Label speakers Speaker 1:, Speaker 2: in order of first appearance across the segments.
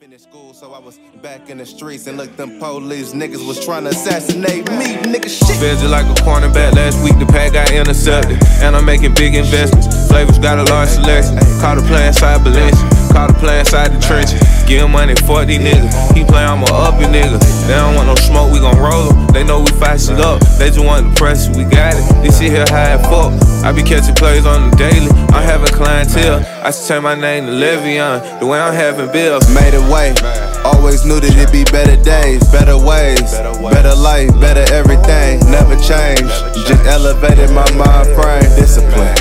Speaker 1: Finished school, so I was back in the streets and look, them police niggas was trying to assassinate me, nigga. Shit.
Speaker 2: Fidget like a cornerback last week, the pack got intercepted. And I'm making big investments. Flavors got a large selection. Caught a play inside Balenciaga. Caught a play inside the trenches. Give money for these niggas. He play, I'm a uppy nigga. They don't want no smoke, we gon' roll 'em. They know we fight shit up. They just want the press, we got it. This shit here high as fuck. I be catching plays on the daily. I'm having clientele. I should change my name to Le'Veon. The way I'm having bills.
Speaker 1: Made it way. Always knew that it'd be better days, better ways, better life, better everything. Never changed. Just elevated my mind frame. Discipline.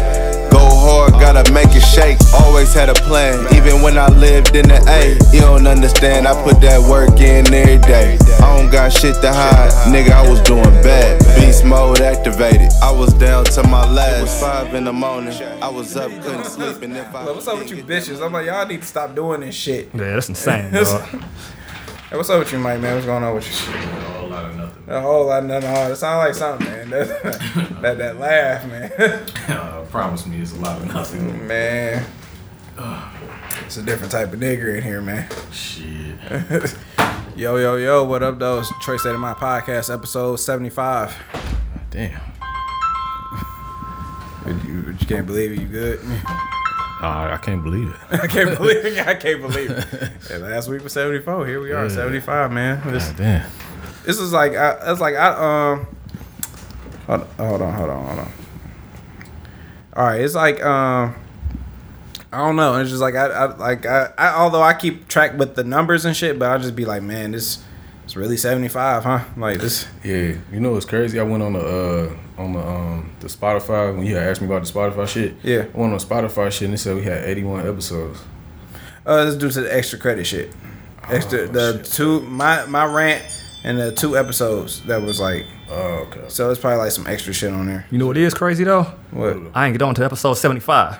Speaker 1: Go hard, gotta make it shake. Always had a plan, even when I lived in the A. You don't understand, I put that work in every day. I don't got shit to hide, nigga. I was doing bad. Beast mode activated. I was down to my last. It was five in the morning. I was up, couldn't sleep, and if I
Speaker 3: Like, what's up with you bitches? I'm like, y'all need to stop doing this shit.
Speaker 4: Yeah, that's insane, dog.
Speaker 3: Hey, what's up with you, Mike, man? What's going on with you?
Speaker 5: whole lot of nothing.
Speaker 3: A whole lot of nothing hard. It sounds like something, man. That, that, that laugh, man. Mm,
Speaker 5: Uh, promise me it's a lot of nothing.
Speaker 3: man. It's a different type of nigger in here, man.
Speaker 5: Shit.
Speaker 3: Yo, yo, yo, what up, though? It's Trey State of My Podcast, episode 75.
Speaker 4: Damn.
Speaker 3: You, you can't believe it, you good?
Speaker 4: Uh, I can't believe it.
Speaker 3: I can't believe it. I can't believe it. Yeah, last week was 74. Here we are,
Speaker 4: Yeah.
Speaker 3: 75, man. This,
Speaker 4: God damn.
Speaker 3: this is like, I, it's like, I, um, hold, hold on, hold on, hold on. All right, it's like, um, I don't know. It's just like, I, I like, I, I, although I keep track with the numbers and shit, but I'll just be like, man, this, it's really 75, huh? Like, this,
Speaker 6: Yeah, you know what's crazy? I went on the uh, on the um the Spotify when you had asked me about the Spotify shit.
Speaker 3: Yeah.
Speaker 6: I went on Spotify shit and it said we had eighty one episodes.
Speaker 3: Uh, it's due to the extra credit shit. Extra the two my my rant and the two episodes that was like
Speaker 6: Oh, okay.
Speaker 3: so it's probably like some extra shit on there.
Speaker 4: You know what is crazy though?
Speaker 3: What?
Speaker 4: I ain't get on to episode seventy-five.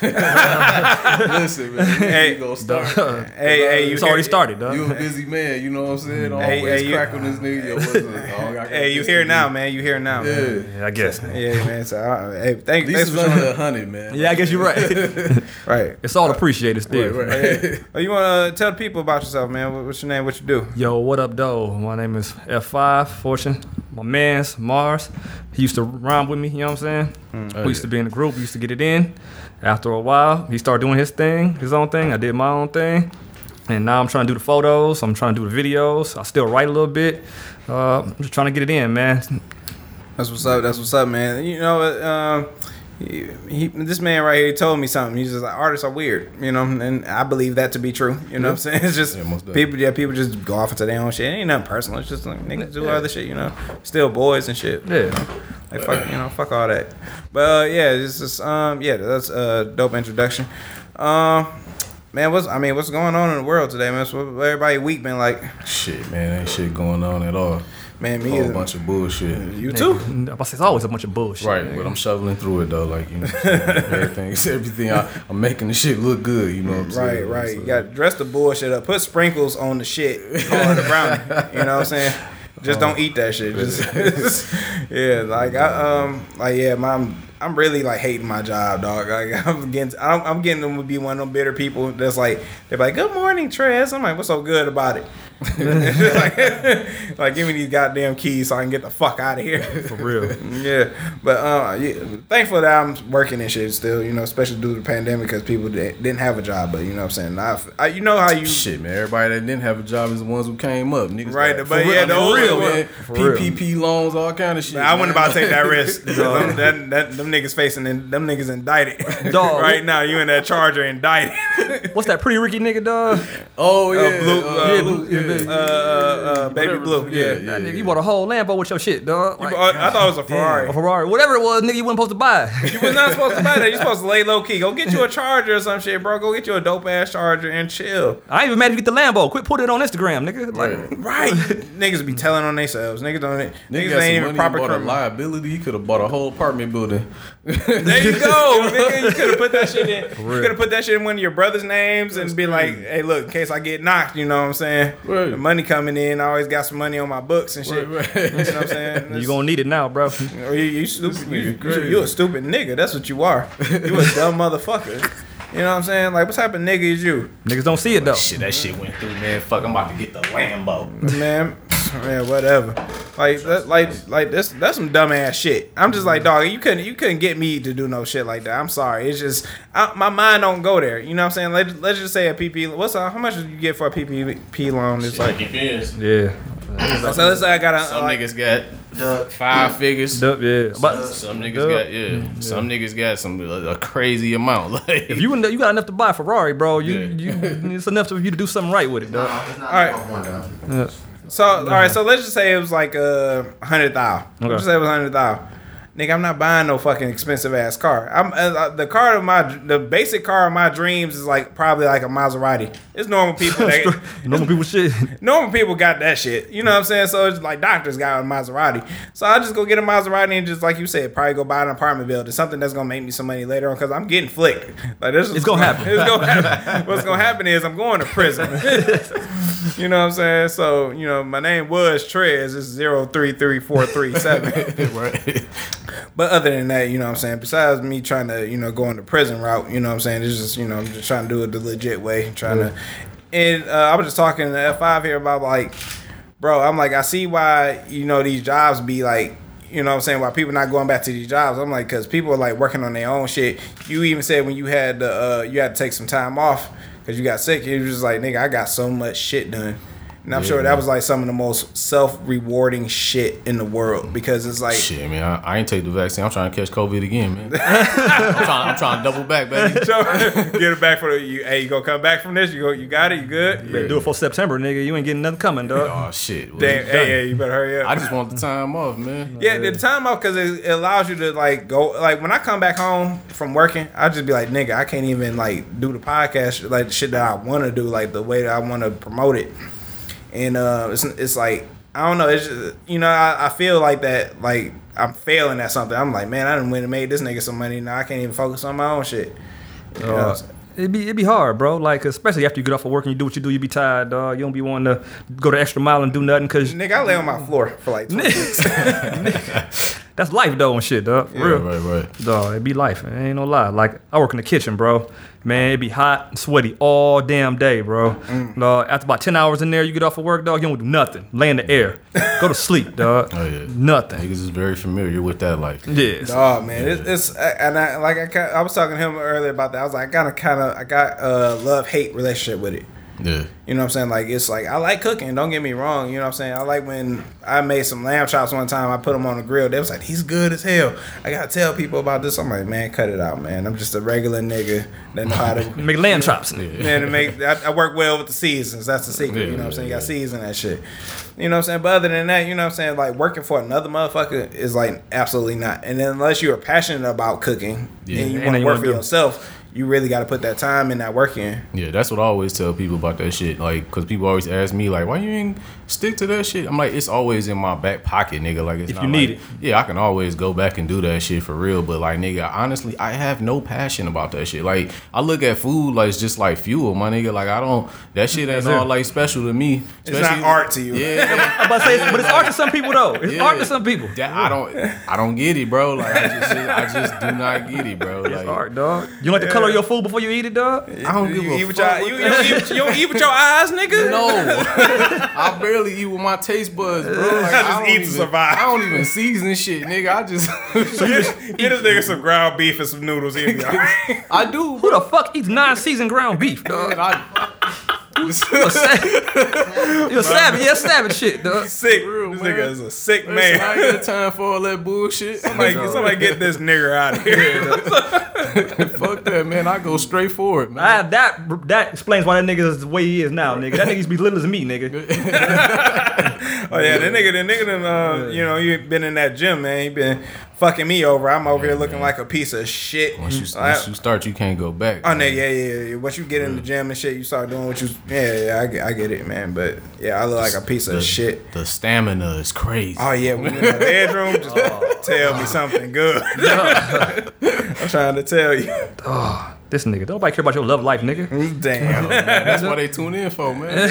Speaker 6: Listen, man,
Speaker 3: Hey,
Speaker 6: gonna start.
Speaker 3: Hey, hey, you
Speaker 4: it's already
Speaker 3: hear-
Speaker 4: started, dog.
Speaker 6: You a busy man, you know what I'm saying? Always
Speaker 3: Hey, hey, you-
Speaker 6: cracking this nigga. Yo, what's up? Oh, I got
Speaker 3: Hey, you
Speaker 6: this
Speaker 3: here
Speaker 6: nigga.
Speaker 3: now, man? You here now,
Speaker 6: Yeah.
Speaker 3: man?
Speaker 4: yeah, I guess. Man.
Speaker 3: Yeah, man. So, uh, hey, thank,
Speaker 6: At least
Speaker 3: thanks
Speaker 6: it's
Speaker 3: for joining.
Speaker 6: under hundred, man.
Speaker 4: Yeah, I guess you're right.
Speaker 3: Right.
Speaker 4: it's all appreciated still.
Speaker 6: Right, right.
Speaker 3: Oh, you want to tell the people about yourself, man? What, what's your name? What you do?
Speaker 4: Yo, what up, though? My name is F5 Fortune. My man's Mars. He used to rhyme with me, you know what I'm saying? we used to be in the group, we used to get it in. After a while, he started doing his thing, his own thing. I did my own thing. And now I'm trying to do the photos, I'm trying to do the videos. I still write a little bit. Uh, I'm just trying to get it in, man.
Speaker 3: That's what's up. That's what's up, man. You know, uh, he, he, this man right here he told me something. He's just like artists are weird, you know, and I believe that to be true. You know what I'm saying? It's just
Speaker 6: Yeah, most definitely.
Speaker 3: people. Yeah, people just go off into their own shit. It ain't nothing personal. It's just like niggas do other shit. You know, still boys and shit.
Speaker 4: Yeah.
Speaker 3: Like fuck, you know, fuck all that. But uh, yeah, this is um, yeah, that's a dope introduction. Um, man, what's I mean, what's going on in the world today, man? What's what everybody week been like?
Speaker 6: Shit, man, ain't shit going on at all.
Speaker 3: Man, me
Speaker 6: Whole
Speaker 3: either.
Speaker 6: bunch of bullshit.
Speaker 3: You too.
Speaker 4: I was- It's always a bunch of bullshit.
Speaker 6: Right, but I'm shoveling through it though, like you know, what I'm saying? everything, it's everything. I, I'm making the shit look good, you know. what I'm
Speaker 3: Right,
Speaker 6: saying?
Speaker 3: right. You
Speaker 6: So-
Speaker 3: got to dress the bullshit up. Put sprinkles on the shit. Call it a brownie. You know what I'm saying? Just don't eat that shit. Just yeah, like I um like yeah, my, I'm I'm really like hating my job, dog. Like I'm getting I'm, I'm getting them to be one of them bitter people that's like they're like good morning, Trez. I'm like what's so good about it? like, like give me these goddamn keys so I can get the fuck out of here.
Speaker 4: For real.
Speaker 3: Yeah, but uh, yeah, thankful that I'm working and shit still. You know, especially due to the pandemic because people di- didn't have a job. But you know what I'm saying. I, I you know how you
Speaker 6: Shit, man. Everybody that didn't have a job is the ones who came up. Niggas
Speaker 3: Right,
Speaker 6: got-
Speaker 3: but
Speaker 6: for
Speaker 3: yeah,
Speaker 6: real,
Speaker 3: the
Speaker 6: for
Speaker 3: old
Speaker 6: real,
Speaker 3: one.
Speaker 6: man.
Speaker 4: For real.
Speaker 6: PPP loans, all kind of shit.
Speaker 3: I wouldn't
Speaker 6: man.
Speaker 3: about to take that risk. Them- that, that, them niggas facing in, them niggas indicted.
Speaker 4: Dog.
Speaker 3: right now you in that charger indicted.
Speaker 4: What's that pretty Ricky nigga, dog?
Speaker 6: Oh yeah,
Speaker 3: blue-
Speaker 6: uh,
Speaker 3: uh,
Speaker 6: blue, yeah.
Speaker 3: Uh, uh, baby
Speaker 6: Whatever.
Speaker 3: blue. Yeah. Oh
Speaker 6: Yeah,
Speaker 4: Nigga, you bought a whole Lambo with your shit, dog. Like,
Speaker 3: I, I thought it was a Ferrari.
Speaker 4: a Ferrari, whatever it was, nigga, you weren't supposed to buy.
Speaker 3: You was not supposed to buy that. You're supposed to lay low key. Go get you a charger or some shit, bro. Go get you a dope ass charger and chill.
Speaker 4: I ain't even mad if you get the Lambo. Quit putting it on Instagram, nigga. Like,
Speaker 6: Right.
Speaker 3: Right. niggas be telling on themselves. Niggas don't.
Speaker 6: Nigga
Speaker 3: Niggas,
Speaker 6: got some
Speaker 3: ain't
Speaker 6: money,
Speaker 3: even proper
Speaker 6: he bought a
Speaker 3: criminals.
Speaker 6: liability. He could have bought a whole apartment building.
Speaker 3: There you go, nigga. You could have put that shit in. You could have put that shit in one of your brother's names and be like, "Hey, look, in case I get knocked, you know what I'm saying?
Speaker 6: Right.
Speaker 3: The money coming in, I always got some money on my books and shit.
Speaker 6: Right,
Speaker 3: You know what I'm saying?
Speaker 4: you gonna need it now, bro.
Speaker 3: Or you, you stupid. You,
Speaker 6: nigga
Speaker 3: you,
Speaker 6: crazy.
Speaker 3: you a stupid nigga. That's what you are. You a dumb motherfucker. You know what I'm saying? Like, what type of nigga is you,
Speaker 4: Niggas don't see it though.
Speaker 6: Shit, that shit went through, man. Fuck, I'm about to get the Lambo.
Speaker 3: man? Man, whatever. Like, that, like, like that's that's some dumb ass shit. I'm just like, dog, you couldn't you couldn't get me to do no shit like that. I'm sorry. It's just I, my mind don't go there. You know what I'm saying? Let, let's just say a PP. What's uh, how much did you get for a PPP loan? It's like
Speaker 6: depends.
Speaker 4: Yeah.
Speaker 3: so. Let's say I got a
Speaker 6: Some
Speaker 3: like,
Speaker 6: niggas got five figures.
Speaker 4: Dup, yeah. But
Speaker 6: Some niggas
Speaker 4: Duh.
Speaker 6: got yeah. Some niggas got some uh, a crazy amount. Like
Speaker 4: if you you got enough to buy a Ferrari, bro, you,
Speaker 6: Yeah.
Speaker 4: you it's enough for you to do something right with it, dog.
Speaker 3: all right. So all right, so let's just say it was like a uh, hundred thousand.
Speaker 4: Okay.
Speaker 3: Let's just say it was hundred thousand. Nigga, I'm not buying no fucking expensive ass car. I'm uh, the car of my the basic car of my dreams is like probably like a Maserati. It's normal people. That,
Speaker 4: Normal people shit.
Speaker 3: normal people got that shit. You know what I'm saying? So it's like doctors got a Maserati. So I just go get a Maserati and just like you said, probably go buy an apartment building, something that's gonna make me some money later on because I'm getting flicked. Like this is
Speaker 4: It's gonna happen.
Speaker 3: It's gonna happen. What's gonna happen is I'm going to prison. you know what I'm saying? So you know my name was Trez. It's zero three three four three seven.
Speaker 6: right.
Speaker 3: But other than that, you know what I'm saying? Besides me trying to, you know, go on the prison route, you know what I'm saying? It's just, you know, I'm just trying to do it the legit way. Trying to. And uh, I was just talking to F5 here about, like, bro, I'm like, I see why, you know, these jobs be like, you know what I'm saying? Why people not going back to these jobs? I'm like, because people are like working on their own shit. You even said when you had the, uh, you had to take some time off because you got sick. You was just like, nigga, I got so much shit done. And I'm sure that was like some of the most self rewarding shit in the world because it's like,
Speaker 6: Shit, man. I, I ain't take the vaccine. I'm trying to catch COVID again, man. I'm trying. I'm trying to double back, baby.
Speaker 3: So get it back for the you. Hey, you gonna come back from this? You go. You got it. You good?
Speaker 4: Better do it for September, nigga. You ain't getting nothing coming, dog.
Speaker 6: Oh shit. Well,
Speaker 3: Damn.
Speaker 6: it's done.
Speaker 3: Hey, hey, you better hurry up.
Speaker 6: I just want the time off, man.
Speaker 3: yeah, the time off because it, it allows you to like go. Like when I come back home from working, I just be like, nigga, I can't even like do the podcast like the shit that I want to do, like the way that I want to promote it. And uh, it's it's like I don't know. It's just, you know I, I feel like that like I'm failing at something. I'm like, man, I didn't win and made this nigga some money. Now I can't even focus on my own shit. You
Speaker 6: Uh,
Speaker 3: know what I'm saying?
Speaker 4: It'd be it'd be hard, bro. Like especially after you get off of work and you do what you do, you be tired, dog. You don't be wanting to go the extra mile and do nothing because
Speaker 3: Nigga, I lay on my floor for like 20
Speaker 4: that's life though and shit, dog. For real.
Speaker 6: Right, right.
Speaker 4: Dog, it be life. man. ain't no lie. Like I work in the kitchen, bro. Man, it be hot and sweaty all damn day, bro.
Speaker 6: Mm.
Speaker 4: Dog, after about ten hours in there, you get off of work, dog. You don't do nothing. Lay in the air, go to sleep, dog.
Speaker 6: Oh, yeah. Niggas
Speaker 4: Nothing.
Speaker 6: is very familiar with that life.
Speaker 4: Yeah. so-
Speaker 3: Oh man, it's, it's I- and I like I, ca- I was talking to him earlier about that. I was like, I kind of kind of I got a love hate relationship with it.
Speaker 6: Yeah.
Speaker 3: You know what I'm saying? Like it's like I like cooking. Don't get me wrong. You know what I'm saying? I like when I made some lamb chops one time. I put them on the grill. They was like, "He's good as hell." I gotta tell people about this. I'm like, man, cut it out, man. I'm just a regular nigga that know how to
Speaker 4: Make lamb chops.
Speaker 3: man, it make I, I work well with the seasons. That's the secret. you know what I'm saying? You got season that shit. You know what I'm saying? But other than that, you know what I'm saying? Like working for another motherfucker is like absolutely not. And then unless you are passionate about cooking and you
Speaker 4: And
Speaker 3: want
Speaker 4: then
Speaker 3: to
Speaker 4: you
Speaker 3: work
Speaker 4: wanna
Speaker 3: for
Speaker 4: do it.
Speaker 3: yourself, you really got to put that time and that work in.
Speaker 6: Yeah, that's what I always tell people about that shit. Like, because people always ask me, like, why you ain't stick to that shit? I'm like, it's always in my back pocket, nigga. Like, it's
Speaker 4: If
Speaker 6: not
Speaker 4: you need
Speaker 6: like-
Speaker 4: it.
Speaker 6: Yeah, I can always go back and do that shit for real. But like, nigga, honestly, I have no passion about that shit. Like, I look at food like it's just like fuel, my nigga. Like, I don't. That shit ain't all like special to me.
Speaker 3: It's not art to you.
Speaker 6: Yeah,
Speaker 4: I'm about to say, it's- but it's art to some people though. It's
Speaker 6: Yeah.
Speaker 4: art to some people.
Speaker 6: that, I don't. I don't get it, bro. Like, I just, I just do not get it, bro. Like,
Speaker 4: It's art, dog. You like the color of your food before you eat it, dog.
Speaker 6: I don't give
Speaker 3: You
Speaker 6: a
Speaker 3: eat with
Speaker 6: fuck.
Speaker 3: your, you, you don't eat with- you don't eat with your eyes, nigga.
Speaker 6: No, I barely eat with my taste buds, bro. Like, I,
Speaker 3: just
Speaker 6: don't
Speaker 3: eat to
Speaker 6: even,
Speaker 3: survive.
Speaker 6: I don't even season shit, nigga. I just,
Speaker 3: Get, get this nigga some ground beef and some noodles. Here,
Speaker 6: I do,
Speaker 4: Who
Speaker 6: bro.
Speaker 4: the fuck eats non-seasoned ground beef, dog?
Speaker 6: And I,
Speaker 4: You're savage. You're savage. Yeah, savage shit, dog.
Speaker 3: sick.
Speaker 6: real,
Speaker 3: this
Speaker 6: man.
Speaker 3: nigga is a sick
Speaker 6: man, I ain't
Speaker 3: man.
Speaker 6: got time for all that bullshit.
Speaker 3: Like, somebody get this nigga out of here.
Speaker 6: Fuck that, man. I go straight forward, man.
Speaker 4: I, that that explains why that nigga is the way he is now, nigga. That nigga used to be little as me, nigga.
Speaker 3: Oh yeah, the nigga, the nigga, done, uh, you know, you been in that gym, man. He been fucking me over. I'm over here looking like a piece of shit.
Speaker 6: Once you,
Speaker 3: Like,
Speaker 6: once you start, you can't go back.
Speaker 3: oh no, yeah, yeah, yeah. Once you get in the gym and shit, you start doing what you. Yeah, yeah, I get, I get it, man. But yeah, I look like a piece of
Speaker 6: the,
Speaker 3: shit.
Speaker 6: The stamina is crazy.
Speaker 3: Oh yeah, when you in the bedroom, just
Speaker 6: Oh.
Speaker 3: tell me something good. I'm trying to tell you.
Speaker 4: This nigga. Don't nobody care about your love life, nigga.
Speaker 3: Damn.
Speaker 6: That's what they tune in for, man.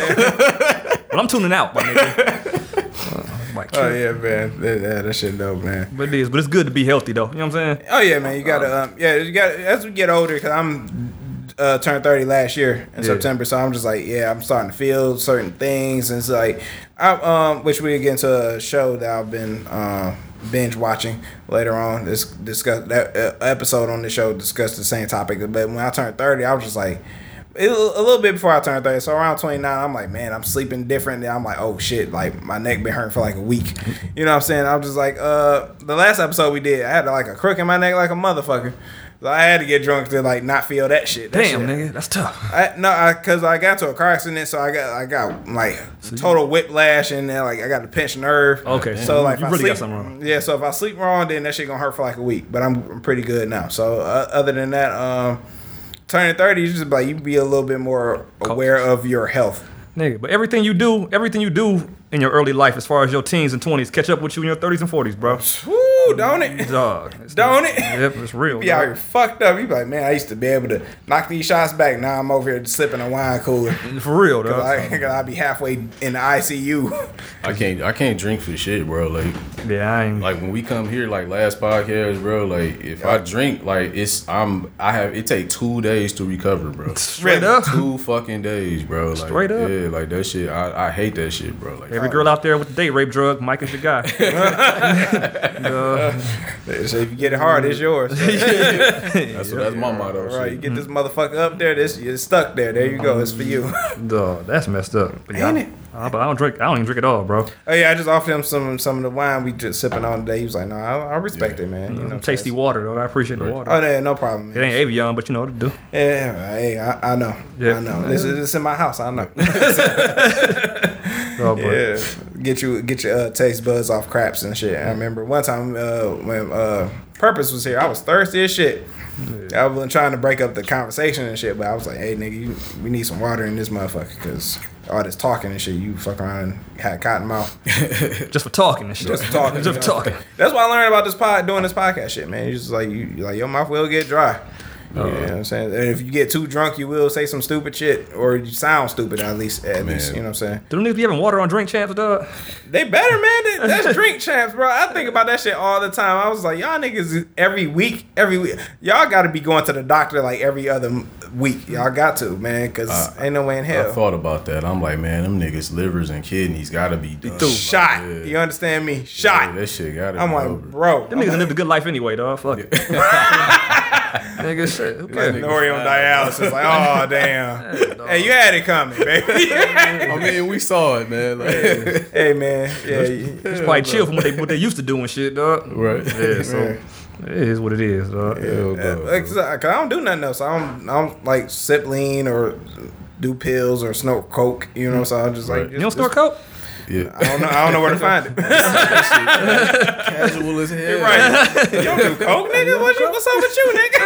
Speaker 4: But I'm tuning out, my nigga. Uh, like,
Speaker 3: Oh yeah, man. That, that, that shit dope, man.
Speaker 4: But it is. But it's good to be healthy, though. You know what I'm saying?
Speaker 6: Oh.
Speaker 3: Oh yeah, man. You gotta, um, yeah, you gotta. As we get older, cause I'm uh, turned 30 last year in
Speaker 6: Yeah.
Speaker 3: September, so I'm just like, yeah, I'm starting to feel certain things, and it's like, I um, which we get into a show that I've been um binge watching later on. This discuss that uh, episode on the show discussed the same topic, but when I turned 30, I was just like. It, was a little bit before I turned 30, so around 29, I'm like, man, I'm sleeping different. Then I'm like, oh shit, like my neck been hurting for like a week. You know what I'm saying? I'm just like, uh, the last episode we did, I had like a crook in my neck like a motherfucker. So I had to get drunk to like not feel that shit. That
Speaker 4: Damn,
Speaker 3: shit-
Speaker 4: nigga, that's tough.
Speaker 3: I, no, I, cause I got to a car accident, so I got I got like total whiplash, and then like I got a pinched nerve.
Speaker 4: Okay,
Speaker 3: so
Speaker 4: you-
Speaker 3: like
Speaker 4: you
Speaker 3: if I
Speaker 4: really got
Speaker 3: sleep-
Speaker 4: something wrong.
Speaker 3: Yeah, so if I sleep wrong, then that shit gonna hurt for like a week. But I'm, I'm pretty good now. So uh, other than that, um, turning thirty, you just like you be a little bit more aware of your health.
Speaker 4: Nigga, but everything you do, everything you do in your early life, as far as your teens and twenties, catch up with you in your thirties and forties, bro.
Speaker 3: Woo, don't it?
Speaker 4: Dog, it's-
Speaker 3: Don't it?
Speaker 4: Yep, it's real.
Speaker 3: Be out
Speaker 4: dog.
Speaker 3: here fucked up. You be like, man, I used to be able to knock these shots back. Now I'm over here slipping a wine cooler.
Speaker 4: For real, dog.
Speaker 3: I, I'll be halfway in the ICU.
Speaker 6: I can't I can't drink for shit, bro. Like
Speaker 4: yeah, I ain't.
Speaker 6: like when we come here, like last podcast, bro. Like if I drink, like it's I'm I have it take two days to recover, bro.
Speaker 4: straight up.
Speaker 6: two fucking days, bro. Like,
Speaker 4: Straight up.
Speaker 6: Yeah, like that shit. I, I hate that shit, bro. Like
Speaker 4: Every
Speaker 3: Oh,
Speaker 4: girl out there with the date rape drug, Mike is your guy. Dog.
Speaker 3: So if you get it hard, it's yours.
Speaker 6: that's that's my motto.
Speaker 3: Right,
Speaker 6: shit.
Speaker 3: you get
Speaker 4: Hmm.
Speaker 3: this motherfucker up there. This you're stuck there. There you go. It's for you.
Speaker 4: Dog, that's messed up. But yeah,
Speaker 3: Ain't
Speaker 4: I-
Speaker 3: it?
Speaker 4: I, Uh, but I don't drink. I don't even drink at all, bro.
Speaker 3: oh yeah, I just offered him some some of the wine we just sipping on today. He was like, "No, I, I respect it, man. You know,
Speaker 4: Mm-hmm. Tasty water, though. I appreciate the water.
Speaker 3: Oh yeah, no problem.
Speaker 4: It
Speaker 3: Man.
Speaker 4: ain't Avion, but you know what to do.
Speaker 3: Yeah, hey, I, I know.
Speaker 4: Yeah.
Speaker 3: I know. This is this in my house. I know.
Speaker 4: Dog, Oh, but
Speaker 3: yeah, get you get your uh, taste buds off craps and shit.
Speaker 4: Mm-hmm.
Speaker 3: I remember one time uh, when uh, Purpose was here, I was thirsty as shit. I was trying to break up the conversation and shit, but I was like, "Hey, nigga, you, we need some water in this motherfucker because all this talking and shit, you fuck around and had cotton mouth."
Speaker 4: just for talking and shit.
Speaker 3: Just for talking,
Speaker 4: Just for
Speaker 3: you know.
Speaker 4: talking.
Speaker 3: That's why I learned about this pod doing this podcast shit, man. You just like you you like your mouth will get dry. You know
Speaker 6: Uh-huh.
Speaker 3: what I'm saying? And if you get too drunk, you will say some stupid shit, or you sound stupid at least. At least, you know what I'm saying?
Speaker 4: Do them niggas be having water on drink champs, dog?
Speaker 3: They better, man. That- That's drink champs, bro. I think about that shit all the time. I was like, y'all niggas every week, every week. Y'all got to be going to the doctor like every other m- week. Y'all got to, man, because ain't no way in
Speaker 6: Uh, I
Speaker 3: hell.
Speaker 6: thought about that. I'm like, man, them niggas livers and kidneys gotta be done. Like,
Speaker 3: Shot.
Speaker 6: yeah.
Speaker 3: You understand me?
Speaker 6: Yeah,
Speaker 3: Shot.
Speaker 6: that shit gotta.
Speaker 3: I'm
Speaker 6: be
Speaker 3: like,
Speaker 6: over.
Speaker 3: bro.
Speaker 4: Them niggas lived a good life anyway, dog. Fuck it. Nigga, shit. Who cares?
Speaker 3: Nori on dialysis. Like, oh damn. hey, you had it coming, baby.
Speaker 6: I mean, we saw it, man. Like,
Speaker 3: hey man. Yeah. you-
Speaker 4: It's probably chill from what they what they used to do and shit, dog.
Speaker 6: right. Yeah. So.
Speaker 4: It is what it is, dog.
Speaker 6: Hell no,
Speaker 3: Like, 'cause I 'cause I don't do nothing else. I don't. I don't like sip lean or do pills or snort coke. You know, so I'm just like,
Speaker 6: Right.
Speaker 4: You don't snort coke?
Speaker 6: yeah.
Speaker 3: I don't know. I don't know where to find it.
Speaker 6: Casual as hell.
Speaker 3: Right. you don't do coke, nigga. What you, what's up with you, nigga?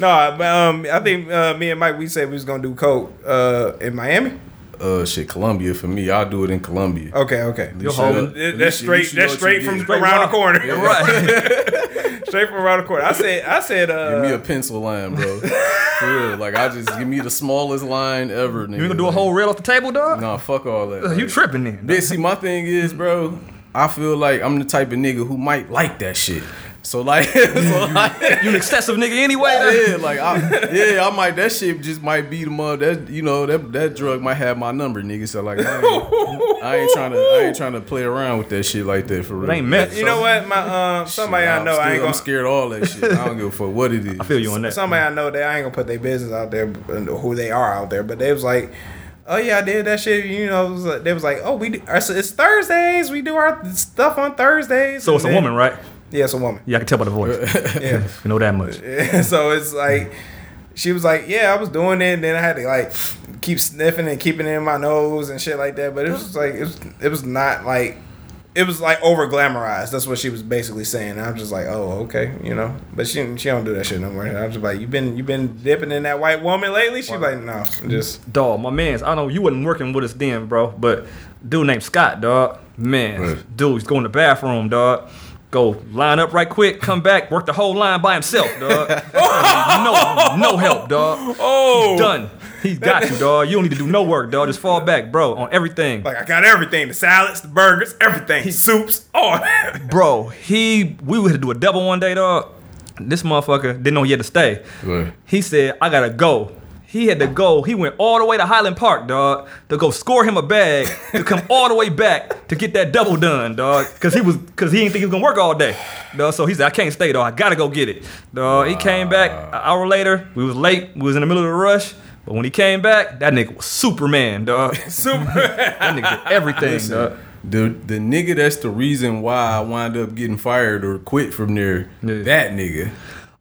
Speaker 3: no, but um, I think uh, me and Mike we said we was gonna do coke uh in Miami.
Speaker 6: Uh, shit, Colombia for me. I'll do it in Colombia.
Speaker 3: Okay, okay.
Speaker 6: Your
Speaker 4: home-
Speaker 3: That's straight. That's straight from around the corner.
Speaker 4: Right.
Speaker 3: Straight from around the corner. I said. I said.
Speaker 6: Give me a
Speaker 3: Uh,
Speaker 6: pencil line, bro. For real. Like I just give me the smallest line ever. Nigga.
Speaker 4: You gonna do a whole reel off the table, dog?
Speaker 6: Nah, fuck all that.
Speaker 4: You tripping then. dawg.
Speaker 6: Then see, my thing is, bro. I feel like I'm the type of nigga who might like that shit. So like, so like
Speaker 4: You an excessive nigga anyway. dawg.
Speaker 6: yeah, like I, yeah, I might. That shit just might be the mother. That you know, that that drug might have my number, nigga. So like, I ain't, I ain't trying to, I ain't trying to play around with that shit like that for real.
Speaker 4: It ain't meth.
Speaker 3: you know what? My um,
Speaker 6: Shit,
Speaker 3: somebody I
Speaker 6: I'm
Speaker 3: know. I
Speaker 6: scared-
Speaker 3: ain't
Speaker 6: I'm
Speaker 3: gonna.
Speaker 6: scared of all that shit. I don't give a fuck what it is.
Speaker 4: I feel you on that.
Speaker 3: Somebody I know that I ain't gonna put their business out there, and who they are out there. But they was like, "Oh yeah, I did that shit." You know, it was like, they was like, "Oh, we do, it's it's Thursdays. We do our stuff on Thursdays."
Speaker 4: So it's a
Speaker 3: And then-
Speaker 4: woman, right?
Speaker 3: Yeah, it's a woman.
Speaker 4: Yeah, I can tell by the voice.
Speaker 3: Yeah.
Speaker 4: You know that much.
Speaker 3: so it's like she was like, "Yeah, I was doing it." And then I had to like keep sniffing and keeping it in my nose and shit like that. But it was like it was it was not like it was like over glamorized. That's what she was basically saying. And I'm just like, "Oh, okay," you know. But she she don't do that shit no more. And I'm just like, "You been you been dipping in that white woman lately?" She's like, "No, just
Speaker 4: Dog, my man's, I know you wasn't working with us then, bro, but dude named Scott, dog. Man,
Speaker 6: Right.
Speaker 4: dude, he's going to the bathroom, dog. Go line up right quick, come back, work the whole line by himself, dog. no, no help, dog. Oh, done. He got you, dog. You don't need to do no work, dog. Just fall back, bro, on everything.
Speaker 3: like I got everything: the salads, the burgers, everything, soups, all."
Speaker 4: Bro, he we had to do a double one day, dog. This motherfucker didn't know he had to stay.
Speaker 5: Right.
Speaker 4: He said, I gotta go. He had to go. He went all the way to Highland Park, dog, to go score him a bag to come all the way back to get that double done, dog. Cause he was, cause he didn't think he was gonna work all day, dog. So he said, I can't stay, dog. I gotta go get it, dog. He came back an hour later. We was late. We was in the middle of the rush. But when he came back, that nigga was Superman, dog. that nigga did everything, dog.
Speaker 6: The the nigga that's the reason why I wound up getting fired or quit from there.
Speaker 4: Yeah.
Speaker 6: That nigga.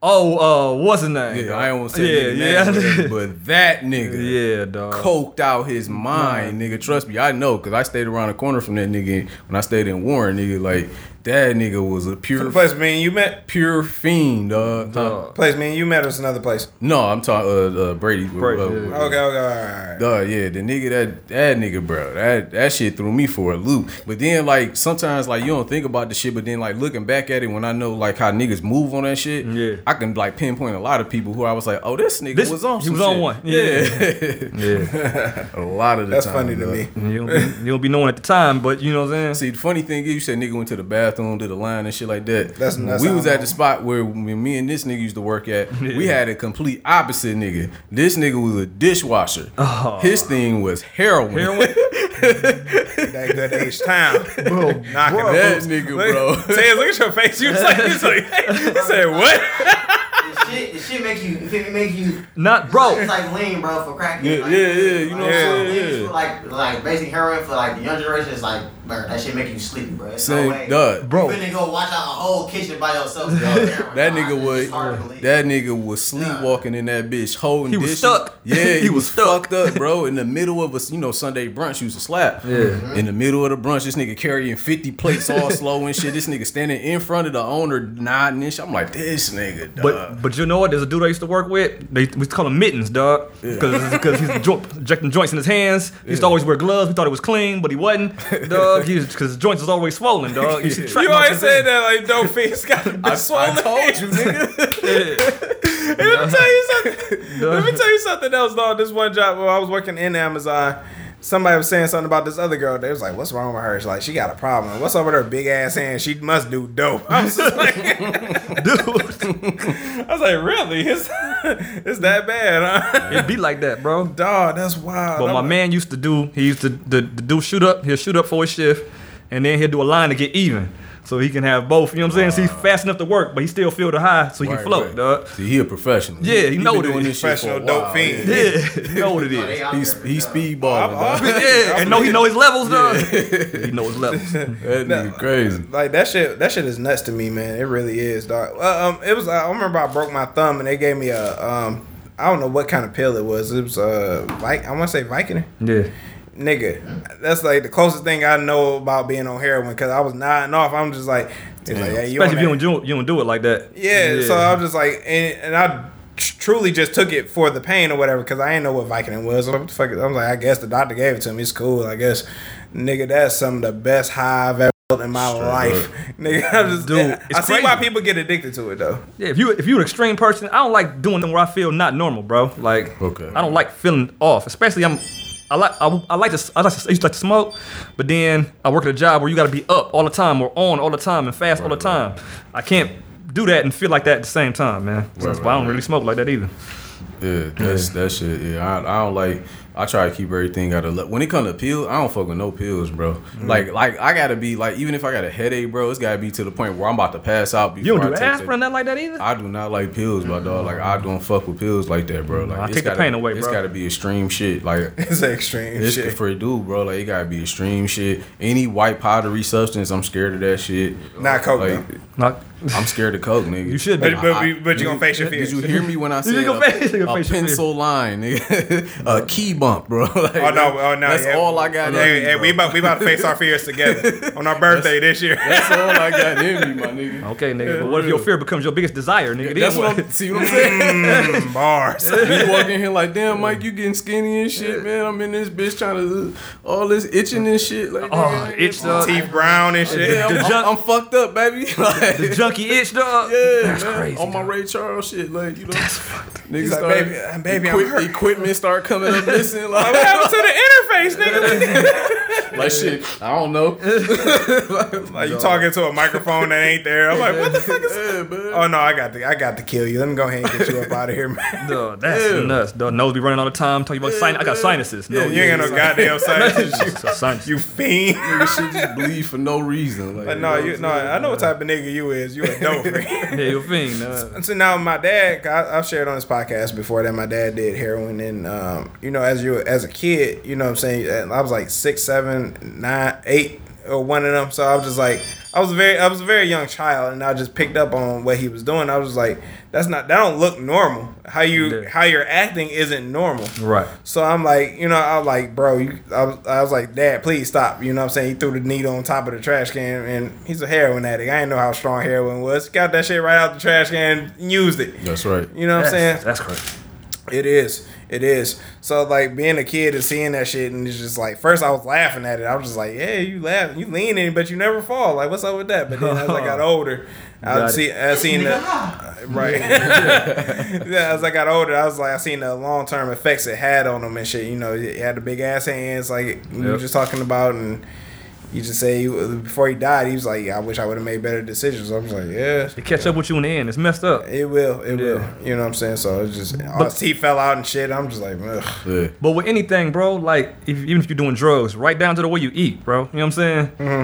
Speaker 4: Oh, uh, what's his name?
Speaker 6: Yeah,
Speaker 4: dawg?
Speaker 6: I don't want to say
Speaker 4: yeah,
Speaker 6: yeah,
Speaker 4: yeah,
Speaker 6: but that nigga.
Speaker 4: yeah, dog.
Speaker 6: Coked out his mind, nigga. Trust me, I know, cause I stayed around the corner from that nigga when I stayed in Warren, nigga. Like that nigga was a
Speaker 3: The
Speaker 6: pure,
Speaker 3: place me and you met.
Speaker 6: pure fiend, dog.
Speaker 4: Dog.
Speaker 3: Place me and you met was another place.
Speaker 6: No, I'm talking uh, uh, Brady.
Speaker 4: Brady,
Speaker 6: uh,
Speaker 4: yeah.
Speaker 3: Okay, okay, all right. all right.
Speaker 6: Duh, yeah, the nigga that that nigga, bro, that that shit threw me for a loop. But then like sometimes like you don't think about the shit, but then like looking back at it when I know like how niggas move on that shit,
Speaker 4: Yeah.
Speaker 6: I can like pinpoint a lot of people who I was like, oh, this nigga
Speaker 4: This-
Speaker 6: was on,
Speaker 4: he
Speaker 6: some
Speaker 4: was on
Speaker 6: shit.
Speaker 4: one.
Speaker 6: yeah,
Speaker 4: Yeah,
Speaker 6: a lot of the
Speaker 3: That's
Speaker 6: time,
Speaker 3: funny to
Speaker 6: dog.
Speaker 3: me.
Speaker 4: you don't, be, you don't be knowing at the time, but you know what I'm saying.
Speaker 6: See, the funny thing is, you said nigga went to the bathroom, did a line and shit like that.
Speaker 3: That's- that's
Speaker 6: we
Speaker 3: how
Speaker 6: was
Speaker 3: I
Speaker 6: at
Speaker 3: know.
Speaker 6: the spot where when me and this nigga used to work at. We had a complete opposite nigga. This nigga was a dishwasher. His thing was heroin.
Speaker 4: Oh. Heroin?
Speaker 3: That good age time. Boom. Knocking
Speaker 6: Bro, that nigga,
Speaker 3: Look,
Speaker 6: bro.
Speaker 3: Tez, look at your face. You was like, you was like, you said what?
Speaker 7: The shit, the shit make you, it make you.
Speaker 4: Not
Speaker 7: It's
Speaker 4: bro.
Speaker 7: like lean, bro, for crack.
Speaker 6: Yeah,
Speaker 7: like,
Speaker 6: yeah, yeah, you know what I'm
Speaker 7: like,
Speaker 6: saying,
Speaker 7: lean
Speaker 6: yeah.
Speaker 7: For like, like basic heroin for like the young generation is like, bro, that shit make you sleepy, bro. It's no
Speaker 6: Same,
Speaker 7: way.
Speaker 6: duh.
Speaker 7: You finna go watch out a whole kitchen by yourself. with all heroin,
Speaker 6: That
Speaker 7: bro.
Speaker 6: nigga
Speaker 7: It's
Speaker 6: was
Speaker 7: just hard to believe.
Speaker 6: that nigga was sleepwalking in that bitch holding.
Speaker 4: He was
Speaker 6: dishes.
Speaker 4: stuck.
Speaker 6: Yeah,
Speaker 4: He
Speaker 6: he,
Speaker 4: was
Speaker 6: was,
Speaker 4: stuck.
Speaker 6: fucked up, bro. In the middle of a you know Sunday brunch, used to slap.
Speaker 7: Mm-hmm.
Speaker 4: Yeah.
Speaker 6: In the middle of the brunch, this nigga carrying fifty plates all slow and shit. This nigga standing in front of the owner nodding and shit. I'm like, this nigga, dog.
Speaker 4: But but you know what? There's a dude I used to work with. They we used to call him mittens, dog, because he's jo- injecting joints in his hands. He used to always wear gloves. We thought it was clean, but he wasn't, dog. Because his joints was always swollen, dog. You, should track
Speaker 3: You always
Speaker 4: marks
Speaker 3: say
Speaker 4: in
Speaker 3: that like dope fiends got the
Speaker 6: I,
Speaker 3: best
Speaker 6: I
Speaker 3: swollen.
Speaker 6: told you, nigga.
Speaker 3: Let me tell you something. Let me tell you something else, dog. This one job where I was working in Amazon, somebody was saying something about this other girl. They was like, "What's wrong with her? She's like, she got a problem. What's up with her big ass hand? She must do dope." I was just like, I was like, "Really? It's, it's that bad, huh?"
Speaker 4: It be like that, bro.
Speaker 3: Dog, that's wild.
Speaker 4: But my
Speaker 3: I'm-
Speaker 4: man used to do, he used to, to, to do shoot up, he'll shoot up for his shift, and then he'll do a line to get even. So he can have both, you know what I'm saying? so he's fast enough to work, but he still feel the high, so he
Speaker 6: Right,
Speaker 4: can float,
Speaker 6: right.
Speaker 4: dog.
Speaker 6: See, he a professional.
Speaker 4: Yeah, he
Speaker 6: been
Speaker 4: know that
Speaker 6: doing
Speaker 4: he
Speaker 6: this shit for a
Speaker 3: professional dope
Speaker 6: while.
Speaker 3: fiend.
Speaker 4: Yeah, you know what it
Speaker 7: Oh, they
Speaker 4: is.
Speaker 7: out
Speaker 6: He's
Speaker 7: there,
Speaker 6: he's
Speaker 7: dog.
Speaker 3: I've-
Speaker 6: speedballing.
Speaker 3: I've
Speaker 6: dog.
Speaker 3: been-
Speaker 4: Yeah,
Speaker 3: I've
Speaker 4: and know he
Speaker 3: been-
Speaker 4: know his levels, dog. he know his levels.
Speaker 6: That nigga crazy.
Speaker 3: Like that shit, that shit is nuts to me, man. It really is, dog. Uh, um, it was. I remember I broke my thumb, and they gave me a um, I don't know what kind of pill it was. It was uh, like I want to say Vicodin,
Speaker 4: Yeah.
Speaker 3: nigga. That's like the closest thing I know about being on heroin because I was nodding off. I'm just like, it's like, hey, you on
Speaker 4: Especially if you
Speaker 3: that?
Speaker 4: don't, do, you don't do it like that.
Speaker 3: Yeah, so I was just like, and, and I tr- truly just took it for the pain or whatever because I didn't know what Vicodin was. What the fuck? I'm like, I guess the doctor gave it to me. It's cool, I guess. Nigga, that's some of the best high I've ever felt in my life. Nigga, I'm just,
Speaker 4: Dude,
Speaker 3: Dude,
Speaker 4: it's
Speaker 3: I see why
Speaker 4: crazy.
Speaker 3: people get addicted to it though.
Speaker 4: Yeah, if you if you're an extreme person, I don't like doing them where I feel not normal, bro. Like,
Speaker 6: Okay.
Speaker 4: I don't like feeling off, especially I'm. I like I, I like to I, like to, I used to like to smoke, but then I work at a job where you got to be up all the time or on all the time and fast all the time. I can't do that and feel like that at the same time, man. So that's why I don't really smoke like that either.
Speaker 6: Yeah, that's that shit. Yeah, I, I don't like. I try to keep everything out of. le- When it comes to pills, I don't fuck with no pills, bro.
Speaker 4: Mm.
Speaker 6: Like, like I gotta be like, even if I got a headache, bro, it's gotta be to the point where I'm about to pass out. Before
Speaker 4: You
Speaker 6: I
Speaker 4: don't do
Speaker 6: take that-
Speaker 4: aspirin nothing like that either.
Speaker 6: I do not like pills, my dog. Like I don't fuck with pills like that, bro. Like
Speaker 4: Mm, I
Speaker 6: it's
Speaker 4: take the
Speaker 6: gotta-
Speaker 4: pain away,
Speaker 6: It's
Speaker 4: bro.
Speaker 6: gotta be extreme shit. Like
Speaker 3: It's extreme
Speaker 6: It's
Speaker 3: shit.
Speaker 6: for a dude, bro. Like it gotta be extreme shit. Any white powdery substance, I'm scared of that shit.
Speaker 3: Not coke,
Speaker 6: Like
Speaker 3: though.
Speaker 4: Not,
Speaker 6: I'm scared of coke, nigga.
Speaker 4: you should be.
Speaker 3: But, but, we- but you gonna face your
Speaker 6: Did
Speaker 3: fears.
Speaker 6: you hear me when I said
Speaker 4: gonna face- you
Speaker 6: a,
Speaker 4: gonna
Speaker 6: a
Speaker 4: face your
Speaker 6: pencil line, nigga? a key bump, bro? Like,
Speaker 3: Oh no! Oh no!
Speaker 6: That's
Speaker 3: yeah.
Speaker 6: all I got.
Speaker 3: Hey,
Speaker 6: in
Speaker 3: hey,
Speaker 6: me,
Speaker 3: we
Speaker 6: bro.
Speaker 3: about we about to face our fears together on our birthday this year.
Speaker 6: That's all I got in me, my nigga.
Speaker 4: okay, nigga. But what if your fear becomes your biggest desire, nigga? Then
Speaker 6: That's what I'm. See what I'm saying?
Speaker 3: Mm, bars.
Speaker 6: you walk in here like, damn, Mike, you getting skinny and shit, man. I'm in this bitch trying to all this itching and shit. Like,
Speaker 4: Oh,
Speaker 6: nigga,
Speaker 4: itch dog.
Speaker 3: Teeth brown and shit.
Speaker 6: Yeah, I'm, I'm- I'm fucked up, baby. Like,
Speaker 4: The junkie itch dog.
Speaker 6: Yeah,
Speaker 4: That's
Speaker 6: man.
Speaker 4: crazy.
Speaker 6: On my
Speaker 4: dog.
Speaker 6: Ray Charles shit, like you know, niggas
Speaker 3: He's like,
Speaker 6: start
Speaker 3: "Baby, uh, baby, I'm
Speaker 6: equip-
Speaker 3: hurt."
Speaker 6: equipment start coming up missing,
Speaker 3: What
Speaker 6: like,
Speaker 3: happened to the interface, nigga?
Speaker 6: like that shit. I don't know.
Speaker 3: Like you talking to a microphone that ain't there. I'm like, what the fuck is?
Speaker 6: Yeah, man.
Speaker 3: Oh no, I got to, I got to kill you. Let me go ahead and get you up out of here, man.
Speaker 4: Duh, that's nuts. The nose be running all the time. Talking about sin- I got sinuses. No,
Speaker 3: You ain't got no goddamn sinuses.
Speaker 4: So sinus.
Speaker 3: You, you fiend.
Speaker 6: Nigga shit just bleed for no reason. Like,
Speaker 3: But no, you no. I know what type of nigga you is. You a dope.
Speaker 4: yeah, you a fiend. uh,
Speaker 3: And so now my dad, I, I've shared on this podcast before that my dad did heroin, and um, you know, as you as a kid, you know, what I'm saying and I was like six, seven, nine, eight, or one of them. So I was just like, I was very, I was a very young child, and I just picked up on what he was doing. I was just like, that's not, that don't look normal. How you,
Speaker 4: Yeah.
Speaker 3: how you're acting isn't normal.
Speaker 4: Right.
Speaker 3: So I'm like, you know, I was like, bro, you, I, was, I was like, dad, please stop. You know what I'm saying? He threw the needle on top of the trash can, and he's a heroin addict. I didn't know how strong heroin was. Got that shit right out the trash can and used it.
Speaker 6: That's right.
Speaker 3: You know what I'm saying?
Speaker 4: That's, that's crazy.
Speaker 3: It is. It is. So like being a kid and seeing that shit and it's just like first I was laughing at it. I was just like, Yeah, you laughing, you leaning, but you never fall. Like what's up with that? But then as I got older, I
Speaker 4: Got
Speaker 3: see I seen the right. yeah, as I got older, I was like I seen the long term effects it had on them and shit. You know, it had the big ass hands like we were
Speaker 4: Yep.
Speaker 3: just talking about and you just say before he died, he was like, "I wish I would have made better decisions." I was like, "Yeah,
Speaker 4: They catch up with you in the end. It's messed up.
Speaker 3: it will, it
Speaker 4: Yeah.
Speaker 3: will." You know what I'm saying? So it's just, all his teeth fell out and shit. I'm just like, ugh.
Speaker 6: Yeah.
Speaker 4: But with anything, bro, like if, even if you're doing drugs, right down to the way you eat, bro. You know what I'm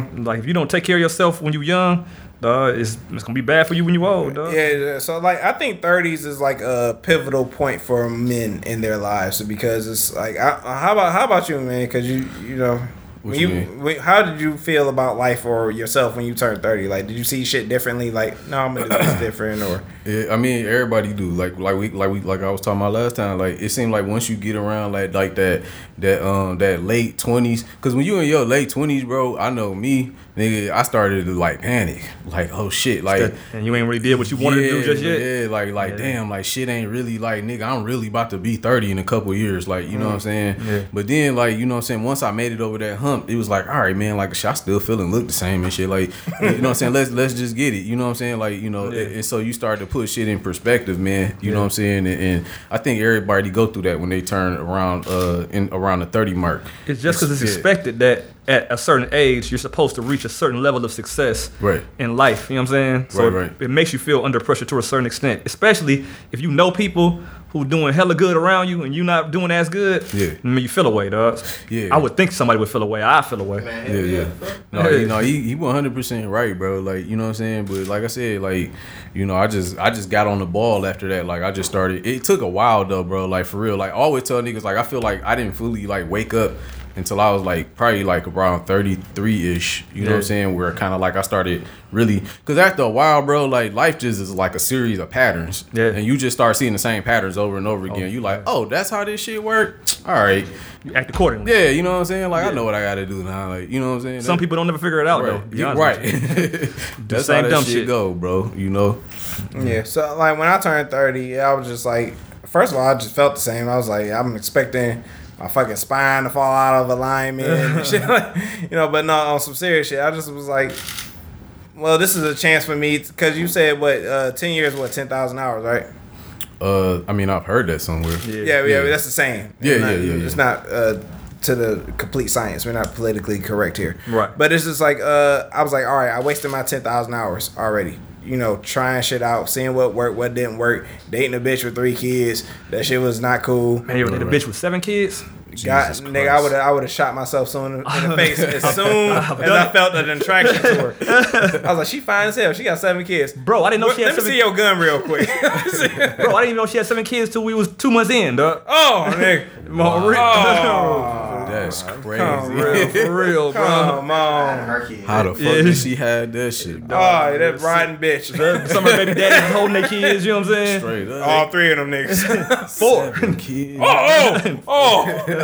Speaker 4: saying? Like if you don't take care of yourself when you're young, dog, it's, it's gonna be bad for you when you're old, dog.
Speaker 3: Yeah, yeah. So like, I think thirties is like a pivotal point for men in their lives because it's like, I, how about how about you, man? Because you you know, when
Speaker 6: you
Speaker 3: you, when- how did you feel about life or yourself when you turned thirty? Like, did you see shit differently? Like, no, I'm gonna do this different, or
Speaker 6: Yeah, I mean everybody do like like we like we like I was talking about last time. Like it seemed like once you get around like like that that um that late twenties, because when you in your late twenties, bro, I know me, nigga, I started to like panic, like oh shit, like
Speaker 4: And you ain't really did what you wanted to do just yet.
Speaker 6: yeah, like like damn, like shit ain't really like nigga, I'm really about to be 30 in a couple years. Like, you know what I'm saying?
Speaker 4: Mm. Yeah.
Speaker 6: But then like, you know what I'm saying, once I made it over that hump, it was like, all right, man, like shit, I still feel and look the same and shit. Like, you know what I'm saying? Let's let's just get it. You know what I'm saying? Like, you know, and, and so you start to put shit in perspective, man. You know what I'm saying? And, and I think everybody go through that when they turn around uh in around the 30 mark.
Speaker 4: It's just because it's
Speaker 6: Yeah.
Speaker 4: expected that at a certain age you're supposed to reach a certain level of success
Speaker 6: Right.
Speaker 4: in life. You know what I'm saying? So
Speaker 6: Right, right.
Speaker 4: It, it makes you feel under pressure to a certain extent, especially if you know people who doing hella good around you and you not doing as good.
Speaker 6: Yeah.
Speaker 4: I mean, you feel away, dog.
Speaker 6: Yeah.
Speaker 4: I would think somebody would feel away. I feel away.
Speaker 6: yeah, yeah. No, you know, he he one hundred percent right, bro. Like, you know what I'm saying? But like I said, like, you know, I just I just got on the ball after that. Like I just started it took a while though, bro. Like for real. Like I always tell niggas like I feel like I didn't fully like wake up until I was like probably like around 33 ish. You know what I'm
Speaker 4: Yeah.
Speaker 6: saying? Where kind of like I started really because after a while, bro, like life just is like a series of patterns.
Speaker 4: Yeah.
Speaker 6: And you just start seeing the same patterns over and over again. you like, oh, that's how this shit work. All right.
Speaker 4: You act accordingly.
Speaker 6: Yeah, you know what I'm saying? Like I know what I gotta do now. Like, you know what I'm saying?
Speaker 4: Some
Speaker 6: That-
Speaker 4: people don't never figure it out though.
Speaker 6: Right,
Speaker 4: to be
Speaker 6: Yeah,
Speaker 4: honest
Speaker 6: right.
Speaker 4: with you.
Speaker 6: That's
Speaker 4: same
Speaker 6: how that
Speaker 4: dumb
Speaker 6: shit,
Speaker 4: shit.
Speaker 6: go, bro. You know,
Speaker 3: yeah. So like when I turned thirty, I was just like, first of all, I just felt the same. I was like, I'm expecting. My fucking spine to fall out of alignment and shit. Like, you know, but no, on some serious shit. I just was like, well, this is a chance for me because you said what uh, ten years, what ten thousand hours, right?
Speaker 6: uh, I mean, I've heard that somewhere.
Speaker 3: Yeah, yeah,
Speaker 6: Yeah.
Speaker 3: that's the same.
Speaker 6: Yeah,
Speaker 3: It's not-
Speaker 6: yeah, yeah, yeah.
Speaker 3: It's not uh, to the complete science. We're not politically correct here.
Speaker 4: Right.
Speaker 3: But it's just like uh, I was like, all right, I wasted my ten thousand hours already. You know, trying shit out, seeing what worked, what didn't work, dating a bitch with three kids. That shit was not cool.
Speaker 4: Man, you ever date a bitch with seven kids?
Speaker 3: God,
Speaker 6: Jesus
Speaker 3: nigga, I
Speaker 6: Christ.
Speaker 3: would I would have shot myself soon in the face as soon as I felt an attraction to her. I was like, she fine as hell. She got seven kids.
Speaker 4: Bro, I didn't know
Speaker 3: Let
Speaker 4: she had
Speaker 3: me
Speaker 4: seven.
Speaker 3: see your gun real quick.
Speaker 4: Bro, I didn't even know she had seven kids till we was two months in, dog.
Speaker 3: oh, nigga. Oh,
Speaker 4: For real. Ah,
Speaker 6: That's crazy.
Speaker 4: for Oh, real, for real, bro.
Speaker 3: Come on.
Speaker 7: Her kid.
Speaker 6: How the fuck
Speaker 4: Yeah.
Speaker 6: did she had that shit? dog?
Speaker 3: Oh, that rotten bitch.
Speaker 4: Some of her baby daddies is holding their kids, you know what I'm saying?
Speaker 6: Straight up.
Speaker 3: All three of them niggas.
Speaker 4: Four.
Speaker 6: Kid.
Speaker 3: oh, oh,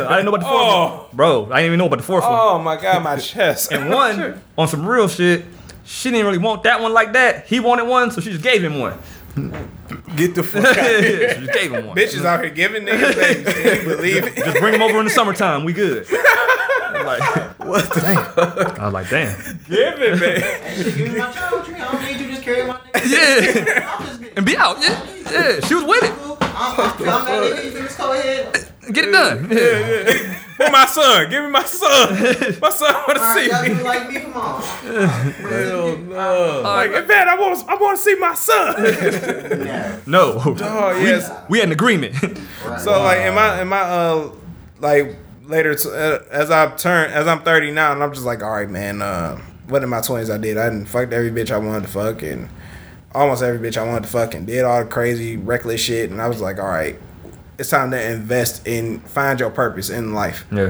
Speaker 4: I didn't know about the fourth
Speaker 3: Oh.
Speaker 4: one. Bro, I didn't even know about the fourth
Speaker 3: oh my god, my chest.
Speaker 4: one. One, on some real shit, she didn't really want that one like that. He wanted one, so she just gave him one.
Speaker 6: Get the fuck out.
Speaker 4: she just gave him one.
Speaker 3: Bitches out here giving niggas things. Can you believe it?
Speaker 4: Just bring him over in the summertime. We good. I'm like, what the damn. I was like, damn.
Speaker 3: Give it, man.
Speaker 7: Hey, shit, give me my children. I don't need you. Just carry my nigga.
Speaker 4: Yeah.
Speaker 7: I'm just
Speaker 4: And be out. Yeah. Yeah. She was with
Speaker 7: I'm, I'm that nigga. You can just go ahead.
Speaker 4: it. Get it done. Yeah.
Speaker 3: Where my son? Give me my son. My son want to
Speaker 7: Alright, y'all
Speaker 3: see
Speaker 7: be
Speaker 3: me.
Speaker 7: like me, come on.
Speaker 6: Hell no.
Speaker 3: Like, in fact, I want, I want to see my son.
Speaker 7: Yeah,
Speaker 4: No.
Speaker 3: oh yes.
Speaker 4: We had an agreement.
Speaker 7: right.
Speaker 3: So like in my in my uh like later t- uh, as I turn as I'm 30 now and I'm just like all right man uh what in my 20s I did I didn't fucked every bitch I wanted to fuck and almost every bitch I wanted to fuck and did all the crazy reckless shit and I was like all right it's time to invest in find your purpose in life
Speaker 4: yeah.
Speaker 3: you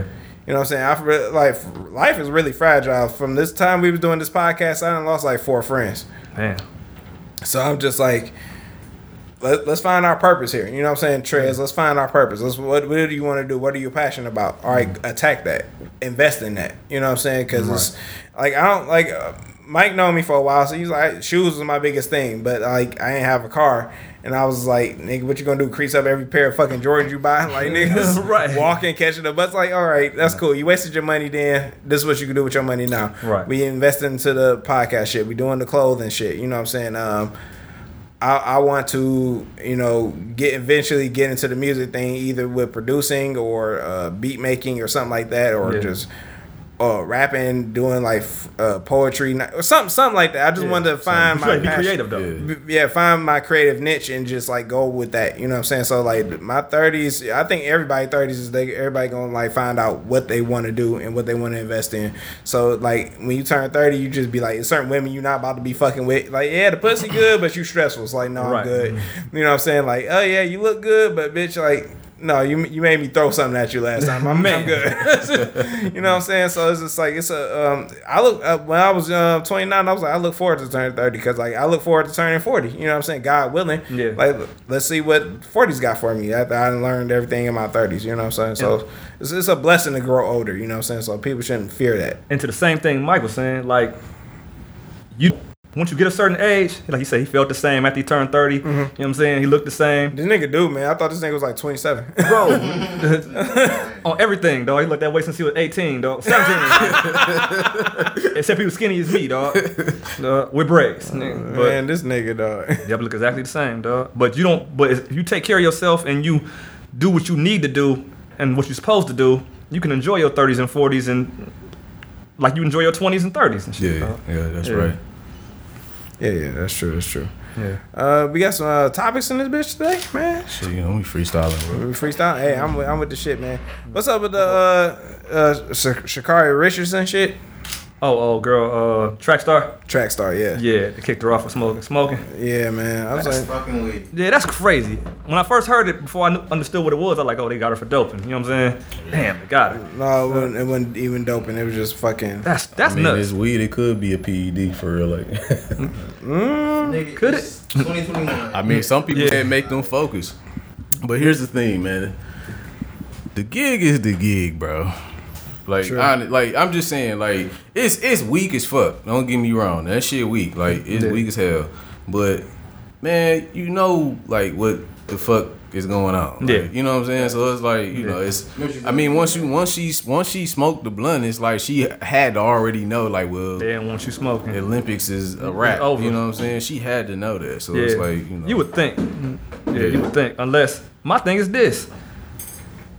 Speaker 3: know what I'm saying? I re- like life is really fragile. From this time we was doing this podcast, I done lost like four friends.
Speaker 4: Man.
Speaker 3: So I'm just like, let, let's find our purpose here. You know what I'm saying, Trez? Let's find our purpose. Let's what, what do you want to do? What are you passionate about? All
Speaker 4: Mm-hmm.
Speaker 3: right, attack that. Invest in that. You know what I'm saying? Because it's like I don't like uh, Mike known me for a while, so he's like shoes was my biggest thing, but like I ain't have a car. And I was like, nigga, what you gonna do? Crease up every pair of fucking Jordans you buy? Like, niggas
Speaker 4: Right.
Speaker 3: walking, catching the bus. Like, all right, that's cool. You wasted your money then. This is what you can do with your money now.
Speaker 4: Right.
Speaker 3: We invest into the podcast shit. We doing the clothing shit. You know what I'm saying? Um, I, I want to, you know, get eventually get into the music thing either with producing or uh, beat making or something like that, or
Speaker 4: Yeah.
Speaker 3: just uh, rapping, doing like f- uh, poetry ni- or something, something like that. I just wanted to find
Speaker 4: You
Speaker 3: my
Speaker 4: gotta be
Speaker 3: passion.
Speaker 4: creative though.
Speaker 3: B- yeah, find my creative niche and just like go with that. You know what I'm saying? So like my 30s, I think everybody 30s is they everybody gonna like find out what they want to do and what they want to invest in. So like when you turn 30, you just be like, it's certain women you're not about to be fucking with. Like yeah, the pussy good, but you stressful. It's like no, I'm
Speaker 4: Right.
Speaker 3: good. You know what I'm saying? Like oh yeah, you look good, but bitch like. No, you you made me throw something at you last time. I'm, I'm
Speaker 4: Man.
Speaker 3: good. you know what I'm saying? So it's just like it's a. Um, I look uh, when I was uh, 29, I was like, I look forward to turning 30 because like I look forward to turning 40. You know what I'm saying? God willing,
Speaker 4: Yeah.
Speaker 3: Like let's see what 40's got for me. After I done learned everything in my 30s, you know what I'm saying? So it's, it's a blessing to grow older. You know what I'm saying? So people shouldn't fear that.
Speaker 4: And to the same thing Mike was saying, like you once you get a certain age, like you said, he felt the same after he turned 30.
Speaker 3: Mm-hmm.
Speaker 4: You know what I'm saying? He looked the same.
Speaker 3: This nigga dude, man, I thought this nigga was like 27.
Speaker 4: Bro, on everything, dog. He looked that way since he was 18, dog. 17. Except he was skinny as me, dog. Dog, with braids. nigga. But
Speaker 3: Oh, man, this nigga dog.
Speaker 4: Yep, look exactly the same, dog. But you don't. But if you take care of yourself and you do what you need to do and what you're supposed to do, you can enjoy your 30s and 40s and like you enjoy your 20s and 30s and shit.
Speaker 6: Yeah,
Speaker 4: dawg.
Speaker 6: yeah, that's
Speaker 4: Yeah.
Speaker 6: right.
Speaker 3: Yeah, yeah, that's true. That's true.
Speaker 4: Yeah.
Speaker 3: Uh, we got some uh, topics in this bitch today, man.
Speaker 6: Shit, you know, we freestyling, bro.
Speaker 3: We freestyle. Hey, I'm with, I'm with the shit, man. What's up with the uh, uh, Sha- Shakari Richardson shit?
Speaker 4: Oh, oh, girl, uh, track star.
Speaker 3: Track star, yeah. yeah,
Speaker 4: Yeah, they kicked her off for smoking. Smoking.
Speaker 3: man. I was
Speaker 7: That's
Speaker 3: like,
Speaker 7: fucking weird.
Speaker 4: Yeah, that's crazy. When I first heard it, before I knew, understood what it was, I was like, oh, they got her for doping. You know what I'm saying? Damn, they got her.
Speaker 3: no, it wasn't, it wasn't even doping. It was just fucking.
Speaker 4: That's that's
Speaker 6: I mean,
Speaker 4: nuts.
Speaker 6: it's weed. It could be a PED for real. Like,
Speaker 7: Nigga,
Speaker 4: Could
Speaker 7: it's 2021.
Speaker 6: I mean, some people
Speaker 4: Yeah.
Speaker 6: can't make them focus. But here's the thing, man. The gig is the gig, bro. Like, I, like I'm just saying, like it's it's weak as fuck. Don't get me wrong, that shit weak. Like it's weak as hell. But man, you know, like what the fuck is going on? Like,
Speaker 4: Yeah.
Speaker 6: you know what I'm saying. So it's like you know, it's. I mean, once you once she once she smoked the blunt, it's like she had to already know. Like, well,
Speaker 4: They didn't want you smoking.
Speaker 6: the Olympics is a wrap.
Speaker 4: It's over.
Speaker 6: You know what I'm saying? She had to know that. So it's like you know.
Speaker 4: would think. Yeah, you
Speaker 6: Yeah.
Speaker 4: would think. Unless my thing is this: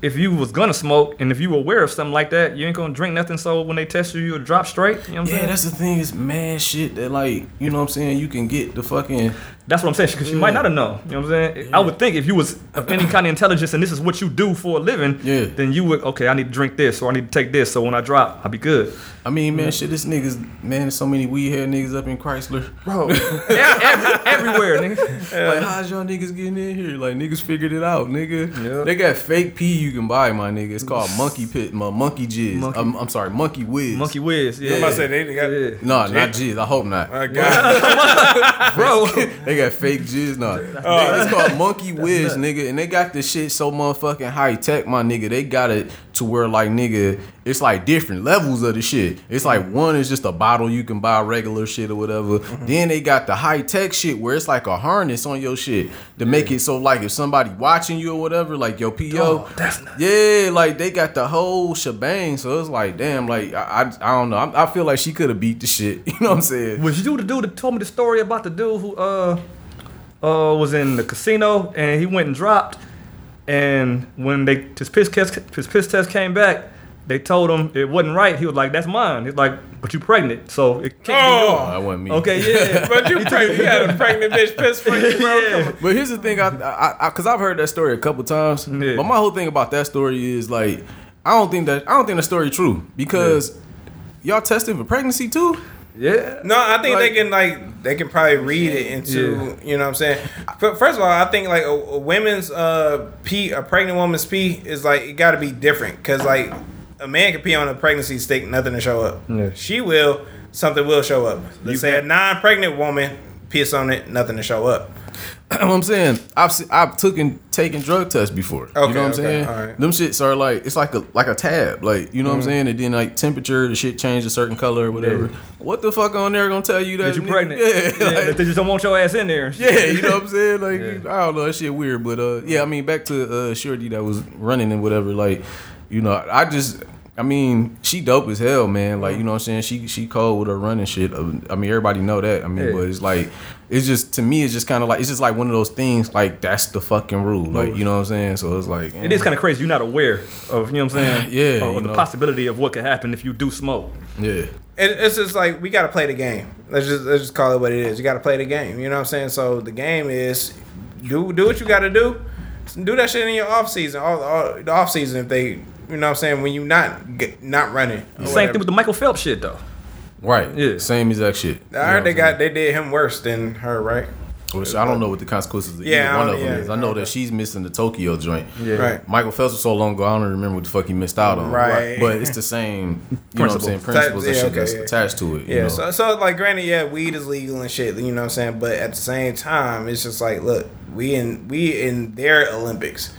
Speaker 4: if you was gonna smoke and if you were aware of something like that, you ain't gonna drink nothing. So when they test you, you'll drop straight. You know what I'm
Speaker 6: Yeah,
Speaker 4: saying?
Speaker 6: that's the thing. It's mad shit that like you know what I'm saying. You can get the fucking
Speaker 4: That's what I'm saying. Because she
Speaker 3: Mm.
Speaker 4: might not have known. You know what I'm saying? I would think if you was of any kind of intelligence and this is what you do for a living,
Speaker 6: Yeah.
Speaker 4: then you would okay. I need to drink this or I need to take this. So when I drop, I'll be good.
Speaker 6: I mean, man, shit. This niggas, man, there's so many weed head niggas up in Chrysler.
Speaker 4: Bro, E-, everywhere, nigga.
Speaker 6: Like, how's y'all niggas getting in here? Like, niggas figured it out, nigga.
Speaker 4: Yeah.
Speaker 6: They got fake pee you can buy, my nigga. It's called monkey pit, my monkey jizz.
Speaker 4: Monkey-
Speaker 6: I'm, I'm sorry, monkey whiz.
Speaker 4: Monkey whiz, yeah.
Speaker 3: I'm about to say they got.
Speaker 4: Yeah.
Speaker 6: No, not jizz. I hope not.
Speaker 3: My God.
Speaker 4: Bro,
Speaker 6: They got fake jizz now. Nigga, It's called Monkey Wiz, nigga. And they got this shit so motherfucking high tech, my nigga. They got it to where like nigga, it's like different levels of the shit. It's like
Speaker 4: Mm-hmm.
Speaker 6: one is just a bottle you can buy regular shit or whatever. Then they got the high tech shit where it's like a harness on your shit to make it so like if somebody watching you or whatever, like your PO,
Speaker 4: that's nuts.
Speaker 6: yeah, like they got the whole shebang. So it's like, damn, like I, I, I don't know. I, I feel like she could have beat the shit. You know what I'm saying?
Speaker 4: Was you the dude that told me the story about the dude who uh uh was in the casino and he went and dropped, and when they his piss test his piss test came back, They told him it wasn't right. He was like, "That's mine." He's like, "But you pregnant, so it can't
Speaker 5: Oh,
Speaker 3: Oh,
Speaker 5: that wasn't me.
Speaker 4: be." yours. Okay, yeah.
Speaker 3: but you pregnant? You had a pregnant bitch piss Sprinkles, bro. Come on.
Speaker 6: But here's the thing, I, I, I cause I've heard that story a couple times.
Speaker 4: Yeah.
Speaker 6: But my whole thing about that story is like, I don't think that I don't think the story true because y'all tested for pregnancy too.
Speaker 4: yeah.
Speaker 3: No, I think
Speaker 6: Like-
Speaker 3: they can like they can probably read it into you know what I'm saying. But first of all, I think like a, a women's uh pee, a pregnant woman's pee is like it got to be different because like a man can pee on a pregnancy stick, nothing to show up.
Speaker 4: Yeah.
Speaker 3: She will, something will show up. Let's say a non-pregnant woman piss on it, nothing to show up.
Speaker 6: what I'm saying, I've se- I've taken taken drug tests before.
Speaker 3: Okay,
Speaker 6: you know what I'm
Speaker 3: okay,
Speaker 6: saying?
Speaker 3: alright.
Speaker 6: Them shits are like it's like a like a tab, like you know what I'm saying. And then like temperature, the shit changed a certain color or whatever. What the fuck on there gonna tell you
Speaker 4: That
Speaker 6: that
Speaker 4: you
Speaker 6: nigga-
Speaker 4: pregnant?
Speaker 6: Yeah, like-
Speaker 4: They just don't want your ass in there.
Speaker 6: Yeah, you know what I'm saying? Like, I don't know, that shit weird. But uh, yeah, I mean, back to uh, Shorty that was running and whatever. Like, you know, I just, I mean, she dope as hell, man. Like, you know what I'm saying? She she cold with her running shit. Uh, I mean, everybody know that. I mean,
Speaker 4: Yeah.
Speaker 6: but it's like, it's just to me, it's just kind of like it's just like one of those things. Like, that's the fucking rule. Like, you know what I'm saying? So it's like,
Speaker 4: It is kind of crazy. You're not aware of, you know what I'm saying?
Speaker 6: Yeah,
Speaker 4: Or
Speaker 6: you
Speaker 4: the
Speaker 6: know.
Speaker 4: possibility of what could happen if you do smoke.
Speaker 6: yeah.
Speaker 3: It, it's just like we got to play the game. Let's just let's just call it what it is. You got to play the game. You know what I'm saying? So the game is do do what you got to do. Do that shit in your off season. All, all the off season if they, you know what I'm saying, when you not get, not running. or
Speaker 4: Same
Speaker 3: whatever.
Speaker 4: thing with the Michael Phelps shit, though.
Speaker 6: Right.
Speaker 4: Yeah.
Speaker 6: Same exact shit.
Speaker 3: I heard they got they did him worse than her, right?
Speaker 6: Which I don't know what the consequences of
Speaker 3: Yeah,
Speaker 6: either
Speaker 3: I
Speaker 6: one
Speaker 3: don't-
Speaker 6: of them
Speaker 3: yeah,
Speaker 6: is. I know that she's missing the Tokyo joint.
Speaker 4: Yeah.
Speaker 3: Right.
Speaker 6: Michael Phelps was so long ago, I don't even remember what the fuck he missed out on.
Speaker 3: Right.
Speaker 6: But it's the same, you know what I'm saying,
Speaker 3: Principle.
Speaker 6: principles and
Speaker 3: Yeah,
Speaker 6: shit
Speaker 3: okay,
Speaker 6: that's
Speaker 3: yeah.
Speaker 6: attached to it. you
Speaker 3: Yeah.
Speaker 6: know.
Speaker 3: So so like granted, yeah, weed is legal and shit. You know what I'm saying? But at the same time, it's just like look, we in we in their Olympics.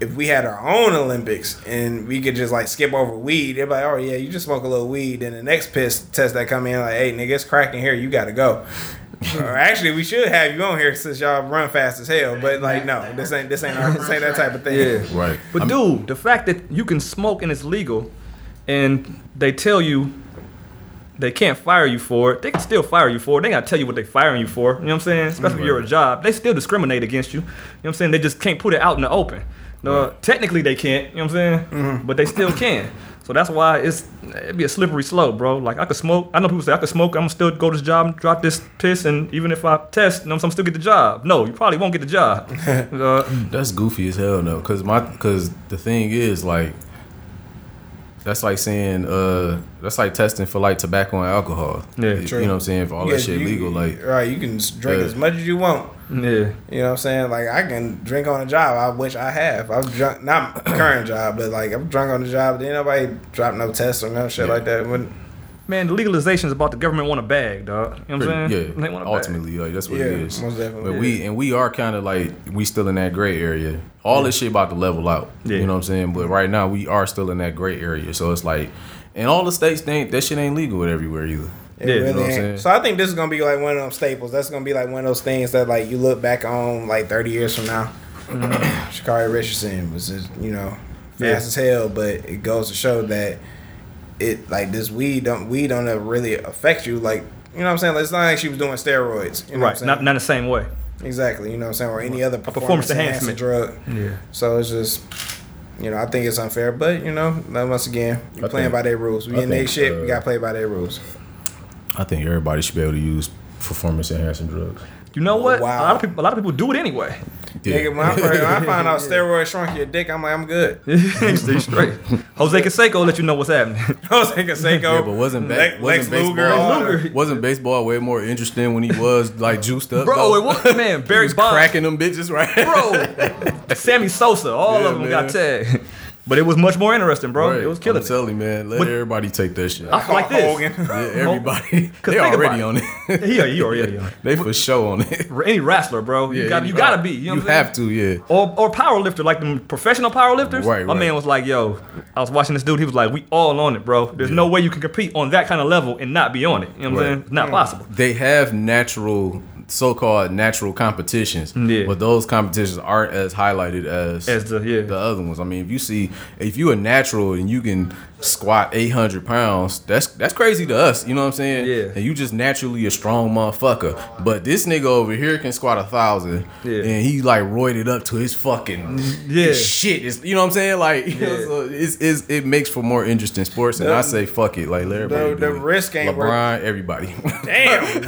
Speaker 3: If we had our own Olympics and we could just like skip over weed, they're like, oh yeah, you just smoke a little weed. Then the next piss test that come in, like, hey nigga, it's cracking here, you gotta go. or actually, we should have you on here since y'all run fast as hell. But like, no, this ain't this ain't our, this ain't that type of thing.
Speaker 6: right.
Speaker 4: But dude, the fact that you can smoke and it's legal, and they tell you they can't fire you for it, they can still fire you for it. They gotta tell you what they firing you for. You know what I'm saying? Especially if you're a job, they still discriminate against you. You know what I'm saying? They just can't put it out in the open. Uh, technically, they can't. You know what I'm saying? But they still can. So that's why it's it'd be a slippery slope, bro. Like I could smoke. I know people say I could smoke. I'm gonna still go to this job and drop this piss, and even if I test, you know, I'm still get the job. No, you probably won't get the job. Uh,
Speaker 6: That's goofy as hell though, cause my cause the thing is like that's like saying uh that's like testing for like tobacco and alcohol.
Speaker 4: Yeah,
Speaker 6: you,
Speaker 4: true.
Speaker 6: know what I'm saying? For all
Speaker 3: Yeah,
Speaker 6: that shit
Speaker 3: you-
Speaker 6: legal, like uh,
Speaker 3: right, you can s- drink
Speaker 6: Yeah.
Speaker 3: as much as you want.
Speaker 4: yeah.
Speaker 3: You know what I'm saying? Like I can drink on a job. I wish I have. I'm drunk, not my current job, but like I'm drunk on the job. Then nobody drop no test or no shit like that. When,
Speaker 4: Man, the legalization is about the government want a bag, dog. You know what I'm
Speaker 6: Pretty-
Speaker 4: saying? They
Speaker 6: Yeah,
Speaker 4: want a
Speaker 6: ultimately, like that's what it
Speaker 3: Oh, Yeah,
Speaker 6: is.
Speaker 3: most definitely.
Speaker 6: But we and we are kind of like we still in that gray area. All this shit about to level out.
Speaker 4: Yeah.
Speaker 6: You know what I'm saying? But right now we are still in that gray area. So it's like, and all the states think that shit ain't legal everywhere either.
Speaker 3: it
Speaker 4: Yeah, you
Speaker 3: really
Speaker 4: know
Speaker 6: what I'm
Speaker 3: ain't.
Speaker 6: saying?
Speaker 3: So I think this is gonna be like one of them staples. That's gonna be like one of those things that like you look back on like 30 years from now. Mm-hmm. Shakari Richardson was just, you know fast
Speaker 4: Yeah.
Speaker 3: as hell, but it goes to show that it like this weed don't weed don't ever really affect you. Like you know what I'm saying? Like, it's not like she was doing steroids.
Speaker 4: bag.
Speaker 3: You know what I'm
Speaker 4: Right.
Speaker 3: saying?
Speaker 4: Not, not the same way.
Speaker 3: Exactly, you know what I'm saying, or any other
Speaker 4: performance
Speaker 3: performance, enhancing
Speaker 4: enhancement.
Speaker 3: drug.
Speaker 4: Yeah.
Speaker 3: So it's just, you know, I think it's unfair, but you know, like, once again, we
Speaker 6: I
Speaker 3: playing
Speaker 6: think-
Speaker 3: by their rules. We
Speaker 6: I
Speaker 3: in their
Speaker 6: think,
Speaker 3: shit.
Speaker 6: uh,
Speaker 3: we gotta play by their rules.
Speaker 6: I think everybody should be able to use performance enhancing drugs.
Speaker 4: You know what?
Speaker 3: Wow.
Speaker 4: A lot of people, a lot of people do it anyway.
Speaker 3: Nigga, when I, first, when I find out steroids shrunk your dick, I'm like, I'm good.
Speaker 4: Stay straight. Jose Canseco let you know what's happening.
Speaker 3: Jose Canseco,
Speaker 6: Yeah, but wasn't ba-
Speaker 3: Lex-
Speaker 6: wasn't
Speaker 3: Lex
Speaker 6: baseball
Speaker 3: Luger, all that.
Speaker 6: wasn't baseball way more interesting when he was like juiced up?
Speaker 4: Bro,
Speaker 6: though?
Speaker 4: it was man,
Speaker 6: He
Speaker 4: Barry
Speaker 6: was
Speaker 4: Bonds,
Speaker 6: cracking them bitches right.
Speaker 4: bro, Sammy Sosa, all
Speaker 6: Yeah,
Speaker 4: of them
Speaker 6: man.
Speaker 4: got tagged. But it was much more interesting, bro. It was killing
Speaker 6: I'm
Speaker 4: it.
Speaker 6: telling you, man. Let
Speaker 4: But-
Speaker 6: everybody take that shit.
Speaker 4: I feel like this.
Speaker 6: Yeah,
Speaker 3: Hogan.
Speaker 6: everybody. they
Speaker 4: think about
Speaker 6: already
Speaker 4: it.
Speaker 6: on it.
Speaker 4: He, he already. yeah,
Speaker 6: they for sure on it.
Speaker 4: yeah. Any wrestler, bro, you
Speaker 6: Yeah,
Speaker 4: got you gotta be. You, know
Speaker 6: you
Speaker 4: what I'm saying?
Speaker 6: have to, yeah.
Speaker 4: Or, or power lifter, like them professional power lifters.
Speaker 6: Right,
Speaker 4: My
Speaker 6: right.
Speaker 4: man was like, yo, I was watching this dude. He was like, we all on it, bro. There's no way you can compete on that kind of level and not be on it. You know what I'm
Speaker 6: Right.
Speaker 4: saying? It's
Speaker 3: Mm.
Speaker 4: not possible.
Speaker 6: They have natural, so-called natural competitions,
Speaker 4: Yeah.
Speaker 6: but those competitions aren't as highlighted as
Speaker 4: As the- yeah.
Speaker 6: the other ones. I mean, if you see, if you a natural and you can squat 800 pounds that's that's crazy to us you know what i'm saying
Speaker 4: Yeah.
Speaker 6: and you just naturally a strong motherfucker but this nigga over here can squat a thousand
Speaker 4: Yeah.
Speaker 6: and he like roided up to his fucking
Speaker 4: Yeah.
Speaker 6: his shit is you know what i'm saying like you know,
Speaker 4: Yeah.
Speaker 6: so it's, it's it makes for more interesting sports and i say fuck it like let everybody
Speaker 3: the-
Speaker 6: do
Speaker 3: the
Speaker 6: it.
Speaker 3: risk ain't worth-
Speaker 6: lebron everybody
Speaker 3: Damn,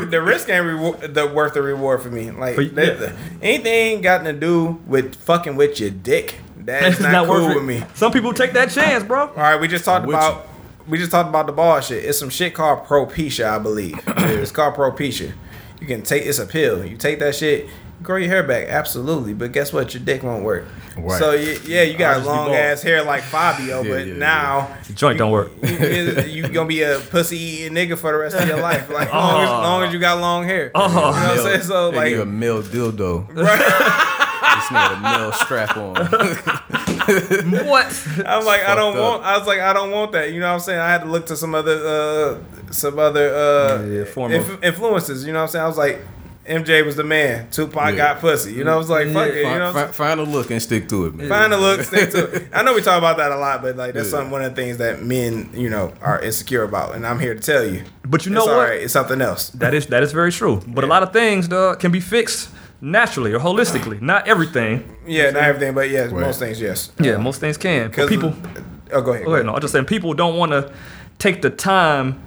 Speaker 3: the, the risk ain't rewar- the worth the reward for me. Like
Speaker 4: But,
Speaker 3: that-
Speaker 4: yeah.
Speaker 3: that- anything got to do with fucking with your dick. That's
Speaker 4: It's
Speaker 3: not,
Speaker 4: worth
Speaker 3: cool
Speaker 4: it.
Speaker 3: with me.
Speaker 4: Some people take that chance, bro.
Speaker 3: All right, we just talked
Speaker 6: with
Speaker 3: about we just talked about the ball shit. It's some shit called propecia, I believe. it's called propecia. You can take it's a pill. You take that shit, grow your hair back, absolutely. But guess what? Your dick won't work.
Speaker 6: Right.
Speaker 3: So y- yeah, you
Speaker 6: I'll
Speaker 3: got
Speaker 6: just be
Speaker 3: long
Speaker 6: bald.
Speaker 3: ass hair like Fabio,
Speaker 6: Yeah,
Speaker 3: but
Speaker 6: yeah, yeah.
Speaker 3: now
Speaker 4: The joint don't work.
Speaker 3: you, you gonna be a pussy eating nigga for the rest of your life. Like
Speaker 6: Uh-huh.
Speaker 3: long, as, long as you got long hair. You know what I'm saying? So
Speaker 6: They
Speaker 3: like,
Speaker 6: need a male dildo
Speaker 3: right?
Speaker 6: it's not a male strap on
Speaker 4: what?
Speaker 3: I'm like, I don't
Speaker 6: fucked up.
Speaker 3: want. I was like, I don't want that. You know what I'm saying? I had to look to some other, uh, some other uh,
Speaker 4: Yeah, yeah, form
Speaker 3: inf-
Speaker 4: of-
Speaker 3: influences. You know what I'm saying? I was like, MJ was the man. Tupac
Speaker 6: Yeah.
Speaker 3: got pussy. You know, I was like, fuck it. You know.
Speaker 6: find,
Speaker 3: what I'm
Speaker 6: find, find a look and stick to it man
Speaker 3: Find a look, stick to it. I know we talk about that a lot, but like that's
Speaker 6: Yeah.
Speaker 3: some one of the things that men, you know, are insecure about, and I'm here to tell you.
Speaker 4: But you know
Speaker 3: it's
Speaker 4: what?
Speaker 3: all right. It's something else.
Speaker 4: That is that is very true. But a lot of things, dog, can be fixed naturally or holistically. Not everything.
Speaker 3: Yeah, not everything, but yes,
Speaker 6: Right.
Speaker 3: most things, yes.
Speaker 4: Yeah, most things can. But people,
Speaker 3: Oh, go ahead.
Speaker 4: go ahead. No, I'm just saying people don't want to take the time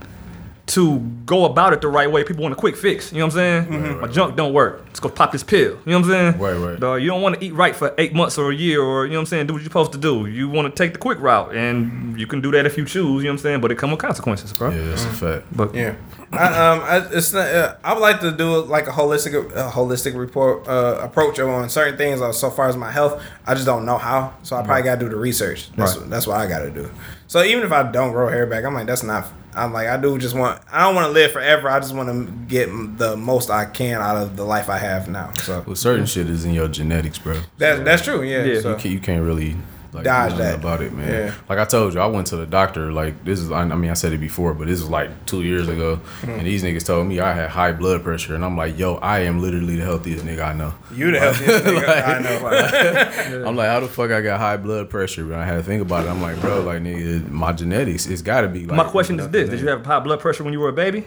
Speaker 4: to go about it the right way. People want a quick fix. You know what I'm saying? My junk don't work. Let's go pop this pill. You know what I'm saying?
Speaker 6: Right, right.
Speaker 4: Dog, you don't want to eat right for eight months or a year, or you know what I'm saying? Do what you're supposed to do. You want to take the quick route, and you can do that if you choose. You know what I'm saying? But it come with consequences, bro.
Speaker 6: yeah that's a fact
Speaker 4: But
Speaker 3: Yeah, I, um, I, it's not, uh, I would like to do like a holistic, a holistic report uh, approach on certain things. Like, so far as my health, I just don't know how, so I probably got to do the research. That's
Speaker 4: Right.
Speaker 3: that's what I got to do. So even if I don't grow hair back, I'm like that's not. I'm like I do just want. I don't want to live forever. I just want to get the most I can out of the life I have now. So
Speaker 6: well certain shit is in your genetics bro
Speaker 3: that's that's true. Yeah.
Speaker 4: Yeah.
Speaker 3: so.
Speaker 6: you can't, you can't really like
Speaker 3: Dodge
Speaker 6: do
Speaker 3: that.
Speaker 6: nothing about it, man.
Speaker 3: Yeah.
Speaker 6: Like I told you, I went to the doctor. Like this is, I, I mean, I said it before, but this was like two years ago,
Speaker 4: Mm-hmm.
Speaker 6: and these niggas told me I had high blood pressure, and I'm like, yo, I am literally the healthiest nigga I know.
Speaker 3: You the healthiest nigga I know.
Speaker 6: I'm like, how the fuck I got high blood pressure? But I had to think about it. I'm like, bro, like nigga, my genetics, it's got to be. Like,
Speaker 4: my question is this: Did you have high blood pressure when you were a baby?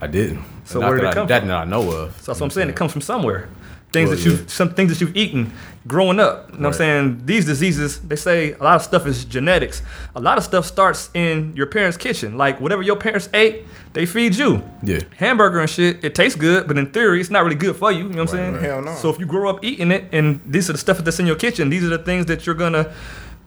Speaker 6: I didn't.
Speaker 4: So
Speaker 6: Not
Speaker 4: where did
Speaker 6: that
Speaker 4: it
Speaker 6: I-
Speaker 4: come
Speaker 6: That
Speaker 4: from?
Speaker 6: that I know of.
Speaker 4: So that's what I'm saying. It comes from somewhere. Things
Speaker 6: Well,
Speaker 4: that you
Speaker 6: yeah.
Speaker 4: have some things that you've eaten growing up. You know what I'm
Speaker 6: Right.
Speaker 4: saying? These diseases, they say a lot of stuff is genetics. A lot of stuff starts in your parents' kitchen. Like whatever your parents ate, they feed you.
Speaker 6: Yeah.
Speaker 4: Hamburger and shit, it tastes good, but in theory, it's not really good for you. You know what I'm
Speaker 6: Right,
Speaker 4: saying?
Speaker 6: right.
Speaker 3: Hell no.
Speaker 4: So if you grow up eating it and these are the stuff that's in your kitchen, these are the things that you're gonna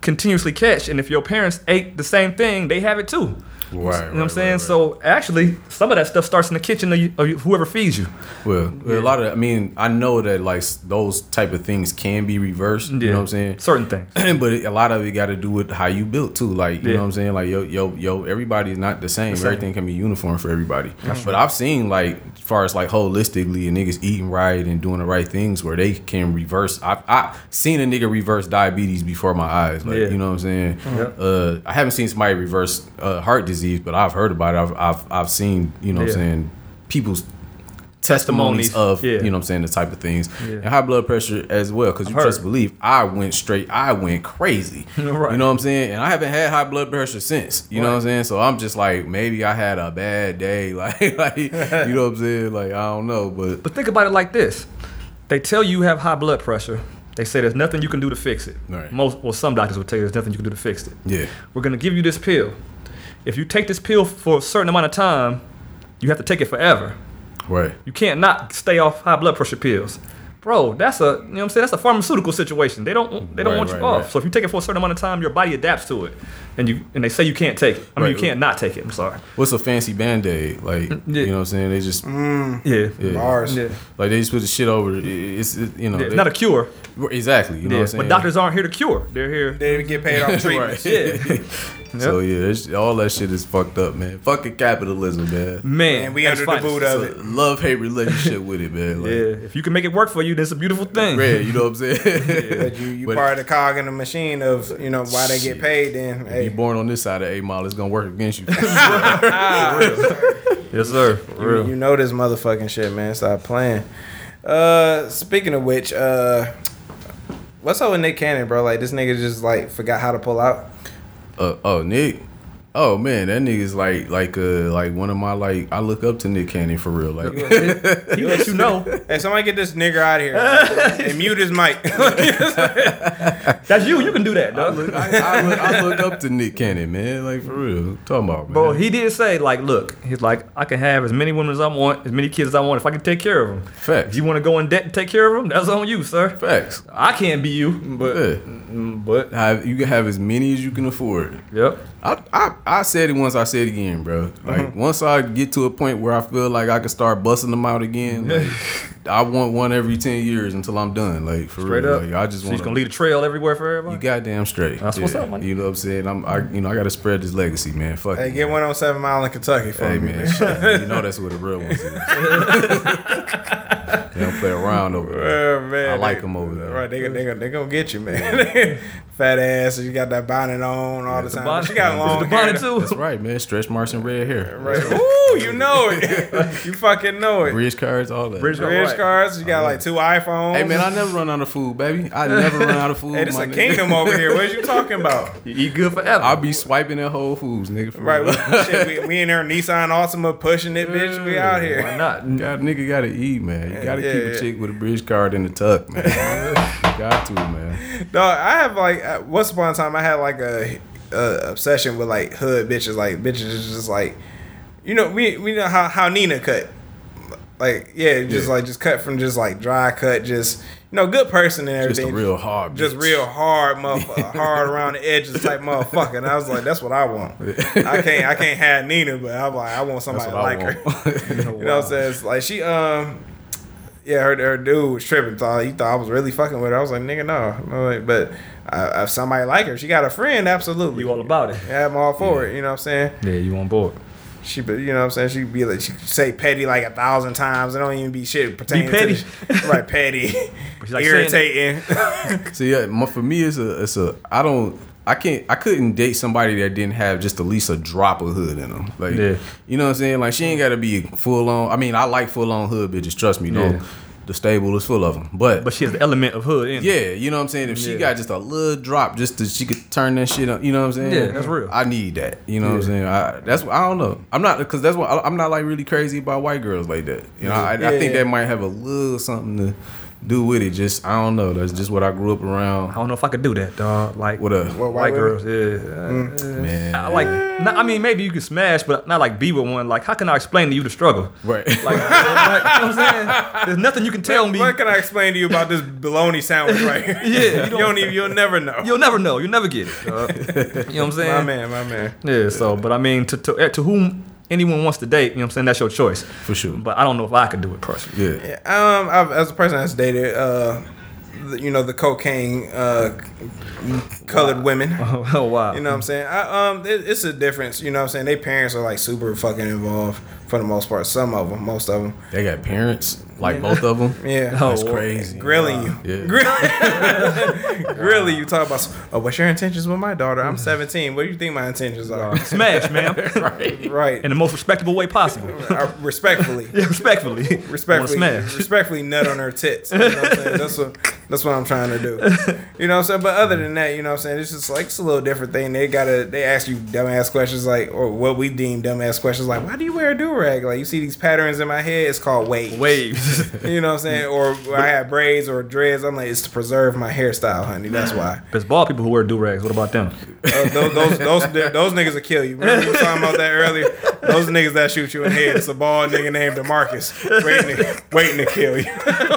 Speaker 4: continuously catch. And if your parents ate the same thing, they have it too.
Speaker 6: Right.
Speaker 4: You know what I'm saying? So actually, some of that stuff starts in the kitchen of, you, of you- whoever feeds you.
Speaker 6: Well, a lot of, I mean, I know that like s- those type of things can be reversed. You
Speaker 4: Yeah.
Speaker 6: know what I'm saying?
Speaker 4: Certain things.
Speaker 6: but it, a lot of it got to do with how you built too. Like you
Speaker 4: Yeah.
Speaker 6: know what I'm saying. Like yo yo yo, everybody's not the same. Everything can be uniform for everybody. but I've seen like as far as like holistically, and niggas eating right and doing the right things where they can reverse. I I seen a nigga reverse diabetes before my eyes. Like
Speaker 4: Yeah.
Speaker 6: you know what I'm saying. Uh, I haven't seen somebody reverse uh, heart disease, but I've heard about it. I've I've, I've seen you know what I'm
Speaker 4: Yeah.
Speaker 6: saying people's. Testimonies
Speaker 4: Testimonies,
Speaker 6: of
Speaker 4: yeah.
Speaker 6: you know what I'm saying the type of things
Speaker 4: Yeah.
Speaker 6: and high blood pressure as well because you
Speaker 4: heard.
Speaker 6: trust believe I went straight, I went crazy.
Speaker 4: Right.
Speaker 6: You know what I'm saying? And I haven't had high blood pressure since. You know what I'm saying? So I'm just like, maybe I had a bad day. Like, like you know what I'm saying? Like, I don't know, but
Speaker 4: But think about it like this: they tell you you have high blood pressure. They say there's nothing you can do to fix it.
Speaker 6: Right.
Speaker 4: Most, well, some doctors will tell you there's nothing you can do to fix it.
Speaker 6: yeah.
Speaker 4: We're gonna give you this pill. If you take this pill for a certain amount of time, you have to take it forever.
Speaker 6: Right.
Speaker 4: You can't not stay off high blood pressure pills. Bro, that's a you know what I'm saying. That's a pharmaceutical situation. They don't they don't
Speaker 6: Right,
Speaker 4: want
Speaker 6: right,
Speaker 4: you off.
Speaker 6: right.
Speaker 4: So if you take it for a certain amount of time, your body adapts to it, and you and they say you can't take it. I mean,
Speaker 6: Right.
Speaker 4: you can't not take it. I'm sorry.
Speaker 6: What's a fancy band aid? Like,
Speaker 4: yeah.
Speaker 6: you know what I'm saying? They just
Speaker 4: Yeah. Yeah.
Speaker 3: Bars.
Speaker 6: like they just put the shit over. it. It's it, you know
Speaker 4: It's
Speaker 6: they-
Speaker 4: not a cure.
Speaker 6: exactly. You know
Speaker 4: Yeah.
Speaker 6: what I'm saying?
Speaker 4: But doctors aren't here to cure. They're here.
Speaker 3: They get paid off treatments.
Speaker 4: Yeah.
Speaker 6: So yeah, that's- all that shit is fucked up, man. Fucking capitalism, man.
Speaker 4: Man,
Speaker 3: And we
Speaker 4: that's
Speaker 3: under the
Speaker 4: fine.
Speaker 3: boot of it.
Speaker 6: Love hate relationship with it, man. Like,
Speaker 4: Yeah, if you can make it work for you, that's a beautiful thing.
Speaker 6: Red, you know what I'm saying?
Speaker 3: But you, you
Speaker 6: But-
Speaker 3: part of the cog in the machine of you know why they get
Speaker 6: Shit.
Speaker 3: paid. Then
Speaker 6: If
Speaker 3: hey,
Speaker 6: you born on this side of A mile, it's gonna work against you.
Speaker 4: Yes, sir.
Speaker 3: you, you know this motherfucking shit, man. Stop playing. Uh, speaking of which, uh, what's up with Nick Cannon, bro? Like this nigga just like forgot how to pull out.
Speaker 6: Uh, oh, Nick. Oh man, that nigga's like like uh like one of my like I look up to Nick Cannon for real. Like
Speaker 4: He let you know.
Speaker 3: Hey, somebody get this nigga out of here and mute his mic.
Speaker 4: That's you. You can do that,
Speaker 6: I
Speaker 4: dog.
Speaker 6: look, I, I look, I look up to Nick Cannon, man. Like for real. Talking about man.
Speaker 4: Bro, he did say like, look, he's like, I can have as many women as I want, as many kids as I want, if I can take care of them. If
Speaker 6: facts.
Speaker 4: you want to go in debt and take care of them, that's on you, sir.
Speaker 6: Facts.
Speaker 4: I can't be you, but mm,
Speaker 6: Yeah.
Speaker 4: but
Speaker 6: Have, you can have as many as you can afford.
Speaker 4: yep.
Speaker 6: I, I, I said it once, I said it again, bro. Like
Speaker 4: Uh-huh.
Speaker 6: once I get to a point where I feel like I can start busting them out again, like, I want one every ten years until I'm done. Like for
Speaker 4: Straight
Speaker 6: real,
Speaker 4: up.
Speaker 6: like, I just
Speaker 4: So
Speaker 6: want
Speaker 4: he's gonna leave a trail everywhere for everybody.
Speaker 6: You goddamn straight.
Speaker 4: That's what's up, man.
Speaker 6: You know what I'm saying? I'm, I, you know, I gotta spread this legacy, man. Fuck.
Speaker 3: hey,
Speaker 6: it,
Speaker 3: get
Speaker 6: man.
Speaker 3: 107 Mile in Kentucky for
Speaker 6: Hey
Speaker 3: me.
Speaker 6: man, shit, you know that's what the real ones is. they don't play around over there.
Speaker 3: Oh, man,
Speaker 6: I
Speaker 3: they-
Speaker 6: like 'em over there.
Speaker 3: Right, they they they gonna get you, man. Fat ass, you got that bonnet on all the time.
Speaker 4: bonnet-
Speaker 3: she got long
Speaker 4: the
Speaker 3: hair.
Speaker 4: bonnet too.
Speaker 6: That's right, man. Stretch marks and red hair,
Speaker 3: Right. Ooh, you know it. you fucking know it.
Speaker 6: bridge cards, all that.
Speaker 4: Bridge-
Speaker 3: Bridge
Speaker 4: Right.
Speaker 3: cards. You got like two iPhones.
Speaker 6: Hey man, I never run out of food, baby. I never run out of food.
Speaker 3: Hey, this
Speaker 6: my
Speaker 3: a
Speaker 6: nigga.
Speaker 3: kingdom over here. What you talking about?
Speaker 4: You eat good forever.
Speaker 6: I be swiping at Whole Foods, nigga. For
Speaker 3: Right,
Speaker 6: right.
Speaker 3: we, shit, we, we in our Nissan Altima pushing it, bitch.
Speaker 6: Mm,
Speaker 3: We out
Speaker 4: Why
Speaker 3: here.
Speaker 4: not?
Speaker 6: God, nigga gotta eat, man. You gotta
Speaker 3: Yeah,
Speaker 6: keep
Speaker 3: yeah.
Speaker 6: a chick with a bridge card in the tuck, man. You got to, man.
Speaker 3: Dog, I have like uh, once upon a time I had like a, a obsession with like hood bitches, like bitches is just like, you know, we we know how how Nina cut, like yeah, just
Speaker 6: Yeah.
Speaker 3: like just cut from just like dry cut, just you know, good person and
Speaker 6: Just
Speaker 3: everything.
Speaker 6: a real hard.
Speaker 3: just
Speaker 6: bitch.
Speaker 3: real hard, motherfucker, hard around the edges type motherfucker. And I was like, that's what I want. I can't, I can't have Nina, but I'm like, I want
Speaker 6: That's
Speaker 3: somebody
Speaker 6: what
Speaker 3: like
Speaker 6: I
Speaker 3: her.
Speaker 6: want.
Speaker 3: You know what I'm saying? It's like she, um, yeah, her, her dude was tripping. Thought he thought I was really fucking with her. I was like, nigga, no. I'm like, but I, if somebody like her, she got a friend, absolutely.
Speaker 4: You all about it?
Speaker 3: yeah, I'm all for it. You know what I'm saying?
Speaker 4: Yeah, you on board?
Speaker 3: She, be- you know what I'm saying? She be like, she say petty like a thousand times. It don't even be shit pertaining
Speaker 4: petty.
Speaker 3: to the, right petty,
Speaker 4: She like saying-
Speaker 3: irritating.
Speaker 6: See, yeah, my, for me, it's a, it's a. I don't, I can't, I couldn't date somebody that didn't have just at least a drop of hood in them. Like,
Speaker 4: Yeah.
Speaker 6: you know what I'm saying? Like, she ain't got to be full on. I mean, I like full on hood bitches. Trust me,
Speaker 4: Yeah.
Speaker 6: don't. The stable is full of them, but,
Speaker 4: But she has the element of hood in. her.
Speaker 6: yeah, you know what I'm saying. If she
Speaker 4: Yeah.
Speaker 6: got just a little drop, just that she could turn that shit up. You know what I'm saying?
Speaker 4: Yeah, that's real.
Speaker 6: I need that. You know what I'm saying? I, that's what I don't know. I'm not because that's what I, I'm not like really crazy about white girls like that. You know, I, I think
Speaker 3: Yeah.
Speaker 6: that might have a little something to do with it. Just I don't know. That's just what I grew up around.
Speaker 4: I don't know if I could do that, dog. Like
Speaker 6: What up?
Speaker 3: Well,
Speaker 4: white
Speaker 3: why women?
Speaker 4: girls,
Speaker 3: Mm.
Speaker 4: yeah.
Speaker 6: Man.
Speaker 4: I like, not, I mean, maybe you can smash, but not like be with one. Like, how can I explain to you the struggle?
Speaker 6: Right.
Speaker 4: Like, you know what I'm saying? There's nothing you can tell me.
Speaker 3: What can I explain to you about this bologna sandwich right here?
Speaker 4: Yeah,
Speaker 3: you don't even. You'll never know.
Speaker 4: You'll never know. You'll never get it. dog. you know what I'm saying?
Speaker 3: my man, my man.
Speaker 4: Yeah. So, but I mean, to to, eh, to whom anyone wants to date, you know what I'm saying? That's your choice. For
Speaker 6: sure.
Speaker 4: But I don't know if I could do it personally.
Speaker 6: yeah.
Speaker 3: Um, I've, as a person that's dated, uh, the, you know, the cocaine uh, colored women.
Speaker 4: oh wow.
Speaker 3: You know what I'm saying? I, um, it, it's a difference. You know what I'm saying? Their parents are like super fucking involved for the most part. Some of them, most of them.
Speaker 6: They got parents like both of them.
Speaker 3: Yeah.
Speaker 4: Oh,
Speaker 6: That's
Speaker 4: well,
Speaker 6: crazy.
Speaker 3: Grilling you,
Speaker 6: Yeah.
Speaker 3: Grill- grilling you. Talk about. Oh, what's your intentions with my daughter? I'm 17. What do you think my intentions are?
Speaker 4: Smash, man.
Speaker 3: Right.
Speaker 4: In the most respectable way possible.
Speaker 3: Uh, respectfully.
Speaker 4: Yeah, respectfully. Wanna
Speaker 3: respectfully,
Speaker 4: Smash.
Speaker 3: respectfully nut on her tits. You know what I'm saying? That's what that's what I'm trying to do. You know what I'm saying? But other than that, you know what I'm saying? It's just like it's a little different thing. They gotta they ask you dumbass questions like or what we deem dumbass questions like, why do you wear a do rag? Like you see these patterns in my head, it's called waves.
Speaker 4: Waves.
Speaker 3: You know what I'm saying? Or when I have braids or dreads. I'm like, it's to preserve my hairstyle, honey. That's why.
Speaker 4: There's bald people who wear do rags. What about them?
Speaker 3: Uh, those, those those those niggas will kill you. Remember we were talking about that earlier? Those niggas that shoot you in the head. It's a bald nigga named Demarcus waiting to, waiting to kill you.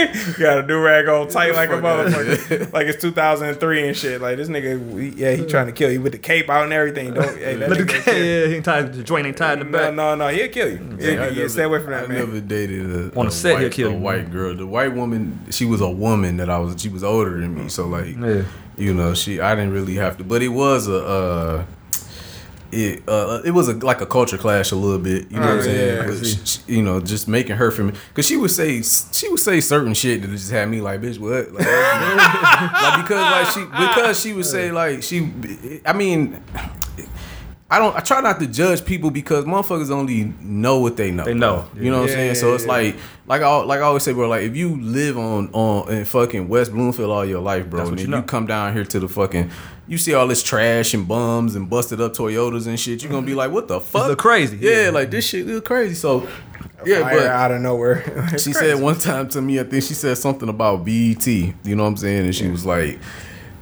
Speaker 3: you got a do rag on tight like a motherfucker, like it's 2003 and shit. Like this nigga, we- yeah, he trying to kill you with the cape out and everything. Don't hey, that
Speaker 4: Look,
Speaker 3: nigga will
Speaker 4: yeah,
Speaker 3: kill you.
Speaker 4: yeah, he tied the joint ain't tied in the
Speaker 3: No,
Speaker 4: back.
Speaker 3: no, no, he'll kill you. Yeah, yeah, stay away from that,
Speaker 6: I
Speaker 3: man.
Speaker 6: never dated a,
Speaker 4: On
Speaker 6: a
Speaker 4: the set, he'll
Speaker 6: white,
Speaker 4: kill
Speaker 6: a
Speaker 4: you.
Speaker 6: white girl. The white woman, she was a woman that I was. She was older than me, so like,
Speaker 4: Yeah.
Speaker 6: you know, she. I didn't really have to, but it was a. Uh, it uh, it was a, like a culture clash a little bit, you know what I'm
Speaker 3: Oh,
Speaker 6: saying?
Speaker 3: yeah, I
Speaker 6: But
Speaker 3: see.
Speaker 6: sh- sh- you know, just making her for me, cause she would say she would say certain shit that just had me like, bitch, what? Like, like because like she because she would say like she, I mean, I don't. I try not to judge people because motherfuckers only know what they know.
Speaker 4: They know.
Speaker 6: You know what I'm
Speaker 3: Yeah,
Speaker 6: saying?
Speaker 3: yeah,
Speaker 6: so it's
Speaker 3: yeah.
Speaker 6: like, like I like I always say, bro. Like if you live on on in fucking West Bloomfield all your life, bro,
Speaker 4: That's
Speaker 6: and
Speaker 4: what
Speaker 6: then
Speaker 4: you
Speaker 6: you
Speaker 4: know.
Speaker 6: come down here to the fucking, you see all this trash and bums and busted up Toyotas and shit. You're gonna
Speaker 3: Mm-hmm.
Speaker 6: be like, what the fuck?
Speaker 4: look crazy.
Speaker 6: Yeah,
Speaker 4: Yeah.
Speaker 6: like this shit look crazy. So. Yeah,
Speaker 3: Fire
Speaker 6: but
Speaker 3: out of nowhere.
Speaker 6: she said one time to me, I think she said something about BET. You know what I'm saying? And she was like,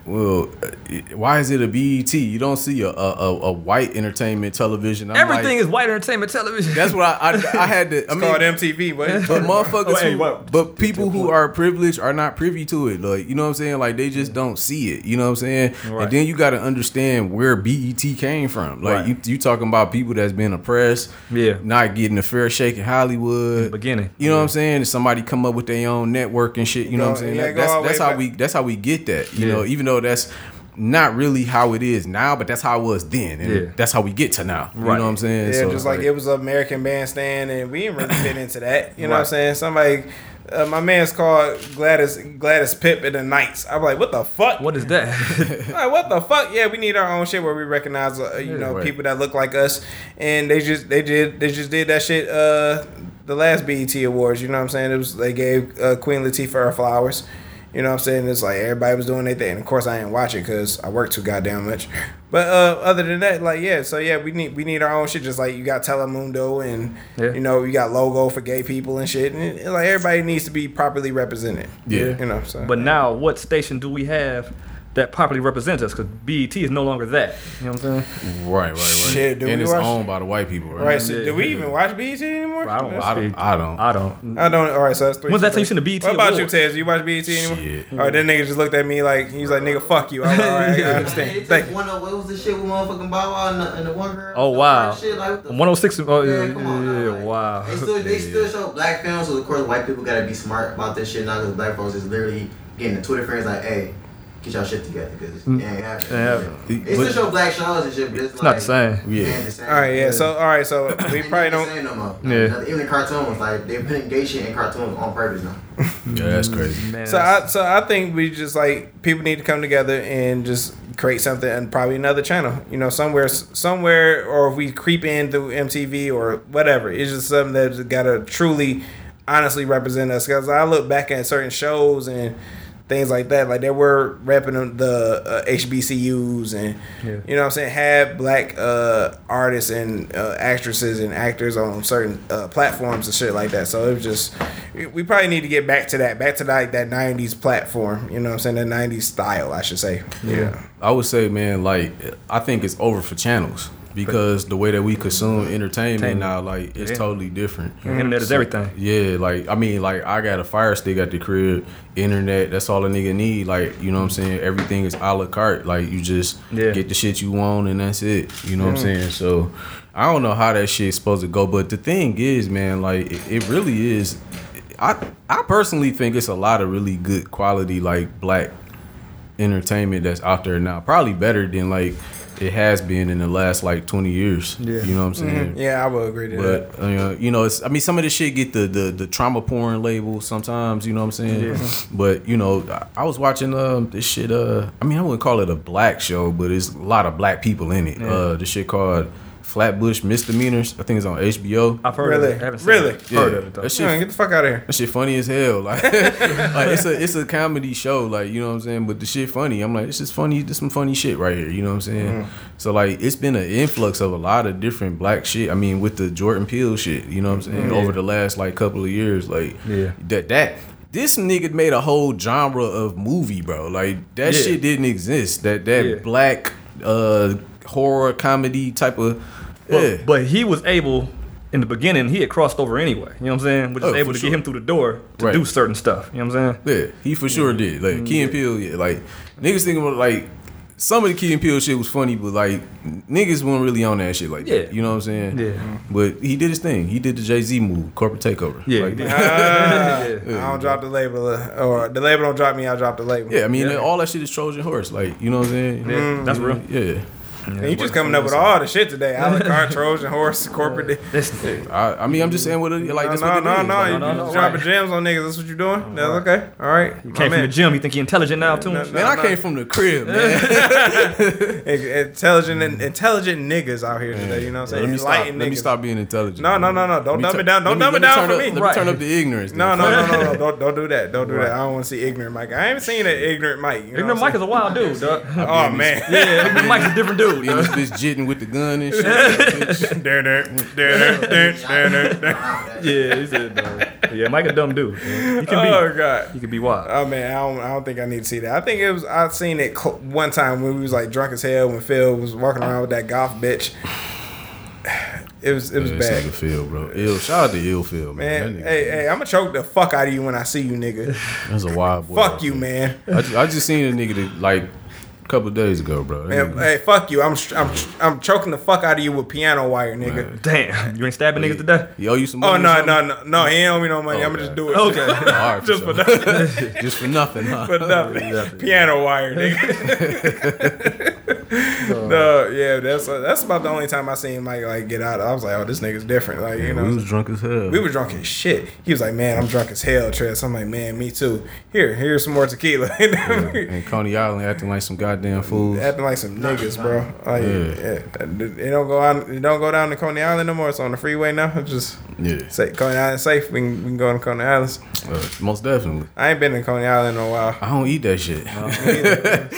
Speaker 6: "Well, uh, why is it a BET? You don't see a a, a, a white entertainment television. I'm like-
Speaker 4: Everything is white entertainment television.
Speaker 6: that's what I, I I had to. I
Speaker 3: It's called
Speaker 6: mean,
Speaker 3: MTV, but
Speaker 6: but motherfuckers,
Speaker 4: Oh, hey,
Speaker 6: who-
Speaker 4: what?
Speaker 6: but people who are privileged are not privy to it. Like you know what I'm saying? Like they just don't see it. You know what I'm saying?
Speaker 4: Right.
Speaker 6: And then you got to understand where BET came from. Like
Speaker 4: Right.
Speaker 6: you you talking about people that's been oppressed,
Speaker 4: Yeah.
Speaker 6: not getting a fair shake in Hollywood,
Speaker 4: Beginning.
Speaker 6: You know what I'm saying? And somebody come up with their own network and shit. You know what I'm
Speaker 3: Go-
Speaker 6: saying?
Speaker 3: yeah,
Speaker 6: That-
Speaker 3: go all
Speaker 6: that's
Speaker 3: the
Speaker 6: that's
Speaker 3: way
Speaker 6: how
Speaker 3: back.
Speaker 6: we that's how we get that. You
Speaker 4: Yeah.
Speaker 6: know, even though that's not really how it is now, but that's how it was then, and
Speaker 4: Yeah.
Speaker 6: that's how we get to now. You
Speaker 4: Right.
Speaker 6: know what I'm saying?
Speaker 3: Yeah,
Speaker 6: So it's
Speaker 3: just like it was American Bandstand, and we didn't really fit into that. You know what I'm saying? Somebody, uh, my man's called Gladys Gladys Pip and the Knights. I'm like, what the fuck?
Speaker 4: What is that?
Speaker 3: Like, what the fuck? Yeah, we need our own shit where we recognize, uh, you know,
Speaker 6: right.
Speaker 3: people that look like us, and they just they did they just did that shit. Uh, the last BET Awards, you know what I'm saying? It was they gave uh, Queen Latifah her flowers. You know what I'm saying? It's like everybody was doing their thing. And of course, I ain't watch it because I work too goddamn much. But uh, other than that, like yeah, so yeah, we need we need our own shit. Just like you got Telemundo and
Speaker 4: Yeah.
Speaker 3: you know you got logo for gay people and shit, and it, like everybody needs to be properly represented.
Speaker 6: Yeah.
Speaker 3: you know. So
Speaker 4: but now, what station do we have that properly represents us? Because BET is no longer that. You know what I'm saying?
Speaker 6: Right, right, right.
Speaker 3: Shit, do
Speaker 6: and
Speaker 3: we
Speaker 6: it's
Speaker 3: watch-
Speaker 6: owned by the white people, right?
Speaker 3: right, so do we even watch BET anymore?
Speaker 4: Bro, I don't
Speaker 3: That's-
Speaker 4: watch
Speaker 6: I don't.
Speaker 4: BET.
Speaker 6: I don't.
Speaker 4: I don't.
Speaker 3: I don't. All right, so that's three.
Speaker 4: When's that time you
Speaker 3: three.
Speaker 4: seen the E BET
Speaker 3: What about you,
Speaker 4: Awards?
Speaker 3: Tez? You watch BET anymore?
Speaker 6: Shit.
Speaker 3: All right, that nigga just looked at me like he's like, "Nigga, fuck you." I, was like, all right, I
Speaker 7: Hey, they
Speaker 3: understand.
Speaker 7: took
Speaker 3: Thank you.
Speaker 7: one of- what was the shit with motherfucking Bow Wow and the, and the one girl?
Speaker 4: Oh,
Speaker 7: That
Speaker 4: wow.
Speaker 7: Shit, like, what the
Speaker 4: 106. Oh, yeah,
Speaker 7: Yeah, come on,
Speaker 4: yeah,
Speaker 7: nah, like,
Speaker 4: wow.
Speaker 7: They still, they still show black films, so of course white people gotta be smart about this shit now because black folks is literally getting the Twitter friends like, hey, get y'all shit together because it ain't happening.
Speaker 4: Mm. Yeah.
Speaker 7: They still show black shows and shit, but it's,
Speaker 4: It's not the same.
Speaker 6: Yeah.
Speaker 3: All right, yeah. So all right, so we probably don't.
Speaker 7: Saying no more.
Speaker 4: Yeah.
Speaker 7: Even the cartoons, like they're putting gay shit in cartoons on purpose now.
Speaker 6: Yeah, that's crazy.
Speaker 4: Man,
Speaker 3: So I so I think we just like people need to come together and just create something and probably another channel, you know, somewhere somewhere, or if we creep in through MTV or whatever. It's just something that's gotta truly, honestly represent us. Because I look back at certain shows and. Things like that, like they were repping the uh, HBCUs and
Speaker 4: Yeah.
Speaker 3: You know what I'm saying? Have black uh, artists and uh, actresses and actors on certain uh, platforms and shit like that. So it was just, we probably need to get back to that, back to like that 90s platform. You know what I'm saying? That 90s style, I should say. Yeah.
Speaker 6: I would say, man, like I think it's over for channels because the way that we consume entertainment
Speaker 4: Entertainment.
Speaker 6: now, like it's
Speaker 4: Yeah.
Speaker 6: totally different.
Speaker 4: internet is everything.
Speaker 6: Yeah, like I mean, like I got a fire stick at the crib, internet. That's all a nigga need. Like you know what I'm saying. Everything is a la carte. Like you just
Speaker 4: Yeah.
Speaker 6: get the shit you want and that's it. You know what I'm saying. So I don't know how that shit's supposed to go, but the thing is, man, like it, it really is. I I personally think it's a lot of really good quality like black entertainment that's out there now. Probably better than like it has been in the last like 20 years.
Speaker 4: Yeah. Mm-hmm.
Speaker 6: You know what I'm saying.
Speaker 3: Yeah, I would agree to that.
Speaker 6: But uh, you know, it's I mean, some of this shit get the the, the trauma porn label sometimes. You know what I'm saying? But you know, I, I was watching um this shit. Uh, I mean, I wouldn't call it a black show, but it's a lot of black people in it. Uh, this shit called Flatbush Misdemeanors. I think it's on HBO.
Speaker 4: I've heard of
Speaker 3: Really?
Speaker 4: it. I haven't seen
Speaker 3: Really?
Speaker 4: it.
Speaker 6: Yeah,
Speaker 4: Heard of it, though.
Speaker 6: that
Speaker 3: Man,
Speaker 6: shit.
Speaker 3: get the fuck out of here.
Speaker 6: That shit funny as hell. Like, like it's a it's a comedy show. Like you know what I'm saying. But the shit funny. I'm like, this is funny. This some funny shit right here. You know what I'm saying.
Speaker 4: Mm.
Speaker 6: So like, it's been an influx of a lot of different black shit. I mean, with the Jordan Peele shit. You know what I'm saying. Over the last like couple of years, like
Speaker 4: Mm. Yeah.
Speaker 6: that that. This nigga made a whole genre of movie, bro. Like that
Speaker 4: Yeah.
Speaker 6: shit didn't exist. That that
Speaker 4: Yeah.
Speaker 6: black uh horror comedy type of yeah.
Speaker 4: But, but he was able in the beginning, he had crossed over anyway. You know what I'm saying? Which is
Speaker 6: Oh,
Speaker 4: able
Speaker 6: for
Speaker 4: to
Speaker 6: sure.
Speaker 4: get him through the door to
Speaker 6: Right.
Speaker 4: do certain stuff. You know what I'm saying?
Speaker 6: Yeah, he for sure did. Like Key
Speaker 3: Mm-hmm.
Speaker 6: and Peele, yeah. Like niggas thinking about like some of the Key and Peele shit was funny, but like niggas weren't really on that shit. Like, that,
Speaker 4: Yeah.
Speaker 6: you know what I'm saying?
Speaker 4: Yeah.
Speaker 6: But he did his thing. He did the Jay Z move, corporate takeover.
Speaker 4: Yeah.
Speaker 6: Like,
Speaker 4: he did.
Speaker 3: Ah,
Speaker 4: Yeah.
Speaker 3: I don't drop the label, uh, or the label don't drop me. I drop the label.
Speaker 6: yeah. I mean,
Speaker 4: Yeah.
Speaker 3: Mm-hmm. Mm.
Speaker 6: all that shit is Trojan horse. Like, you know what I'm saying?
Speaker 4: Yeah, that's real.
Speaker 6: Yeah.
Speaker 3: And you just coming up with all the shit today. A la carte, Trojan horse, corporate.
Speaker 4: This
Speaker 6: I, I mean, I'm just saying what it, like.
Speaker 3: No,
Speaker 6: that's
Speaker 3: no,
Speaker 6: what it
Speaker 3: no,
Speaker 6: is.
Speaker 3: no.
Speaker 6: Like,
Speaker 3: You
Speaker 4: No, no, no,
Speaker 3: dropping
Speaker 4: right.
Speaker 3: gems on niggas. That's what you're doing. That's okay. All right. My
Speaker 4: came from
Speaker 3: man.
Speaker 4: the gym. You think he intelligent now too?
Speaker 3: No,
Speaker 6: Man, I came from the crib, man.
Speaker 3: In- Intelligent, and intelligent niggas out here today. You know what I'm saying?
Speaker 6: let me stop.
Speaker 3: Enlightened
Speaker 6: Let me
Speaker 3: niggas.
Speaker 6: stop being intelligent.
Speaker 3: No, no, no, no.
Speaker 6: Let
Speaker 3: Don't
Speaker 6: me
Speaker 3: dumb
Speaker 6: tu-
Speaker 3: it down. Don't
Speaker 6: let
Speaker 3: dumb it
Speaker 6: let
Speaker 3: down
Speaker 6: turn
Speaker 3: for
Speaker 6: up-
Speaker 3: me.
Speaker 6: Let me
Speaker 4: Right.
Speaker 6: turn up the ignorance.
Speaker 3: No,
Speaker 6: then.
Speaker 3: no, no, no, no. Don't, don't do that. Don't do that. I don't want to see ignorant Mike. I ain't seen an ignorant Mike. You know
Speaker 4: Ignorant
Speaker 3: what
Speaker 4: Mike is a wild dude, dog.
Speaker 3: I'm saying? Oh man.
Speaker 4: Yeah, Ignorant Mike's a different dude.
Speaker 6: Then
Speaker 4: dawg.
Speaker 6: this bitch jitting with the gun and shit. Bitch.
Speaker 3: Dun, dun, dun, dun, dun, dun, dun.
Speaker 4: Yeah, he's a dog. Yeah, Mike a dumb dude. He can
Speaker 3: Oh
Speaker 4: be.
Speaker 3: god.
Speaker 4: He can be wild.
Speaker 3: Oh man, I don't, I don't think I need to see that. I think it was I seen it cl- one time when we was like drunk as hell when Phil was walking around with that golf bitch. It was it was
Speaker 6: This
Speaker 3: bad.
Speaker 6: nigga Phil, bro. Ill. Shout out to Ill Phil, man.
Speaker 3: Man,
Speaker 6: That nigga-
Speaker 3: hey, hey, I'm gonna choke the fuck out of you when I see you, nigga.
Speaker 6: That's a wild boy.
Speaker 3: fuck you, man.
Speaker 6: I just, I just seen a nigga that, like a couple days ago, bro. That
Speaker 3: man
Speaker 6: nigga-
Speaker 3: hey, fuck you. I'm str- I'm str- I'm choking the fuck out of you with piano wire, nigga.
Speaker 4: Damn, you ain't stabbing niggas today.
Speaker 6: He owe you some money.
Speaker 3: Oh
Speaker 6: or
Speaker 3: no,
Speaker 6: something?
Speaker 3: no, no, no. He ain't owe me no money. I'm gonna just do it. Okay.
Speaker 6: All right,
Speaker 3: Just
Speaker 6: for
Speaker 3: for
Speaker 6: sure. Just for nothing, huh?
Speaker 3: But nothing. Piano wire, nigga. no, yeah, that's that's about the only time I seen Mike like get out. I was like, oh, this nigga's different. Like, you know,
Speaker 6: We was drunk as hell.
Speaker 3: we were drunk as shit. He was like, man, I'm drunk as hell, Tress. I'm like, man, me too. Here, here's some more tequila.
Speaker 6: in Coney Island acting like some goddamn fools.
Speaker 3: Acting like some niggas, bro. Like,
Speaker 6: Yeah.
Speaker 3: yeah, it don't go out. It don't go down to Coney Island no more. It's on the freeway now. It's just
Speaker 6: Yeah,
Speaker 3: say Coney Island safe. We can, we can go to Coney Islands.
Speaker 6: uh, most definitely.
Speaker 3: I ain't been to Coney Island in a while.
Speaker 6: I don't eat that shit.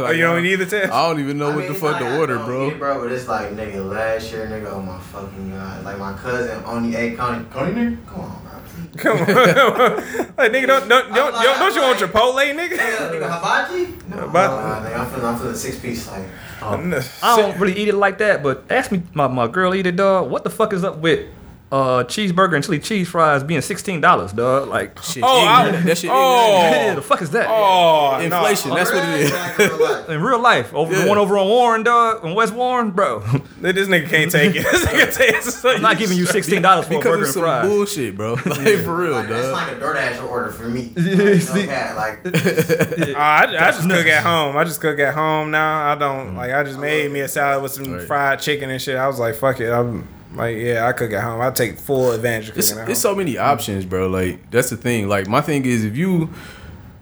Speaker 3: Oh, you don't need the test.
Speaker 6: I don't even know
Speaker 7: I
Speaker 6: what
Speaker 7: mean,
Speaker 6: the
Speaker 7: it's
Speaker 6: fuck
Speaker 7: not like
Speaker 6: to
Speaker 7: I
Speaker 6: order,
Speaker 7: don't
Speaker 6: bro.
Speaker 7: eat it, bro, but it's like, nigga, last year, nigga, oh my fucking god. Like, my cousin only ate Coney. Coney, nigga? Come on, bro. please.
Speaker 3: Come on. like, nigga, don't, don't, don't,
Speaker 7: like-
Speaker 3: don't, don't you want
Speaker 7: I'm
Speaker 3: Chipotle, nigga?
Speaker 7: Nigga, nigga, hibachi? No,
Speaker 3: Hibachi.
Speaker 7: nah, nigga, I'm feeling, I'm feeling six piece, like, oh.
Speaker 4: I don't really eat it like that, but ask me, my, my girl eat it, dog. What the fuck is up with uh, cheeseburger and chili cheese fries being sixteen dollars, dog? Like,
Speaker 6: Shit,
Speaker 3: Oh,
Speaker 6: ignorant.
Speaker 3: I-
Speaker 6: that shit.
Speaker 3: oh.
Speaker 6: ignorant.
Speaker 4: the fuck is that?
Speaker 3: Oh, no.
Speaker 6: Inflation. That's what it is.
Speaker 7: is.
Speaker 4: In real life, over
Speaker 6: Yeah.
Speaker 4: the one over on Warren, dog, on West Warren, bro.
Speaker 3: This nigga can't take it. This nigga takes it.
Speaker 4: I'm not giving you sixteen dollars for a
Speaker 6: Because
Speaker 4: burger
Speaker 6: it's
Speaker 4: and
Speaker 6: some
Speaker 4: fries.
Speaker 6: bullshit, bro. Like for real,
Speaker 7: Like, that's
Speaker 6: dog.
Speaker 7: like a DoorDash order for me.
Speaker 4: see?
Speaker 7: Like, no cap, like,
Speaker 3: Oh, I, I just cook at home. I just cook at home now. I don't like. I just made me a salad with some
Speaker 6: Right.
Speaker 3: fried chicken and shit. I was like, fuck it. I'm like, yeah, I cook at home. I take full advantage of
Speaker 6: It's,
Speaker 3: cooking at home.
Speaker 6: it's so many options, bro. Like that's the thing. Like my thing is, if you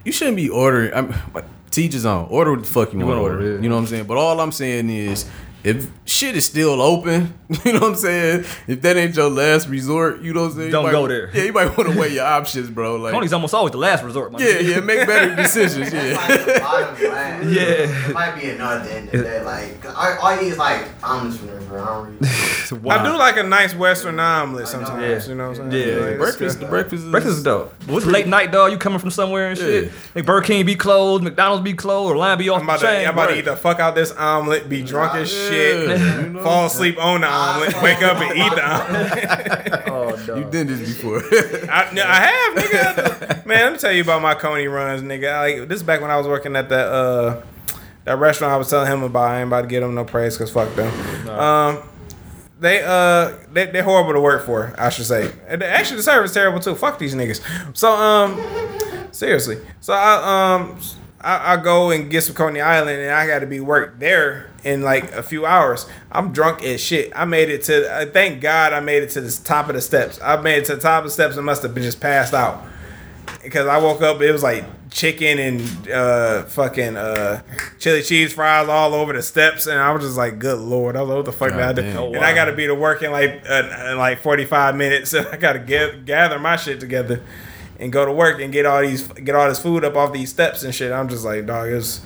Speaker 6: you shouldn't be ordering. I'm like, teachers on order what the fuck you, want to
Speaker 4: wanna
Speaker 6: order.
Speaker 4: order, yeah.
Speaker 6: You know what I'm saying? But all I'm saying is, if shit is still open, you know what I'm saying. If that ain't your last resort, you know what I'm saying. You
Speaker 4: Don't
Speaker 6: might-
Speaker 4: go there.
Speaker 6: Yeah, you might want to weigh your options, bro. Like
Speaker 4: Tony's almost always the last resort. My
Speaker 6: yeah, yeah, make better decisions. Yeah.
Speaker 7: like the bottom line.
Speaker 4: Yeah.
Speaker 7: It might be another at the end of the day. Like, 'cause I, all I eat is, like, I'm just from bro. I don't really.
Speaker 4: It's
Speaker 3: I
Speaker 4: wild.
Speaker 3: do like a nice Western omelet
Speaker 7: I know.
Speaker 3: sometimes.
Speaker 4: Yeah.
Speaker 3: You know what I'm
Speaker 4: Yeah.
Speaker 3: saying? Like,
Speaker 4: The
Speaker 3: it's
Speaker 6: breakfast,
Speaker 3: good.
Speaker 6: the breakfast, is,
Speaker 4: Breakfast is dope. What's late night, dog? You coming from somewhere and
Speaker 6: Yeah.
Speaker 4: shit? Like Burger King be closed, McDonald's be closed, or line be off
Speaker 3: I'm
Speaker 4: the
Speaker 3: about, to,
Speaker 4: chain.
Speaker 3: I'm about to
Speaker 4: bruh.
Speaker 3: eat the fuck out this omelet, be drunk as shit,
Speaker 6: Yeah, you know,
Speaker 3: fall asleep on the omelet, wake up and eat the omelet.
Speaker 6: you did this before.
Speaker 3: I, no, I have, nigga. Man, let me tell you about my Coney runs, nigga. I, like, this is back when I was working at that uh, that restaurant I was telling him about. I ain't about to give them no praise because fuck them. Um, they uh they they horrible to work for, I should say. And actually, the service terrible too. Fuck these niggas. So um. Seriously. So I um I, I go and get some Coney Island and I got to be worked there in like a few hours. I'm drunk as shit. I made it to uh, thank God I made it to the top of the steps. I made it to the top of the steps and must have been just passed out because I woke up it was like chicken and uh fucking uh chili cheese fries all over the steps and I was just like good lord I was like, what the fuck did I do
Speaker 6: damn. Oh,
Speaker 3: and I got to be to work in like uh, in like 45 minutes and I got to get gather my shit together and go to work and get all these get all this food up off these steps and shit I'm just like dog it's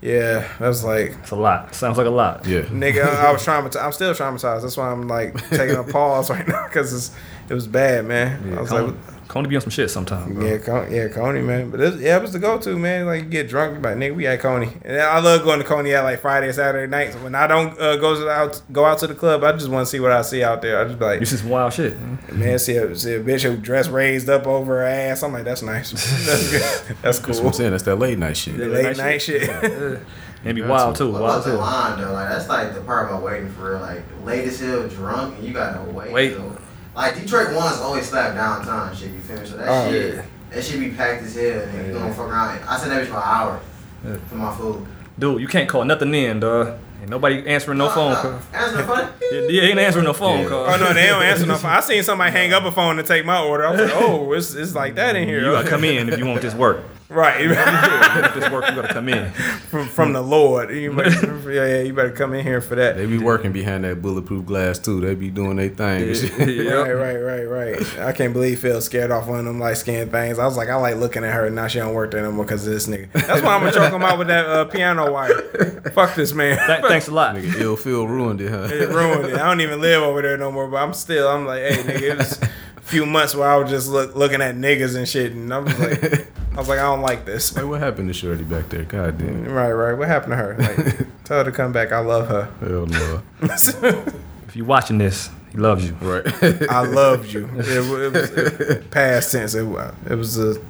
Speaker 3: yeah that's like
Speaker 4: It's a lot. Sounds like a lot.
Speaker 6: Yeah.
Speaker 3: nigga I was traumatized I'm still traumatized that's why I'm like taking a pause right now cuz it's it was bad man I was like
Speaker 4: Coney, Coney be on some shit sometimes.
Speaker 3: yeah, Con- yeah, Coney, man. But this, yeah, it was the go-to, man. Like, you get drunk, like, nigga, we at Coney. And I love going to Coney at like Friday, Saturday nights. When I don't uh, go to the out, go out to the club, I just want to see what I see out there. I just be like,
Speaker 4: You see some wild shit.
Speaker 3: man, see a, see a bitch who dress raised up over her ass. I'm like, that's nice. That's good. That's
Speaker 6: That's what
Speaker 3: cool.
Speaker 6: I'm saying. That's that late night shit.
Speaker 3: The
Speaker 4: Yeah.
Speaker 3: late night shit.
Speaker 4: And be wild too.
Speaker 7: What about
Speaker 4: Wild
Speaker 7: the
Speaker 4: too.
Speaker 7: line though? Like that's like the part about waiting for real. Like late as hell, drunk, and you gotta wait.
Speaker 4: Wait.
Speaker 7: though. Like Detroit ones always slap downtown shit. You feel me? So that
Speaker 3: Oh,
Speaker 7: shit,
Speaker 3: yeah.
Speaker 7: that shit be packed as hell, and you gonna fuck around. I said that bitch for an hour for my food.
Speaker 4: Dude, you can't call nothing in, dog. And nobody answering no phone call.
Speaker 7: Answering funny.
Speaker 4: Yeah, he ain't answering no phone
Speaker 5: Yeah.
Speaker 4: call.
Speaker 3: Oh no, they don't answer no phone. I seen somebody hang up a phone to take my order. I was like, oh, it's, it's like that in
Speaker 4: You
Speaker 3: here.
Speaker 4: gotta come in if you want this work.
Speaker 3: Right.
Speaker 4: If you want this work, you gotta come in.
Speaker 3: from, from the Lord. You better, yeah, yeah, you better come in here for that.
Speaker 6: They be working behind that bulletproof glass too. They be doing their thing. and shit.
Speaker 4: Yeah.
Speaker 3: Right, right, right, right. I can't believe Phil scared off one of them light skinned things. I was like, I like looking at her, and now she don't work there no more because of this nigga. That's why I'm gonna choke him out with that uh, piano wire. Fuck this man.
Speaker 4: Th- thanks a lot.
Speaker 6: Nigga, ill feel ruined it, huh?
Speaker 3: It ruined it. I don't even live over there no more, but I'm still, I'm like, hey, nigga, it was a few months where I was just look, looking at niggas and shit, and I was like, I was like, I don't like this.
Speaker 6: Like, what happened to Shorty back there? God damn.
Speaker 3: Right, right. What happened to her? Like, tell her to come back. I love her.
Speaker 6: Hell no.
Speaker 4: If you watching this, he loves you.
Speaker 6: Right.
Speaker 3: I loved you. It, wa- it was it- past tense. It, wa- it was a,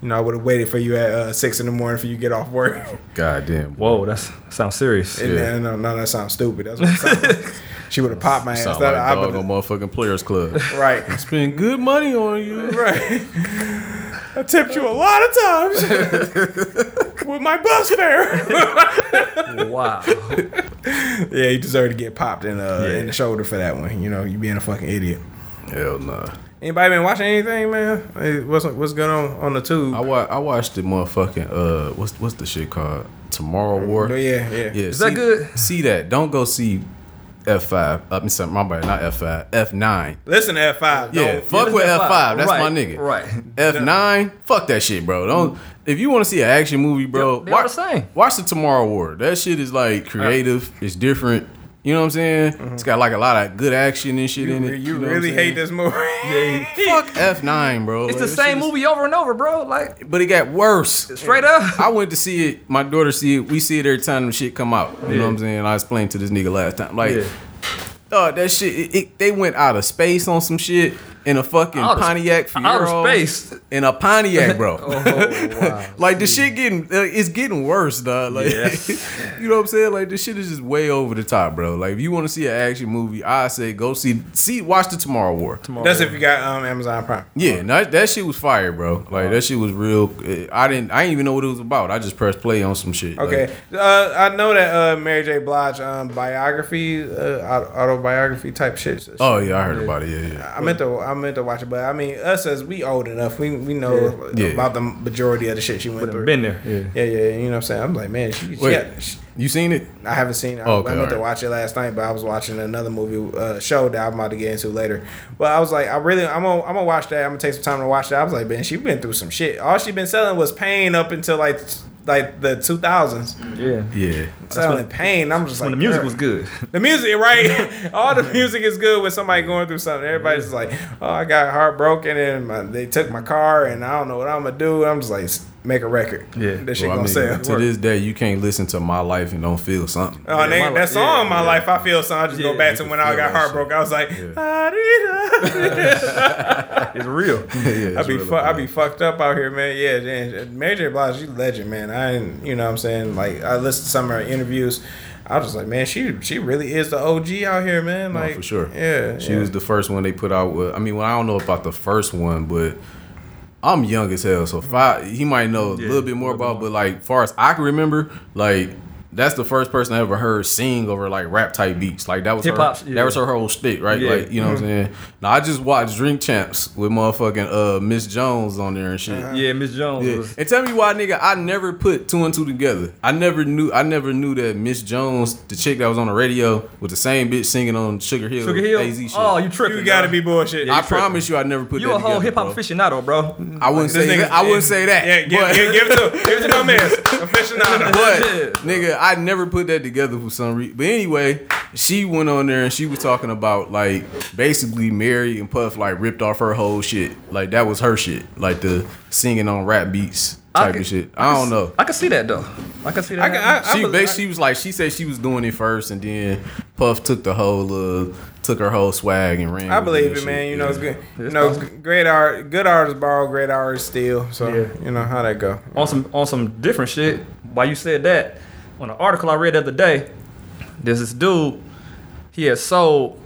Speaker 3: you know, I would have waited for you at uh, six in the morning for you to get off work.
Speaker 6: God damn.
Speaker 4: Whoa, that's sounds serious.
Speaker 3: And then, no, no, that sounds stupid. That's what it sounds like. She would have popped my ass.
Speaker 6: Sound
Speaker 3: That-
Speaker 6: like
Speaker 3: I
Speaker 6: dog on
Speaker 3: would've-
Speaker 6: motherfucking Players Club.
Speaker 3: right,
Speaker 6: Spend good money on you.
Speaker 3: right. I tipped you a lot of times with my bus fare.
Speaker 4: Wow.
Speaker 3: yeah, you deserve to get popped in, uh,
Speaker 4: Yeah.
Speaker 3: in the shoulder for that one. You know, you being a fucking idiot.
Speaker 6: Hell nah.
Speaker 3: Anybody been watching anything, man? Hey, What's what's going on on the tube?
Speaker 6: I wa- I watched the motherfucking uh what's what's the shit called Tomorrow War.
Speaker 3: But yeah, yeah.
Speaker 6: Yeah,
Speaker 4: Is that
Speaker 6: see-
Speaker 4: good?
Speaker 6: See that? Don't go see F five. I mean, sorry, my bad, not F five. F nine.
Speaker 3: Listen to F five.
Speaker 6: Yeah, fuck with F five. That's my
Speaker 4: Right,
Speaker 6: nigga.
Speaker 4: Right.
Speaker 6: F nine. Fuck that shit, bro. Don't. If you want to see an action movie, bro,
Speaker 4: They- they all the same.
Speaker 6: watch the Tomorrow War. That shit is like creative. It's different. You know what I'm saying?
Speaker 4: Mm-hmm.
Speaker 6: It's got like a lot of good action and shit in
Speaker 3: You,
Speaker 6: it.
Speaker 3: you
Speaker 6: know what I'm
Speaker 3: really
Speaker 6: saying?
Speaker 3: hate this movie.
Speaker 6: Fuck F nine, bro.
Speaker 4: It's
Speaker 6: Like,
Speaker 4: the
Speaker 6: that
Speaker 4: same
Speaker 6: shit is-
Speaker 4: movie over and over, bro. Like
Speaker 6: but it got worse.
Speaker 4: straight up.
Speaker 6: I went to see it. My daughter see it. We see it every time the shit come out. You know what I'm saying? I explained to this nigga last time. Like,
Speaker 4: Yeah.
Speaker 6: dog, that shit. It, it- they went out of space on some shit in a fucking
Speaker 4: Out of-
Speaker 6: Pontiac Fiero.
Speaker 4: out of space?
Speaker 6: In a Pontiac, bro.
Speaker 4: Oh, wow.
Speaker 6: Like the shit getting, uh, it's getting worse, dog. Like,
Speaker 4: Yeah.
Speaker 6: you know what I'm saying? Like this shit is just way over the top, bro. Like if you want to see an action movie, I say go see, see, watch the Tomorrow War.
Speaker 3: That's if you got um, Amazon Prime.
Speaker 6: Yeah, no, that, that shit was fire, bro. Like that shit was real. eh, I didn't, I didn't even know what it was about. I just pressed play on some shit. Like,
Speaker 3: Okay, uh, I know that uh, Mary J. Blige um, biography, uh, aut- autobiography type shit.
Speaker 6: Oh yeah, I heard about it. Yeah, yeah.
Speaker 3: I meant to, I meant to watch it, but I mean, us as we old enough, we we know
Speaker 6: Yeah. Yeah.
Speaker 3: about the majority of the shit she went
Speaker 4: Would've
Speaker 3: through.
Speaker 4: been there. Yeah.
Speaker 3: Yeah, yeah, you know what I'm saying. I'm like, man, she, she,
Speaker 6: Wait.
Speaker 3: had- she-
Speaker 6: You seen it?
Speaker 3: I haven't seen. it. I,
Speaker 6: Oh, okay,
Speaker 3: I meant to
Speaker 6: alright.
Speaker 3: watch it last night, but I was watching another movie uh, show that I'm about to get into later. But I was like, I really, I'm gonna, I'm gonna watch that. I'm gonna take some time to watch that. I was like, man, she been through some shit. All she been selling was pain up until like, like the 2000s.
Speaker 4: Yeah.
Speaker 6: Yeah.
Speaker 3: Selling pain. I'm just like,
Speaker 4: When the music
Speaker 3: "Girl."
Speaker 4: was good.
Speaker 3: The music, right? All the music is good with somebody going through something. Everybody's just like, "Oh, I got heartbroken, and my, they took my car, and I don't know what I'm gonna do." I'm just like, "S- "Make a record,
Speaker 4: Yeah.
Speaker 3: That shit
Speaker 6: Well, I mean,
Speaker 3: gonna sell."
Speaker 6: to this day, you can't listen to my life and don't feel something.
Speaker 3: Oh,
Speaker 4: my
Speaker 3: nigga, that
Speaker 4: life-
Speaker 3: song,
Speaker 4: yeah,
Speaker 3: my
Speaker 4: yeah.
Speaker 3: life, I feel something. I just go
Speaker 4: Yeah,
Speaker 3: back
Speaker 6: you
Speaker 3: to
Speaker 6: can
Speaker 3: when I
Speaker 6: feel
Speaker 3: got
Speaker 6: that
Speaker 3: heartbroken. I was like, "Ah,
Speaker 6: Yeah.
Speaker 3: "Ah-dee-da."
Speaker 4: It's real.
Speaker 6: yeah,
Speaker 3: I be fu- I be fucked up out here, man. Yeah, then Mary J. Blige, she legend, man. I, ain't- you know, what I'm saying, like, I listened to some of her interviews. I was just like, man, she she really is the OG out here, man. Like,
Speaker 6: for sure.
Speaker 3: Yeah,
Speaker 6: She
Speaker 3: yeah.
Speaker 6: was the first one they put out. With, I mean, well, I don't know about the first one, but I'm young as hell, so if I, he might know a little bit more about. But like, far as I can remember, like that's the first person I ever heard sing over like rap type beats. Like that was her,
Speaker 4: Hip-hop's- yeah.
Speaker 6: that was her whole stick, right?
Speaker 4: Yeah.
Speaker 6: Like you know what I'm saying. Now I just watched Drink Champs with motherfucking uh Miss Jones on there and shit.
Speaker 3: Uh-huh.
Speaker 4: Yeah, Miss Jones
Speaker 6: Yeah.
Speaker 4: was
Speaker 6: And tell me why, nigga, I never put two and two together. I never knew I never knew that Miss Jones, the chick that was on the radio, was the same bitch singing on Sugar Hill.
Speaker 4: Sugar Hill.
Speaker 6: AZ shit.
Speaker 4: Oh, you tripping.
Speaker 3: You gotta
Speaker 4: bro.
Speaker 3: be bullshit.
Speaker 6: I
Speaker 4: you tripping.
Speaker 6: promise you I never put
Speaker 4: You
Speaker 6: that
Speaker 4: a whole
Speaker 6: together,
Speaker 4: hip hop
Speaker 6: bro.
Speaker 4: aficionado, bro.
Speaker 6: I wouldn't
Speaker 3: This
Speaker 6: say
Speaker 3: nigga-
Speaker 6: I wouldn't say that.
Speaker 3: Yeah, give,
Speaker 6: but,
Speaker 3: give, give it to give it to my man, aficionado.
Speaker 6: but,
Speaker 4: Yeah.
Speaker 6: nigga, I never put that together for some reason. But anyway, she went on there and she was talking about like basically Mary and Puff like ripped off her whole shit. Like that was her shit. Like the singing on rap beats
Speaker 4: I
Speaker 6: type
Speaker 4: could-
Speaker 6: of shit. I don't know.
Speaker 4: I can see that though. I can see that.
Speaker 3: I can- I-
Speaker 6: she
Speaker 3: believe-
Speaker 6: basically she was like she said she was doing it first, and then Puff took the whole uh, took her whole swag and ran.
Speaker 3: I
Speaker 6: with
Speaker 3: believe
Speaker 6: and
Speaker 3: it,
Speaker 6: shit.
Speaker 3: man. You know,
Speaker 6: Yeah.
Speaker 3: it's good. You know, great art, good artists borrow, great artists steal. So you know how that go.
Speaker 4: on some on some different shit. Why you said that? On an article I read the other day, there's this dude. He had sold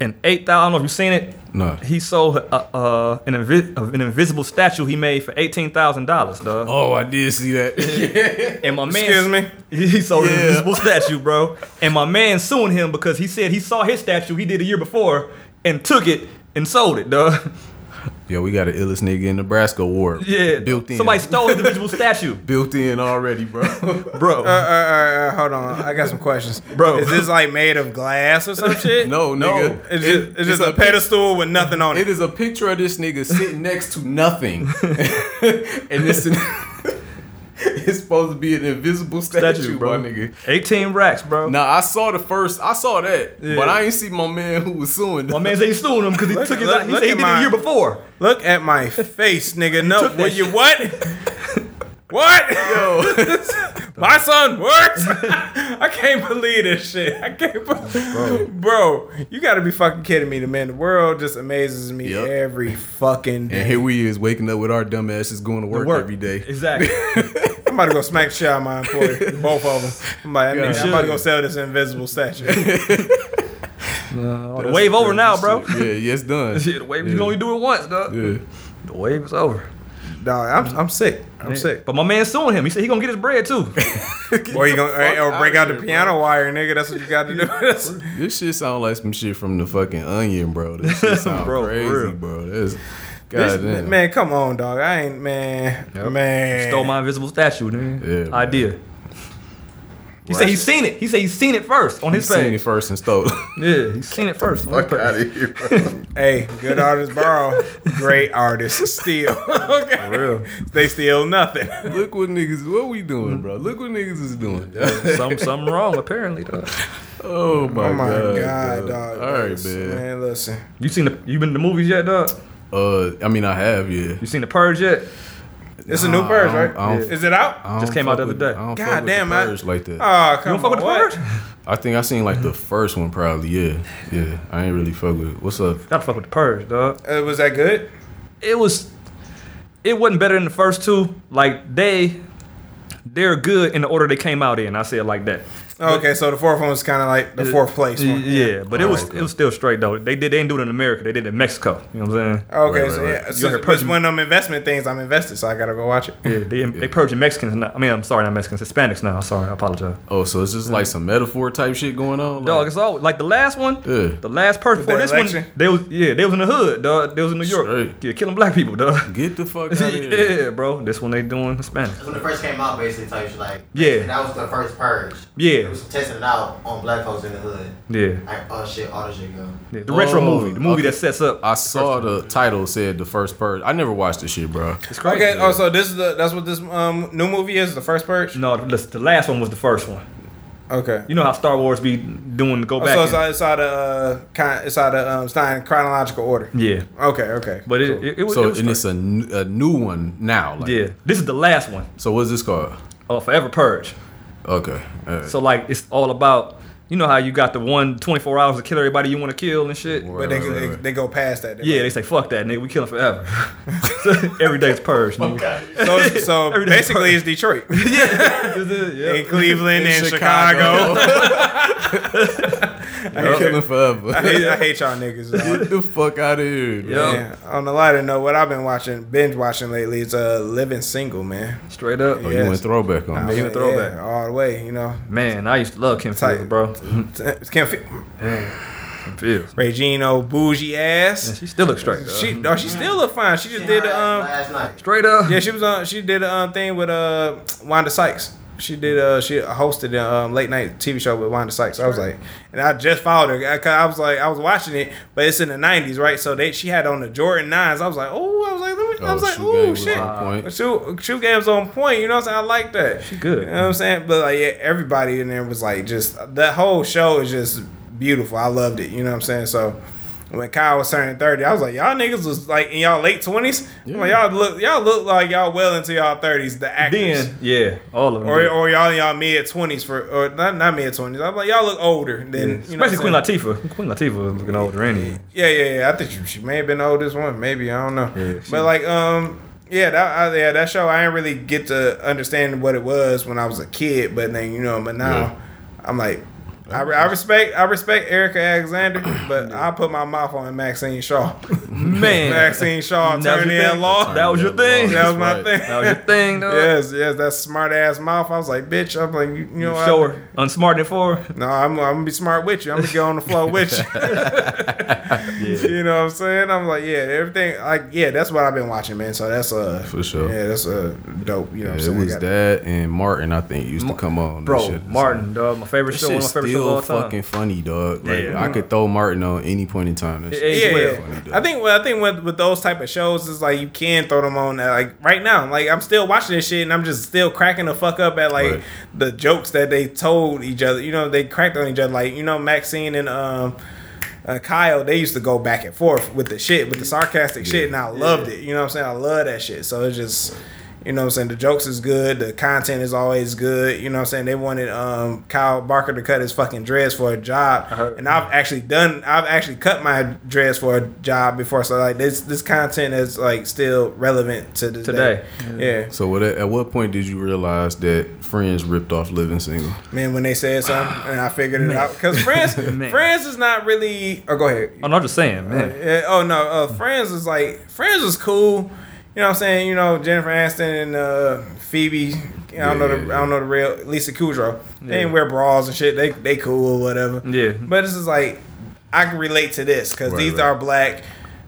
Speaker 4: an eight thousand. I don't know if you've seen it.
Speaker 6: No.
Speaker 4: He sold uh, uh, an, invi- uh, an invisible statue he made for eighteen thousand dollars, dog.
Speaker 6: Oh, I did see that.
Speaker 4: And my man,
Speaker 3: Excuse me?
Speaker 4: he sold an invisible statue, bro. And my man suing him because he said he saw his statue he did a year before and took it and sold it, dog.
Speaker 6: Yo, we got an illest nigga in Nebraska ward.
Speaker 4: Yeah,
Speaker 6: built in.
Speaker 4: Somebody stole his invisible statue,
Speaker 6: built in already, bro.
Speaker 4: bro.
Speaker 3: Uh, uh, uh, uh, hold on, I got some questions,
Speaker 4: Bro.
Speaker 3: Is this like made of glass or some shit?
Speaker 6: No, nigga.
Speaker 3: It's just,
Speaker 6: It-
Speaker 3: it's just
Speaker 6: it's
Speaker 3: a,
Speaker 6: a pic-
Speaker 3: pedestal with nothing on it.
Speaker 6: It is a picture of this nigga sitting next to nothing, and this it's supposed to be an invisible statue,
Speaker 4: Statue, bro.
Speaker 6: bro. My nigga.
Speaker 4: Eighteen racks, bro.
Speaker 6: Now I saw the first, I saw that,
Speaker 4: Yeah.
Speaker 6: but I ain't see my man who was suing.
Speaker 4: My man said he suing him because he
Speaker 3: Look-
Speaker 4: took his.
Speaker 3: look-
Speaker 4: he
Speaker 3: look
Speaker 4: said he
Speaker 3: at
Speaker 4: did it
Speaker 3: mine.
Speaker 4: a year before.
Speaker 3: Look at my face, nigga. No,
Speaker 4: took that
Speaker 3: what you
Speaker 4: shit.
Speaker 3: what? what?
Speaker 6: Yo,
Speaker 3: My son works. I can't believe this shit. I can't, believe, bro. You gotta be fucking kidding me, the man. The world just amazes me
Speaker 6: Yep.
Speaker 3: every fucking
Speaker 6: and
Speaker 3: day.
Speaker 6: here we is waking up with our dumb asses going to work,
Speaker 4: work.
Speaker 6: every day.
Speaker 4: Exactly.
Speaker 3: I'm about to go smack the shit out of my employer, both of them. I'm, like, that nigga,
Speaker 4: God.
Speaker 3: I'm about to go sell this invisible statue. Oh,
Speaker 4: Uh, the wave over now, bro.
Speaker 6: Yeah, yeah, it's done.
Speaker 4: Shit, the wave. You
Speaker 6: Yeah.
Speaker 4: can only do it once, dog.
Speaker 6: Yeah.
Speaker 4: The wave is over.
Speaker 3: Dog, I'm, I'm sick. I'm sick.
Speaker 4: But my man suing him. He said he gonna get his bread too.
Speaker 3: Or you gonna
Speaker 6: fuck
Speaker 3: or, or break out
Speaker 6: outta
Speaker 3: the
Speaker 6: here,
Speaker 3: piano wire, nigga. That's what you got to do. That's-
Speaker 6: This shit sound like some shit from the fucking Onion, bro. This shit sound
Speaker 4: Bro, for real.
Speaker 6: crazy, bro. That's
Speaker 3: this-
Speaker 6: goddamn.
Speaker 3: man, come on, dog. I ain't man, man.
Speaker 4: Stole my invisible statue, man.
Speaker 6: Yeah, man.
Speaker 4: Idea. He said he seen it. He said he seen it first on
Speaker 6: He
Speaker 4: his
Speaker 6: seen it
Speaker 4: page.
Speaker 6: first and stole. it.
Speaker 4: Yeah, he seen it first. on his page.
Speaker 6: outta here, bro.
Speaker 3: Hey, good artists borrow, great artists steal. okay, they steal nothing.
Speaker 6: Look what niggas. What we doing, bro? Look what niggas is doing.
Speaker 4: Some something wrong apparently. Dog.
Speaker 6: oh my,
Speaker 3: Oh my god,
Speaker 6: bro.
Speaker 3: dog.
Speaker 6: All right,
Speaker 3: Listen,
Speaker 6: man.
Speaker 3: Man, listen.
Speaker 4: You seen the? You been to the movies yet, dog?
Speaker 6: Uh, I mean, I have, yeah.
Speaker 4: You seen the purge yet?
Speaker 3: It's a new
Speaker 6: Nah,
Speaker 3: purge,
Speaker 6: I don't-
Speaker 3: right?
Speaker 6: I don't-
Speaker 3: Is it out?
Speaker 6: I don't
Speaker 4: Just came out
Speaker 6: fuck
Speaker 4: the other
Speaker 6: with-
Speaker 4: day.
Speaker 6: I don't
Speaker 3: God
Speaker 6: fuck with the
Speaker 3: damn, I-
Speaker 6: purge like that.
Speaker 3: Oh,
Speaker 4: You
Speaker 3: come
Speaker 4: don't fuck with
Speaker 3: on.
Speaker 4: the
Speaker 3: What?
Speaker 4: purge?
Speaker 6: I think I seen like the first one, probably. Yeah, yeah. I ain't really fuck with. It. What's up?
Speaker 4: Gotta fuck with the purge, dog.
Speaker 3: Uh, was that good?
Speaker 4: it was it wasn't better than the first two. Like they they're good in the order they came out in. I say it like that.
Speaker 3: Okay, so the fourth one was kind of like the fourth place
Speaker 4: Yeah,
Speaker 3: one.
Speaker 4: but it was it was still straight though. They did they didn't do it in America. They did it in Mexico. You know what I'm saying?
Speaker 3: Okay,
Speaker 6: Right,
Speaker 3: so
Speaker 6: right, right.
Speaker 3: yeah,
Speaker 6: You
Speaker 3: so
Speaker 4: got a
Speaker 3: it's
Speaker 4: purge-
Speaker 3: one of them investment things. I'm invested, so I gotta go watch it.
Speaker 4: Yeah, they they purging Mexicans. Now. I mean, I'm sorry, not Mexicans, Hispanics now. I'm sorry, I apologize.
Speaker 6: Oh, so it's just like some metaphor type shit going on. Like,
Speaker 4: Dog, it's all like the last one.
Speaker 6: Yeah.
Speaker 4: The last person before
Speaker 3: that
Speaker 4: this one,
Speaker 3: election?
Speaker 4: they was yeah, they was in the hood, dog. They was in New York,
Speaker 6: Straight.
Speaker 4: yeah, killing black people, dog.
Speaker 6: get the fuck out of here.
Speaker 4: yeah, bro. This one they doing Hispanic.
Speaker 7: That's when it first came out, basically, type shit. Like,
Speaker 4: Yeah.
Speaker 7: that was the first purge.
Speaker 4: Yeah.
Speaker 7: It was testing it out on black folks in the hood.
Speaker 4: Yeah,
Speaker 7: Like, oh shit, all this shit go.
Speaker 4: yeah. the retro
Speaker 6: Oh,
Speaker 4: movie, the movie
Speaker 6: okay.
Speaker 4: that sets up.
Speaker 6: I saw the title said the first purge. I never watched this shit, bro.
Speaker 4: It's crazy.
Speaker 3: Okay, oh, so this is the that's what this um new movie is, the first purge.
Speaker 4: No, the, the last one was the first one.
Speaker 3: Okay.
Speaker 4: Mm. You know how Star Wars be doing go
Speaker 3: Oh,
Speaker 4: back.
Speaker 3: so it's
Speaker 4: and-
Speaker 3: out, it's out of uh, kind, it's out of um, it's not in chronological order.
Speaker 4: yeah,
Speaker 3: Okay, okay.
Speaker 4: but it, it, it was.
Speaker 6: So
Speaker 4: it was
Speaker 6: and it's a,
Speaker 4: straight.
Speaker 6: n- a new one now. Like,
Speaker 4: yeah. This is the last one.
Speaker 6: So what's this called?
Speaker 4: Oh, Forever Purge.
Speaker 6: Okay. all right.
Speaker 4: So like it's all about. You know how you got the one 24 hours to kill everybody you want to kill and shit.
Speaker 6: Right,
Speaker 3: But they,
Speaker 6: right, right,
Speaker 3: they,
Speaker 6: right.
Speaker 3: they go past that. They're
Speaker 4: Yeah,
Speaker 3: like-
Speaker 4: they say fuck that nigga. We killing forever. so every day's purge. Nigga.
Speaker 3: So, it's- so
Speaker 4: Every day
Speaker 3: basically, it's Detroit,
Speaker 4: Yeah.
Speaker 3: in Cleveland,
Speaker 6: In
Speaker 3: and Chicago.
Speaker 6: Y'all killing
Speaker 3: I,
Speaker 6: forever.
Speaker 3: hate, I hate y'all niggas. dog.
Speaker 6: Get the fuck out of here.
Speaker 4: Yeah.
Speaker 6: Yeah.
Speaker 3: Yeah. On a lighter note, what I've been watching, binge watching lately is uh, Living Single, man.
Speaker 4: Straight up.
Speaker 6: Oh,
Speaker 3: Yes.
Speaker 6: you went throwback on
Speaker 3: I
Speaker 6: me.
Speaker 4: you a
Speaker 3: went-
Speaker 4: throwback.
Speaker 3: yeah, all the way. You know,
Speaker 4: Man, I used to love Kim
Speaker 3: Tight.
Speaker 4: Fields, bro.
Speaker 3: can't fit
Speaker 4: Kim Fields.
Speaker 3: Regino bougie ass.
Speaker 4: She still looks straight. Though.
Speaker 3: She, dog, she still look fine. She just
Speaker 7: She
Speaker 3: did
Speaker 7: had
Speaker 3: the, um,
Speaker 7: last night.
Speaker 4: straight up.
Speaker 3: yeah, she was on, she did a um, thing with uh Wanda Sykes. She did uh she hosted a um, late night TV show with Wanda Sykes. I was like, and I just followed her. I, 'cause I was like, I was watching it, but it's in the '90s, right? So they she had on the Jordan nines. I was like, oh, I was like, let me, I was
Speaker 6: Oh,
Speaker 3: like,
Speaker 6: shoe game
Speaker 3: oh
Speaker 6: was
Speaker 3: shit.
Speaker 6: on point.
Speaker 3: Shoe, shoe game's on point. You know what I'm saying? I like that. She
Speaker 4: good.
Speaker 3: You know what I'm saying? But like yeah, everybody in there was like just the whole show is just beautiful. I loved it. You know what I'm saying? So when Kyle was turning 30, I was like, y'all niggas was like in y'all late 20s. I'm like, y'all look y'all look like y'all well into y'all 30s. The actors.
Speaker 4: Then yeah, all of them.
Speaker 3: Or,
Speaker 4: did.
Speaker 3: or y'all in y'all mid twenties for or not not mid twenties. I'm like y'all look older than you know
Speaker 4: Especially Queen
Speaker 3: what I'm saying?
Speaker 4: Latifah. Queen Latifah was looking older anyway.
Speaker 3: Yeah, yeah, yeah. I think she, she may have been the oldest one. Maybe I don't know. but like, um, yeah, that I, yeah that show I didn't really get to understand what it was when I was a kid. But then you know, but now I'm like, I, re- I respect I respect Erica Alexander, but I put my mouth on Maxine Shaw.
Speaker 4: Man,
Speaker 3: Maxine
Speaker 4: That
Speaker 3: Shaw
Speaker 4: was
Speaker 3: turned
Speaker 4: your
Speaker 3: in
Speaker 4: thing?
Speaker 3: law.
Speaker 4: That was your thing.
Speaker 3: That was my
Speaker 6: Right.
Speaker 3: thing.
Speaker 4: Oh, That was your thing, though.
Speaker 3: Yes, yes, that smart ass mouth. I was like, bitch. I'm like, you, you know,
Speaker 4: You
Speaker 3: what?
Speaker 4: show her unsmart and for
Speaker 3: No, I'm, I'm gonna be smart with you. I'm gonna get on the floor with you. You know what I'm saying? I'm like, yeah, everything. Like, yeah, that's what I've been watching, man. So that's uh,
Speaker 6: For sure.
Speaker 3: Yeah, that's uh, dope. You know,
Speaker 6: it
Speaker 3: what I'm saying?
Speaker 6: was
Speaker 3: Got-
Speaker 6: that and Martin. I think used to come on. That
Speaker 4: bro
Speaker 6: shit.
Speaker 4: Martin, dog. My favorite
Speaker 6: That
Speaker 4: show, one of
Speaker 6: shit's
Speaker 4: my favorite shows of
Speaker 6: still
Speaker 4: all time.
Speaker 6: fucking funny, dog. Like
Speaker 4: Yeah.
Speaker 6: I could throw Martin on any point in time. That
Speaker 4: Yeah,
Speaker 6: shit-
Speaker 3: Yeah,
Speaker 4: It's
Speaker 3: yeah.
Speaker 6: funny, though.
Speaker 3: I think well, I think with, with those type of shows is like you can throw them on uh, like right now. Like I'm still watching this shit and I'm just still cracking the fuck up at like
Speaker 6: Right.
Speaker 3: the jokes that they told each other. You know, they cracked on each other. Like you know, Maxine and um. Uh, Kyle, they used to go back and forth with the shit, with the sarcastic shit, and I loved it. You know what I'm saying? I love that shit. So it's just, you know what I'm saying? The jokes is good. The content is always good. You know what I'm saying? They wanted um, Kyle Barker to cut his fucking dreads for a job.
Speaker 4: heard.
Speaker 3: And I've actually done, I've actually cut my dreads for a job before. So like this, this content is like still relevant to this
Speaker 4: Today.
Speaker 3: day. Yeah.
Speaker 6: So what, at what point did you realize that Friends ripped off Living Single?
Speaker 3: Man, when they said something and I figured it out. Because Friends,
Speaker 4: Man.
Speaker 3: Friends is not really, oh, go ahead.
Speaker 4: Oh, no, I'm just saying, man.
Speaker 3: Yeah, oh no, uh, Friends is like Friends was cool. You know what I'm saying? You know Jennifer Aniston and uh, Phoebe. I don't know the
Speaker 6: Yeah, yeah,
Speaker 3: I don't know the real Lisa Kudrow. They
Speaker 4: Yeah.
Speaker 3: didn't wear bras and shit. They they cool or whatever.
Speaker 4: Yeah.
Speaker 3: But this is like I can relate to this because
Speaker 6: Right,
Speaker 3: these
Speaker 6: right.
Speaker 3: are black.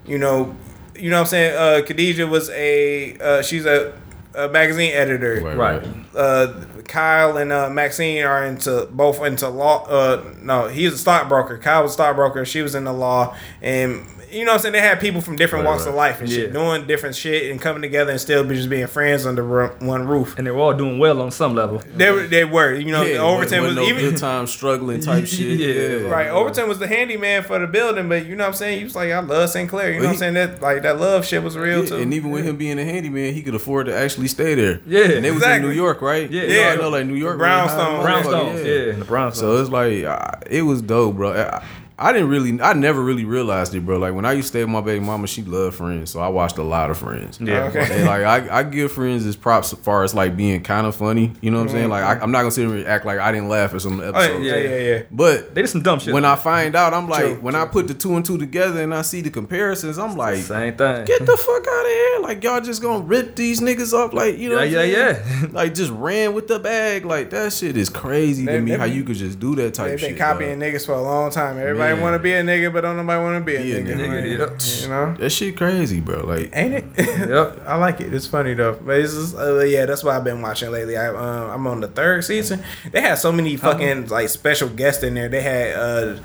Speaker 3: You know, you know what I'm saying. Uh, Khadija was a uh, she's a, a magazine editor
Speaker 4: Right.
Speaker 3: uh, Kyle and uh, Maxine are into both into law. Uh, no, he's a stockbroker. Kyle was a stockbroker. She was in the law, and you know, what I'm saying they had people from different
Speaker 6: Right,
Speaker 3: walks of
Speaker 6: right.
Speaker 3: life and shit
Speaker 4: Yeah.
Speaker 3: doing different shit and coming together and still be just being friends under ro- one roof.
Speaker 4: And they were all doing well on some level.
Speaker 3: They were, they were, you know,
Speaker 6: Yeah,
Speaker 3: Overton was
Speaker 6: wasn't no
Speaker 3: even
Speaker 6: good time struggling type shit.
Speaker 4: Yeah.
Speaker 6: Yeah,
Speaker 3: right. Overton was the handyman for the building, but you know what I'm saying. He was like, I love Sinclair. You know
Speaker 6: But
Speaker 3: what I'm
Speaker 6: he-
Speaker 3: saying that like that love shit was real
Speaker 6: Yeah,
Speaker 3: too.
Speaker 6: and even with him being a handyman, he could afford to actually stay there.
Speaker 4: Yeah,
Speaker 6: and they was in
Speaker 3: exactly.
Speaker 6: New York, right?
Speaker 4: Yeah.
Speaker 6: You
Speaker 3: Yeah.
Speaker 6: know, like New York,
Speaker 3: Brownstone.
Speaker 4: Brownstones,
Speaker 6: Brownstone,
Speaker 4: yeah. the brownstone.
Speaker 6: So it's like I, it was dope, bro. I, I didn't really, I never really realized it, bro. Like when I used to stay with my baby mama, she loved Friends, so I watched a lot of Friends.
Speaker 4: yeah,
Speaker 3: Okay.
Speaker 6: And, like I, I give friends his props as far as like being kind of funny. You know what I'm saying? Like I, I'm not gonna sit here and act like I didn't laugh at some
Speaker 3: Mm-hmm. Oh,
Speaker 6: episodes.
Speaker 3: yeah, yeah, yeah, yeah.
Speaker 6: But
Speaker 4: they did some dumb shit.
Speaker 6: when I find out, I'm like,
Speaker 3: True,
Speaker 6: when I put the two and two together and I see the comparisons, I'm like,
Speaker 4: same thing.
Speaker 6: get the fuck out of here! Like y'all just gonna rip these niggas up, like you know?
Speaker 4: Yeah,
Speaker 6: what I'm
Speaker 4: yeah,
Speaker 6: saying? Like just ran with the bag, like that shit is crazy
Speaker 3: They-
Speaker 6: to me.
Speaker 3: they
Speaker 6: how
Speaker 3: be-
Speaker 6: you could just do that type
Speaker 3: They've been
Speaker 6: shit. dog.
Speaker 3: copying niggas for a long time. Everybody
Speaker 6: Man.
Speaker 3: want to be a nigga, but don't nobody want to be a
Speaker 6: Be a
Speaker 3: nigga.
Speaker 4: nigga,
Speaker 3: like,
Speaker 4: yeah.
Speaker 3: You know.
Speaker 6: That shit crazy, bro. Like
Speaker 3: Ain't it?
Speaker 4: Yep.
Speaker 3: I like it. It's funny though. But it's just, uh, yeah, that's what I've been watching lately. I, um, I'm on the third season. They had so many fucking like special guests in there. They had uh,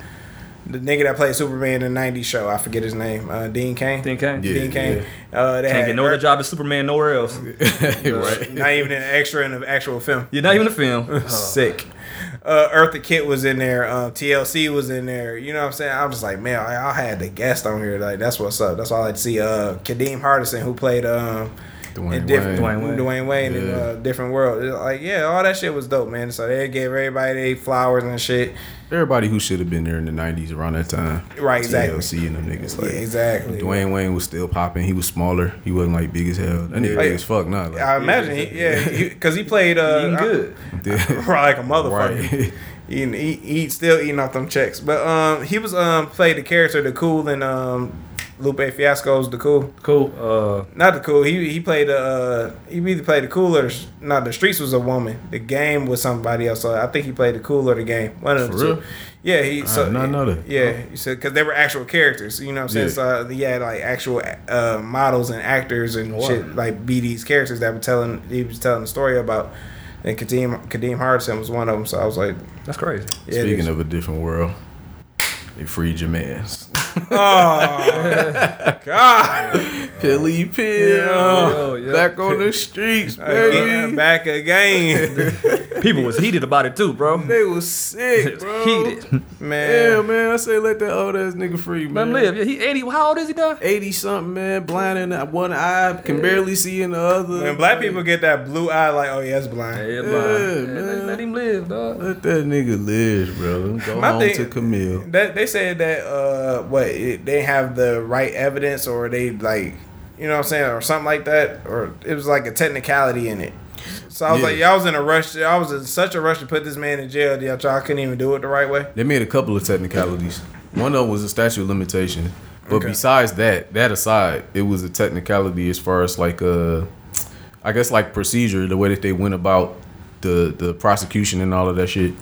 Speaker 3: the nigga that played Superman in the '90s show. I forget his name. Uh, Dean Kane.
Speaker 4: Think I
Speaker 6: Yeah,
Speaker 3: Dean Kane. Uh, they
Speaker 4: can't
Speaker 3: had
Speaker 4: get no other
Speaker 3: Ur-
Speaker 4: job as Superman nowhere else.
Speaker 6: right.
Speaker 3: Not even an extra in the actual film.
Speaker 4: You're not even a film.
Speaker 6: Oh,
Speaker 3: Sick. Uh, Eartha Kitt was in there. Uh, TLC was in there. You know what I'm saying? I'm just like, man, I, I had the guest on here. Like, that's what's up. That's all I'd see. Uh, Kadeem Hardison, who played um,
Speaker 6: Dwayne
Speaker 3: in different
Speaker 6: Wayne.
Speaker 4: Dwayne
Speaker 3: Dwayne Wayne,
Speaker 4: Wayne.
Speaker 3: in
Speaker 6: Yeah.
Speaker 3: uh, different world. It's like, yeah, all that shit was dope, man. So they gave everybody they flowers and shit.
Speaker 6: Everybody who should have been there in the '90s around that time.
Speaker 3: Right, exactly.
Speaker 6: TLC and them niggas like.
Speaker 3: yeah, exactly.
Speaker 6: Dwayne Wayne was still popping. He was smaller. He wasn't like big as hell. That nigga
Speaker 3: Like-
Speaker 6: big as fuck, nah. Like,
Speaker 3: I imagine, he, yeah, because he, played uh,
Speaker 4: Eating good.
Speaker 3: like a motherfucker.
Speaker 6: right.
Speaker 3: eating, eat, eat, still eating off them checks. But um, he was um played the character the cool and um Lupe Fiasco's the cool,
Speaker 4: Cool. Uh,
Speaker 3: not the cool. He he played the uh, he either played the cool or not the streets was a woman. The game was somebody else. So I think he played the cool or the game. One of
Speaker 6: For
Speaker 3: the
Speaker 6: real?
Speaker 3: two. Yeah, he so
Speaker 6: did not know that. Oh.
Speaker 3: Yeah, you said because they were actual characters. You know what I'm saying? So he had like actual uh, models and actors and shit like be these characters that were telling he was telling the story about. And Kadeem Kadeem Hardison was one of them. So I was like,
Speaker 4: that's crazy.
Speaker 3: yeah,
Speaker 6: Speaking
Speaker 3: this-
Speaker 6: of a different world, they freed your mans.
Speaker 3: Oh God!
Speaker 6: Pilly Pill.
Speaker 4: Oh, yeah.
Speaker 6: Back on the streets,
Speaker 3: Again,
Speaker 6: baby.
Speaker 3: back again,
Speaker 4: People was heated about it too, bro.
Speaker 6: They was sick, bro.
Speaker 4: heated.
Speaker 6: Yeah,
Speaker 3: man.
Speaker 6: man. I say let that old ass nigga free,
Speaker 4: Let him
Speaker 6: man.
Speaker 4: live. Yeah, he 80. How old is he now?
Speaker 6: 80 something, man. Blind in that one eye. Can barely see in the other.
Speaker 3: When black people get that blue eye, like, oh yeah, it's blind.
Speaker 4: Yeah,
Speaker 6: man.
Speaker 4: man. Let him live, dog.
Speaker 6: Let that nigga live, bro. Let him Go
Speaker 3: My
Speaker 6: home
Speaker 3: thing-
Speaker 6: to Camille.
Speaker 3: That they said that uh, what it, they have the right evidence, or they like, you know what I'm saying, or something like that, or it was like a technicality in it. So I was
Speaker 6: Yeah.
Speaker 3: like, y'all was in a rush. I was in such a rush to put this man in jail. Y'all, y'all couldn't even do it the right way.
Speaker 6: They made a couple of technicalities. One of them was a statute of limitation. But
Speaker 3: Okay.
Speaker 6: besides that, that aside, it was a technicality as far as like uh I guess like procedure, the way that they went about the the prosecution and all of that shit.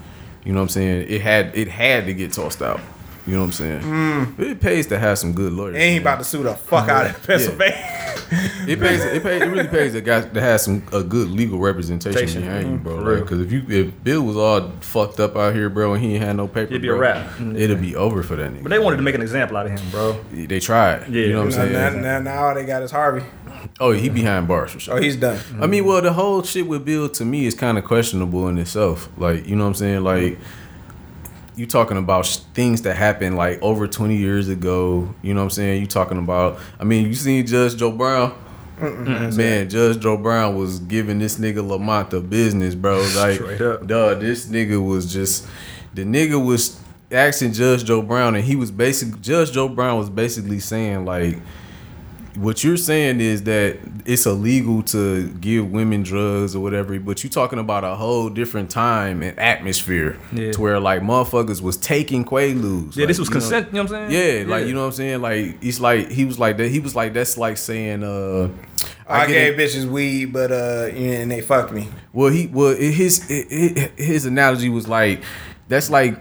Speaker 6: You know what I'm saying? It had it had to get tossed out. You know what I'm saying?
Speaker 4: Hmm.
Speaker 6: But it pays to have some good lawyers.
Speaker 3: They ain't
Speaker 6: man.
Speaker 3: about to sue the fuck out of Pennsylvania.
Speaker 6: It pays. It pays. It really pays a guy that has some a good legal representation
Speaker 4: Representation. Hmm,
Speaker 6: behind you, bro. Right? Because if you if Bill was all fucked up out here, bro, and he ain't had no paper,
Speaker 4: It'd be a
Speaker 6: bro,
Speaker 4: wrap.
Speaker 6: It'd be over for that nigga.
Speaker 4: But they wanted to make an example out of him, bro.
Speaker 6: they, tried.
Speaker 4: Yeah.
Speaker 6: you know what I'm
Speaker 3: Now,
Speaker 6: saying.
Speaker 3: now, now, now all they got is Harvey.
Speaker 6: Oh, he behind bars for sure.
Speaker 3: Oh, he's done.
Speaker 6: I mean, well, the whole shit with Bill to me is kind of questionable in itself. Like, you know what I'm saying? Like, you talking about sh- things that happened like over 20 years ago. You know what I'm saying? You talking about? I mean, you seen Judge Joe Brown? Man, Judge Joe Brown was giving this nigga Lamont the business, bro. Like,
Speaker 4: Straight up.
Speaker 6: duh, this nigga was just the nigga was asking Judge Joe Brown, and he was basic. Judge Joe Brown was basically saying like what you're saying is that it's illegal to give women drugs or whatever, but you talking about a whole different time and atmosphere
Speaker 4: Yeah.
Speaker 6: to where like motherfuckers was taking Quaaludes.
Speaker 4: Yeah,
Speaker 6: Like,
Speaker 4: this was
Speaker 6: you know-
Speaker 4: consent. You know what I'm
Speaker 6: yeah,
Speaker 4: saying?
Speaker 6: like you know what I'm saying. Like it's like he was like that. He was like that's like saying uh,
Speaker 3: I,
Speaker 6: get
Speaker 3: gave
Speaker 6: it-
Speaker 3: bitches weed, but uh, yeah, and they fucked me.
Speaker 6: Well, he well it- his it, it, his analogy was like that's like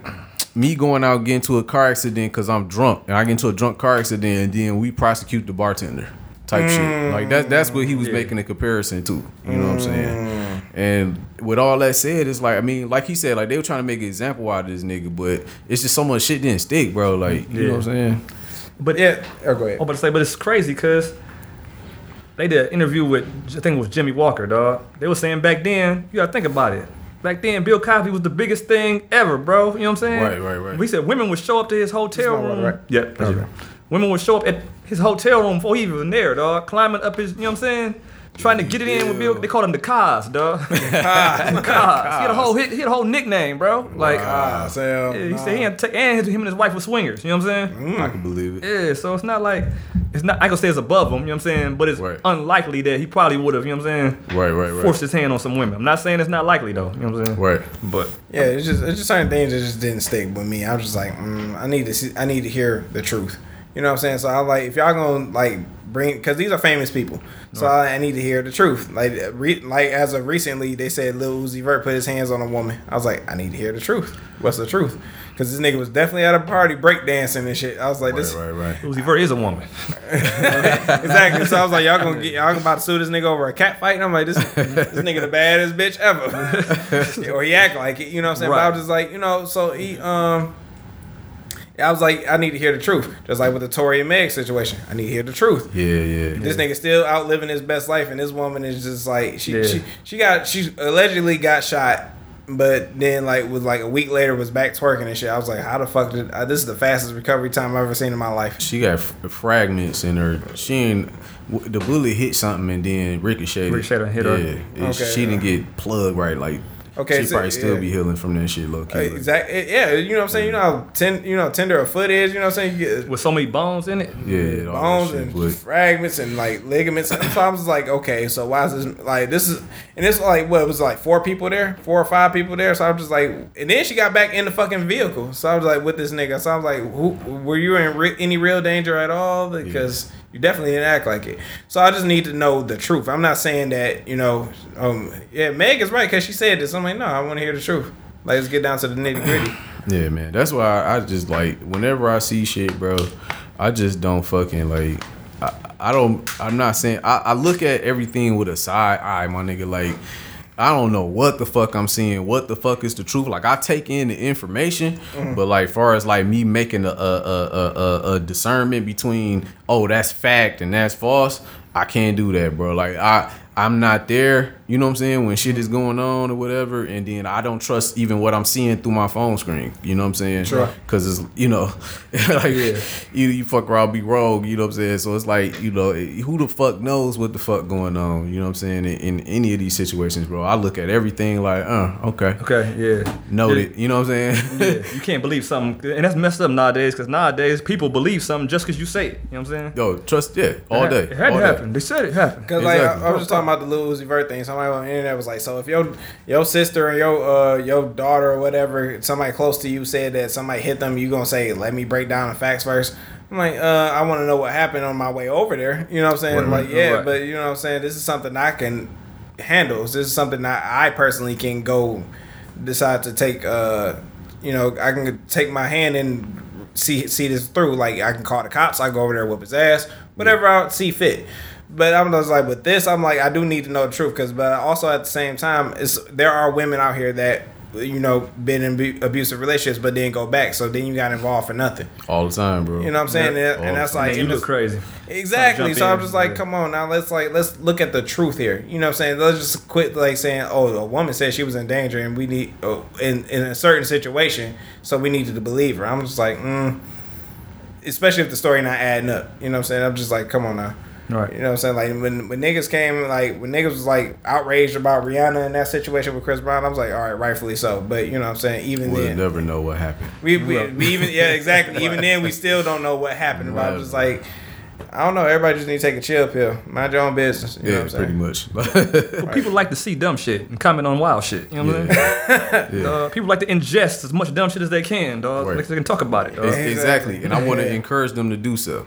Speaker 6: me going out getting into a car accident because I'm drunk and I get into a drunk car accident and then we prosecute the bartender type shit. Like that that's what he was making a comparison to. You know what I'm saying? And with all that said, it's like I mean, like he said, like they were trying to make an example out of this nigga, but it's just so much shit didn't stick, bro. Like you know what I'm saying?
Speaker 4: But
Speaker 3: Yeah. Oh, go ahead.
Speaker 4: I'm about to say, but it's crazy because they did an interview with I think it was Jimmy Walker, dog. They were saying back then, you gotta think about it. Back then, Bill Cosby was the biggest thing ever, bro. You know what I'm saying?
Speaker 6: Right, right, right.
Speaker 4: We said women would show up to his hotel
Speaker 3: my water,
Speaker 4: room.
Speaker 3: right?
Speaker 4: Yep. that's it. Women would show up at his hotel room before he even there, dog. Climbing up his, you know what I'm saying? Trying to get it in with Bill. They called him the Cos, dog. Cos. He had a whole hit, he had a whole nickname, bro. Like,
Speaker 3: Ah, so
Speaker 4: yeah, he
Speaker 3: nah.
Speaker 4: said he and, and his- him and his wife were swingers. You know what I'm saying?
Speaker 6: I can believe it.
Speaker 4: Yeah, so it's not like it's not. I ain't gonna say it's above him. You know what I'm saying? But it's
Speaker 6: Right.
Speaker 4: unlikely that he probably would have. You know what I'm saying?
Speaker 6: Right, right, right.
Speaker 4: Forced his hand on some women. I'm not saying it's not likely though. You know what I'm saying?
Speaker 6: Right.
Speaker 4: But
Speaker 3: yeah, it's just it's just certain things that just didn't stick with me. I was just like, mm, I need to see, I need to hear the truth. You know what I'm saying? So I am like if y'all gonna like bring because these are famous people, so I, I need to hear the truth. Like re, like as of recently, they said Lil Uzi Vert put his hands on a woman. I was like, I need to hear the truth. What's the truth? Because this nigga was definitely at a party breakdancing and shit. I was like, this
Speaker 6: Right, right, right.
Speaker 4: Uzi Vert is a woman.
Speaker 3: exactly. So I was like, y'all gonna get y'all about to sue this nigga over a cat fight? And I'm like, this this nigga the baddest bitch ever, or he act like it. You know what I'm saying? But I
Speaker 4: Right.
Speaker 3: was just like, you know, so he um. I was like, I need to hear the truth. Just like with the Tory and Meg situation, I need to hear the truth.
Speaker 6: Yeah, yeah.
Speaker 3: This nigga still out living his best life, and this woman is just like she
Speaker 4: Yeah.
Speaker 3: she, she got she allegedly got shot, but then like was like a week later was back twerking and shit. I was like, how the fuck did I, this is the fastest recovery time I've ever seen in my life.
Speaker 6: She got f- fragments in her. She ain't. w- The bullet hit something and then ricocheted.
Speaker 4: Ricocheted and hit her.
Speaker 6: Yeah, and
Speaker 3: Okay,
Speaker 6: she didn't get plugged right. Like,
Speaker 3: Okay,
Speaker 6: she
Speaker 3: so-
Speaker 6: probably still
Speaker 3: yeah.
Speaker 6: be healing from that shit, low key. Like,
Speaker 3: Exactly. eh, Yeah, you know what I'm saying. You know how ten, you know tender a foot is. You know what I'm saying. You get
Speaker 4: With so many bones in it.
Speaker 6: Yeah, all
Speaker 3: bones
Speaker 6: that
Speaker 3: and
Speaker 6: shit, but-
Speaker 3: fragments and like ligaments. And so I was like, okay, so why is this like this is and this like what it was like four people there, four or five people there. So I was just like, and then she got back in the fucking vehicle. So I was like with this nigga. So I was like, who were you in re- any real danger at all? Because you definitely didn't act like it. So I just need to know the truth. I'm not saying that you know. Um, yeah, Meg is right because she said this. I'm like, no, I want to hear the truth. Like, let's get down to the nitty gritty.
Speaker 6: Yeah, man. That's why I, I just like whenever I see shit, bro. I just don't fucking like. I, I don't. I'm not saying. I, I look at everything with a side eye, my nigga. Like, I don't know what the fuck I'm seeing. What the fuck is the truth? Like, I take in the information, but like, far as like me making a a, a a a- a discernment between oh that's fact and that's false, I can't do that, bro. Like, I. I'm not there, you know what I'm saying, when shit is going on or whatever, and then I don't trust even what I'm seeing through my phone screen. You know what I'm saying?
Speaker 3: Sure.
Speaker 6: Cause it's you know, like either you fuck around be wrong, you know what I'm saying? So it's like, you know, who the fuck knows what the fuck going on, you know what I'm saying, in, in any of these situations, bro. I look at everything like, uh, okay.
Speaker 4: Okay, yeah.
Speaker 6: Noted. You know what I'm saying?
Speaker 4: Yeah, you can't believe something, and that's messed up nowadays. Because nowadays people believe something just because you say it. You know what I'm saying?
Speaker 6: Yo, trust yeah,
Speaker 4: It
Speaker 6: all
Speaker 4: ha-
Speaker 6: day.
Speaker 4: It had
Speaker 6: all
Speaker 4: to
Speaker 6: day.
Speaker 4: happen. They said it happened.
Speaker 3: Cause like I, I
Speaker 6: Exactly.
Speaker 3: was just talking about the Lil Uzi Vert thing, so somebody on the internet was like, so if your your sister and your uh your daughter or whatever, somebody close to you said that somebody hit them, you gonna say, let me break down the facts first. I'm like, uh, I want to know what happened on my way over there. You know what I'm saying?
Speaker 5: Right,
Speaker 3: like,
Speaker 5: right,
Speaker 3: yeah,
Speaker 4: right.
Speaker 3: but you know what I'm saying. This is something I can handle. This is something that I personally can go decide to take. Uh, you know, I can take my hand and see see this through. Like, I can call the cops. I go over there, whip his ass, whatever I see fit. But I'm just like, with this, I'm like, I do need to know the truth, because. But also at the same time, it's there are women out here that you know been in abu- abusive relationships, but then go back. So then you got involved for nothing.
Speaker 6: all the time, bro.
Speaker 3: You know what I'm saying?
Speaker 6: Yeah.
Speaker 3: And, and that's
Speaker 6: All
Speaker 3: like
Speaker 4: Like, you
Speaker 3: and
Speaker 4: look
Speaker 3: it's-
Speaker 4: crazy.
Speaker 3: exactly.
Speaker 4: Like, jump
Speaker 3: so I'm
Speaker 4: in.
Speaker 3: just like,
Speaker 4: Yeah.
Speaker 3: come on now. Let's like let's look at the truth here. You know what I'm saying? Let's just quit like saying, oh, a woman said she was in danger, and we need oh, in in a certain situation, so we needed to believe her. I'm just like, mm. especially if the story not adding up. You know what I'm saying? I'm just like, come on now. You
Speaker 4: Right.
Speaker 3: know what I'm saying? Like when when niggas came, like when niggas was like outraged about Rihanna and that situation with Chris Brown, I was like, all right, rightfully so. But you know what I'm saying? Even
Speaker 6: We'll
Speaker 3: then,
Speaker 6: never know what happened.
Speaker 3: we, we, we even yeah exactly. Even then, we still don't know what happened. But I'm just like, I don't know. Everybody just need to take a chill pill. Mind your own business. You know
Speaker 6: yeah,
Speaker 3: what I'm
Speaker 6: pretty
Speaker 3: saying?
Speaker 6: much.
Speaker 4: People like to see dumb shit and comment on wild shit. You know what I'm saying? Uh, people like to ingest as much dumb shit as they can, dog.
Speaker 6: Right.
Speaker 4: Like they can talk about it, dog.
Speaker 6: Ex- exactly. And I want to encourage them to do so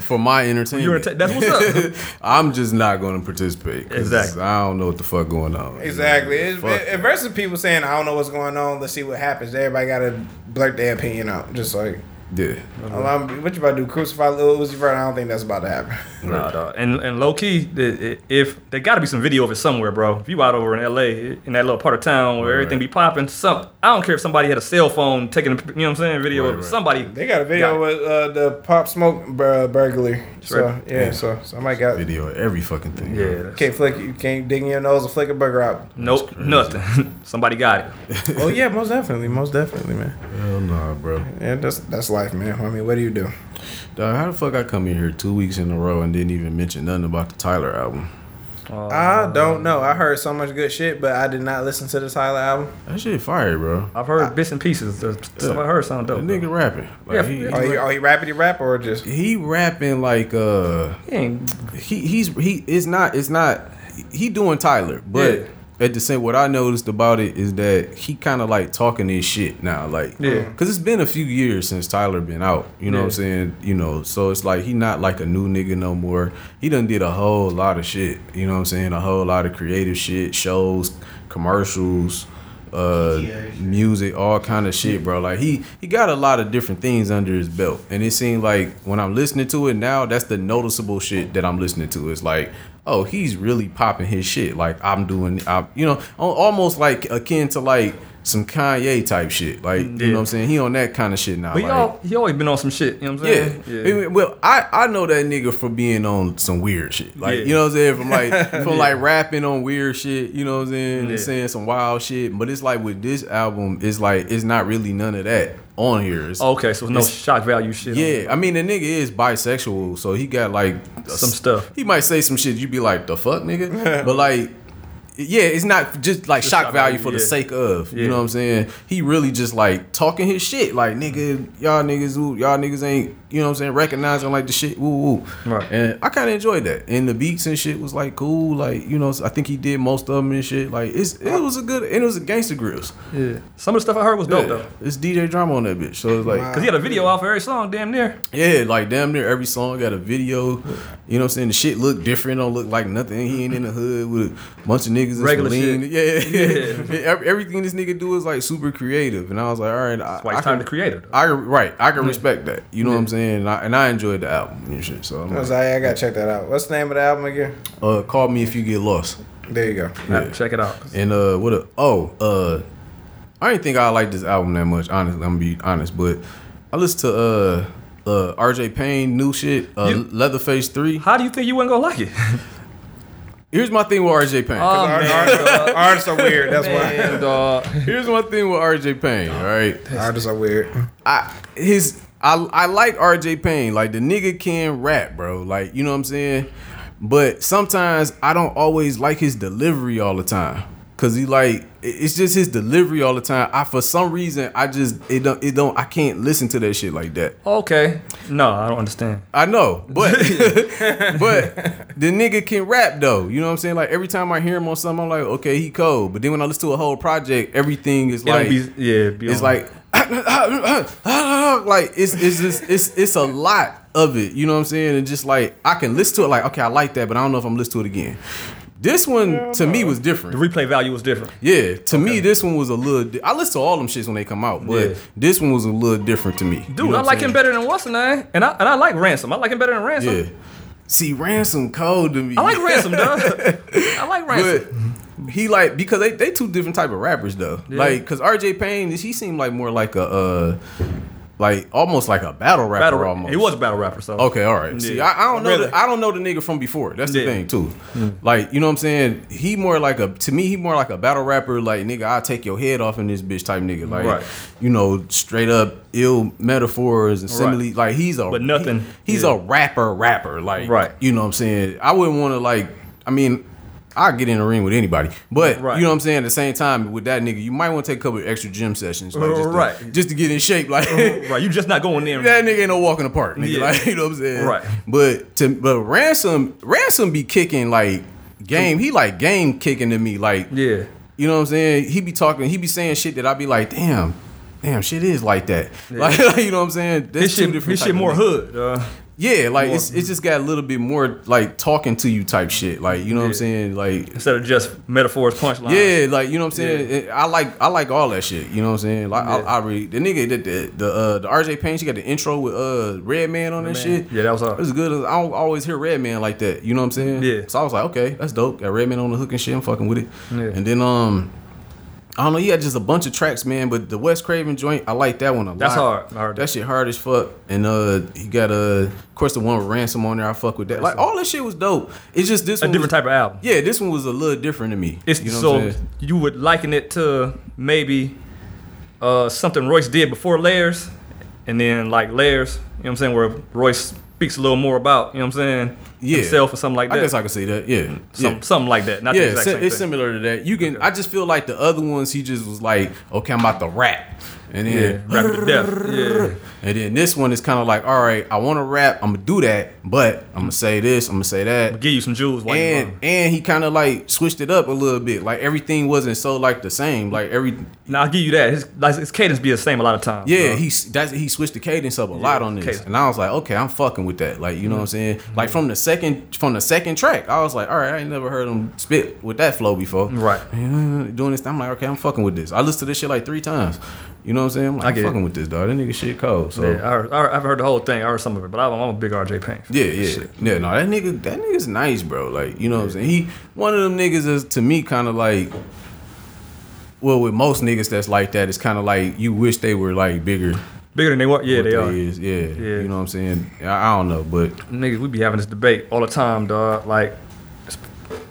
Speaker 6: for my entertainment.
Speaker 4: You're a te- that's what's up.
Speaker 6: I'm just not going to participate. 'cause
Speaker 4: Exactly.
Speaker 6: I don't know what the fuck going on.
Speaker 3: Exactly. It's,
Speaker 6: Fuck
Speaker 3: it, versus people saying, I don't know what's going on. Let's see what happens. Everybody got to blurt their opinion out. Just like,
Speaker 6: Yeah.
Speaker 3: oh, I'm- what you about to do? Crucify Lil Uzi Vert? I don't think that's about to happen.
Speaker 4: Nah, dog. And and low key, i- i- if there got to be some video of it somewhere, bro. If you out over in L.A. in that little part of town where everything be popping, some I don't care if somebody had a cell phone taking, a, you know what I'm saying, video. of it. Somebody
Speaker 3: They got a video
Speaker 4: Got
Speaker 3: with uh, the Pop Smoke bur- burglary. So
Speaker 4: Sure.
Speaker 3: yeah, so somebody got
Speaker 6: Video, every fucking thing.
Speaker 4: Yeah. that's-
Speaker 3: can't flick you can't dig in your nose and flick a burger out.
Speaker 4: Nope. Nothing. somebody got it.
Speaker 3: oh yeah, most definitely, most definitely, man.
Speaker 6: Hell nah, bro.
Speaker 3: Yeah, that's that's life, man. I mean, what do you do?
Speaker 6: Dog, how the fuck I come in here two weeks in a row and didn't even mention nothing about the Tyler album?
Speaker 3: I don't know. I heard so much good shit, but I did not listen to the Tyler album.
Speaker 6: That shit fire, bro.
Speaker 4: I've heard bits and pieces. There's- Some I heard sound
Speaker 6: That
Speaker 4: dope.
Speaker 6: nigga rapping. Like,
Speaker 4: Yeah,
Speaker 6: he,
Speaker 4: yeah.
Speaker 3: Oh, he, oh, he rappity rap or just
Speaker 6: he rapping like uh
Speaker 4: He ain't-
Speaker 6: he he's he it's not it's not he doing Tyler, but
Speaker 4: Yeah.
Speaker 6: at the same what I noticed about it is that he kind of like talking his shit now, like
Speaker 4: Yeah.
Speaker 6: because it's been a few years since Tyler been out. You know what I'm
Speaker 4: Yeah.
Speaker 6: saying? You know, so it's like he not like a new nigga no more. He done did a whole lot of shit. You know what I'm saying? A whole lot of creative shit, shows, commercials. Uh,
Speaker 7: Yeah.
Speaker 6: music, all kind of shit, bro. Like he he got a lot of different things under his belt, and it seemed like when I'm listening to it now, that's the noticeable shit that I'm listening to. It's like, oh, he's really popping his shit. Like I'm doing, I you know, al- almost like akin to like some Kanye type shit. Like you know what I'm saying? He on that kind of shit now.
Speaker 4: But
Speaker 6: like,
Speaker 4: y'all, he always been on some shit. You know what I'm
Speaker 6: yeah.
Speaker 4: saying?
Speaker 6: Anyway, Well, I, I know that nigga for being on some weird shit. Like
Speaker 4: Yeah.
Speaker 6: you know what I'm saying? From like from like rapping on weird shit, you know what I'm saying? And
Speaker 4: Yeah.
Speaker 6: saying some wild shit. But it's like with this album, it's like it's not really none of that on here. It's,
Speaker 4: Okay, so no
Speaker 6: It's-
Speaker 4: shock value shit. on it.
Speaker 6: Yeah, I mean the nigga is bisexual, so he got like a
Speaker 4: Some
Speaker 6: s-
Speaker 4: stuff.
Speaker 6: He might say some shit you'd be like, "The fuck, nigga," but like, yeah, it's not just like shock
Speaker 4: shock
Speaker 6: value
Speaker 4: value,
Speaker 6: for the
Speaker 4: yeah.
Speaker 6: sake of. You
Speaker 4: Yeah.
Speaker 6: know what I'm saying? He really just like talking his shit, like nigga, y'all niggas, who y'all niggas ain't, you know what I'm saying? Recognizing like the shit, woo woo.
Speaker 4: Right.
Speaker 6: And I kind of enjoyed that, and the beats and shit was like cool, like you know, I think he did most of them and shit. Like it's it was a good, and it was a gangster grills.
Speaker 4: Yeah. Some of the stuff I heard was dope though.
Speaker 6: It's DJ drama on that bitch, so it's like.
Speaker 4: Cause he had a video off every song, damn near.
Speaker 6: Yeah, like damn near every song got a video. You know what I'm saying? The shit look different, don't look like nothing. He ain't in the hood with a bunch of niggas. that's
Speaker 4: Regular
Speaker 6: lean.
Speaker 4: shit.
Speaker 6: Yeah, yeah. Every- Everything this nigga do is like super creative, and I was like, all right, I,
Speaker 4: Why
Speaker 6: I
Speaker 4: he's time to
Speaker 6: can,
Speaker 4: create it.
Speaker 6: I can- right, I can respect that. You know what I'm saying? And I, and I enjoyed the album and shit. So I'm
Speaker 3: I was
Speaker 6: like,
Speaker 3: like, I gotta check that out. What's the name of the album again?
Speaker 6: uh, call me if you get lost.
Speaker 3: There you go.
Speaker 4: Nah, Check it out.
Speaker 6: And uh, what? A, oh, uh, I didn't think I liked this album that much. Honestly, I'm gonna be honest, but I listened to uh. Uh, RJ Payne, new shit, uh,
Speaker 4: You-
Speaker 6: Leatherface 3.
Speaker 4: How do you think you wasn't gonna like it?
Speaker 6: Here's my thing with RJ Payne.
Speaker 4: Oh,
Speaker 3: Ar-
Speaker 4: man,
Speaker 3: Artists are- artists are weird. That's why
Speaker 4: Damn, dog.
Speaker 6: Here's my thing with RJ Payne, all right?
Speaker 3: artists are weird.
Speaker 6: I his I I like RJ Payne. Like the nigga can rap, bro. Like, you know what I'm saying? But sometimes I don't always like his delivery all the time. Cause he like it- it's just his delivery all the time. I for some reason I just it don't it don't I can't listen to that shit like that.
Speaker 4: Okay. No, I don't understand.
Speaker 6: I know, but but the nigga can rap though. You know what I'm saying? Like every time I hear him on something, I'm like, okay, he cold. But then when I listen to a whole project, everything is
Speaker 4: It don't
Speaker 6: like,
Speaker 4: be, yeah, be
Speaker 6: it's
Speaker 4: on.
Speaker 6: like, like it's it's just it's it's a lot of it. You know what I'm saying? And just like I can listen to it, like okay, I like that, but I don't know if I'm listening to it again. This one to me was different.
Speaker 4: the replay value was different.
Speaker 6: Yeah, to me, this one was a little. Di- I listen to all them shits when they come out, but
Speaker 4: Yeah.
Speaker 6: this one was a little different to me. You
Speaker 4: Dude, I
Speaker 6: know what
Speaker 4: like
Speaker 6: I'm saying?
Speaker 4: him better than what's the name, and I and I like Ransom. I like him better than Ransom.
Speaker 6: Yeah. See, ransom cold to me.
Speaker 4: I like Ransom, dog. I like Ransom.
Speaker 6: but he like because they they two different type of rappers though.
Speaker 4: Yeah.
Speaker 6: Like because RJ Payne, he seemed like more like a uh, like almost like a battle rapper
Speaker 4: battle rapper.
Speaker 6: almost.
Speaker 4: He was a battle rapper, so
Speaker 6: Okay, all right. See,
Speaker 4: Yeah.
Speaker 6: I, I don't know.
Speaker 4: Really.
Speaker 6: The, I don't know the nigga from before. That's the
Speaker 4: Yeah. Hmm.
Speaker 6: thing too. Like you know what I'm saying. He more like a to me. He more like a battle rapper. Like nigga, I will take your head off in this bitch type nigga. Like
Speaker 4: Right.
Speaker 6: you know, straight up ill metaphors and similes. Like he's a
Speaker 4: But nothing-
Speaker 6: he- he's
Speaker 4: yeah.
Speaker 6: a rapper rapper. Like
Speaker 4: Right.
Speaker 6: You know what I'm saying. I wouldn't want to like. I mean. I get in the ring with anybody, but
Speaker 4: Right.
Speaker 6: you know what I'm saying. At the same time, with that nigga, you might want to take a couple of extra gym sessions, like, just, to,
Speaker 4: Right.
Speaker 6: just to get in shape. Like,
Speaker 4: right, you just not going in.
Speaker 6: that nigga ain't no walking apart, nigga.
Speaker 4: Yeah.
Speaker 6: Like, you know what I'm saying?
Speaker 4: Right.
Speaker 6: But to but ransom ransom be kicking like game. He like game kicking to me. Like
Speaker 4: Yeah,
Speaker 6: you know what I'm saying? He be talking. He be saying shit that I be like, damn, damn, shit is like that. Like, you know what I'm saying? That's
Speaker 4: this
Speaker 6: two
Speaker 4: shit, this
Speaker 6: type
Speaker 4: shit
Speaker 6: of
Speaker 4: more
Speaker 6: niggas.
Speaker 4: hood. Uh,
Speaker 6: Yeah, like it's it's just got a little bit more like talking to you type shit. Like you know what I'm
Speaker 4: Yeah.
Speaker 6: saying? Like.
Speaker 4: instead of just metaphors, punchlines.
Speaker 6: Yeah, like you know what I'm saying. It- I like I like all that shit. You know what I'm saying. Like I, I really the nigga did the the uh, the RJ Payne. She got the intro with uh Redman on that shit.
Speaker 4: Yeah, that was
Speaker 6: It was
Speaker 4: all.
Speaker 6: good. I don't always hear Redman like that. You know what I'm saying?
Speaker 4: Yeah.
Speaker 6: So I was like, okay, that's dope. Got Redman on the hook and shit. I'm fucking with it.
Speaker 4: Yeah.
Speaker 6: And then um, I don't know. You had just a bunch of tracks, man. But the West Craven joint, I like that one a
Speaker 4: That's
Speaker 6: lot.
Speaker 4: hard. I heard
Speaker 6: That shit hard as fuck. And uh, he got uh, of course the one with Ransom on there. I fuck with that. Like all that shit was dope. It's just this
Speaker 4: A
Speaker 6: one
Speaker 4: different
Speaker 6: was-
Speaker 4: type of album.
Speaker 6: Yeah, this one was a little different to me.
Speaker 4: It's
Speaker 6: you know what I'm
Speaker 4: so
Speaker 6: saying?
Speaker 4: you would liken it to maybe uh, something Royce did before Layers, and then like Layers, you know what I'm saying, where Royce speaks a little more about, you know what I'm saying,
Speaker 6: Yeah.
Speaker 4: himself or something like that.
Speaker 6: I guess I can see that. Yeah.
Speaker 4: Some,
Speaker 6: yeah.
Speaker 4: Something like that. Not the
Speaker 6: Yeah,
Speaker 4: exact
Speaker 6: si-
Speaker 4: same
Speaker 6: it's
Speaker 4: thing.
Speaker 6: similar to that. You can. I just feel like the other ones, he just was like, "Okay, I'm about to rap," and then
Speaker 4: Yeah, rap it to death.
Speaker 6: And then this one is kind of like, all right, I want to rap, I'm gonna do that, but I'm gonna say this, I'm gonna say
Speaker 4: Yeah,
Speaker 6: that.
Speaker 4: give you some jewels while you
Speaker 6: And
Speaker 4: run.
Speaker 6: and he kind of like switched it up a little bit. Like everything wasn't so like the same. Like every
Speaker 4: Now I'll give you that. His, like, his cadence be the same a lot of times.
Speaker 6: yeah,
Speaker 4: bro.
Speaker 6: he that's he switched the cadence up a lot on this.
Speaker 4: cadence.
Speaker 6: And I was like, okay, I'm fucking with that. Like you know what I'm saying? Like from the second from the second track, I was like, all right, I ain't never heard him spit with that flow before. uh,
Speaker 4: right.
Speaker 6: Doing this, I'm like, okay, I'm fucking with this. I listened to this shit like three times. You know what I'm saying? I'm like,
Speaker 4: I
Speaker 6: I am
Speaker 4: get it.
Speaker 6: fucking with this, dog. That nigga shit cold. So
Speaker 4: Yeah, I heard, I heard- I've heard the whole thing. I heard some of it, but I'm, I'm a big RJ Payne. fan.
Speaker 6: Yeah, yeah, yeah. No, that nigga, that nigga's nice, bro. Like, you know what I'm saying? He one of them niggas is to me kind of like. Well, with most niggas that's like that, it's kind of like you wish they were like bigger.
Speaker 4: Bigger than they were. Yeah,
Speaker 6: what
Speaker 4: they are.
Speaker 6: Is. Yeah,
Speaker 4: Yeah.
Speaker 6: you know what I'm saying. I, I don't know, but
Speaker 4: Niggas, we be having this debate all the time, dog. Like, it's-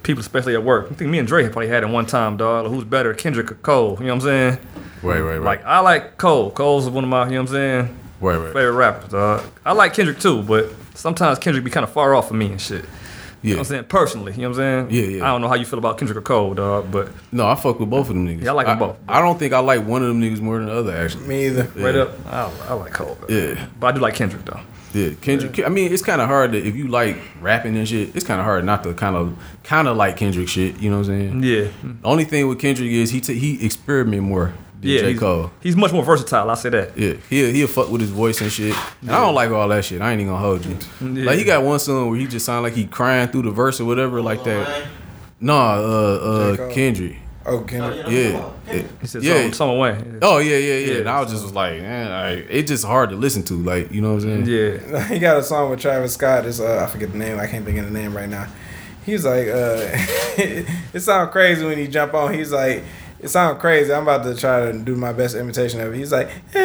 Speaker 4: people, especially at work. I think me and Dre probably had it one time, dog. Like, who's better, Kendrick or Cole? You know what I'm saying?
Speaker 6: right, right, right,
Speaker 4: Like, I like Cole. Cole's one of my, you know what I'm saying,
Speaker 6: right, right.
Speaker 4: favorite rappers, dog. I like Kendrick too, but sometimes Kendrick be kind of far off for me and shit. You know
Speaker 6: Yeah,
Speaker 4: what I'm saying? Personally, you know what I'm saying?
Speaker 6: Yeah, yeah.
Speaker 4: I don't know how you feel about Kendrick or Cole, dog, but
Speaker 6: no, I fuck with both of them niggas.
Speaker 4: Yeah, I like 'em both.
Speaker 6: I don't think I like one of them niggas more than the other. Actually,
Speaker 3: Me either.
Speaker 4: right up, I, I like Cole. bro.
Speaker 6: yeah,
Speaker 4: But I do like Kendrick, though.
Speaker 6: yeah. Kendrick. I mean, it's kind of hard to if you like rapping and shit. It's kind of hard not to kind of kind of like Kendrick shit. You know what I'm saying?
Speaker 4: Yeah.
Speaker 6: The only thing with Kendrick is he t- he experiment more than
Speaker 4: Yeah,
Speaker 6: J.
Speaker 4: he's,
Speaker 6: Cole.
Speaker 4: he's much more versatile. I'll say that.
Speaker 6: Yeah, he'll, he'll fuck with his voice and shit. And I don't like all that shit. I ain't even gonna hold you.
Speaker 4: Yeah.
Speaker 6: Like, he got one song where he just sound like he crying through the verse or whatever like that. Nah, uh,
Speaker 3: J.
Speaker 6: uh,
Speaker 3: Cole.
Speaker 6: Kendrick.
Speaker 3: Oh, Kendrick.
Speaker 6: Yeah.
Speaker 4: He said
Speaker 6: Yeah.
Speaker 4: yeah. Summer Wayne.
Speaker 6: Oh, yeah, yeah, yeah.
Speaker 4: Yeah.
Speaker 6: And I was just was like, man, like, it's just hard to listen to. Like, you know what I'm saying?
Speaker 4: Yeah.
Speaker 3: he got a song with Travis Scott. It's uh, I forget the name. I can't think of the name right now. He's like, uh, it sounds crazy when you jump on. He's like, it sounds crazy. I'm about to try to do my best imitation of it. He's like, I'm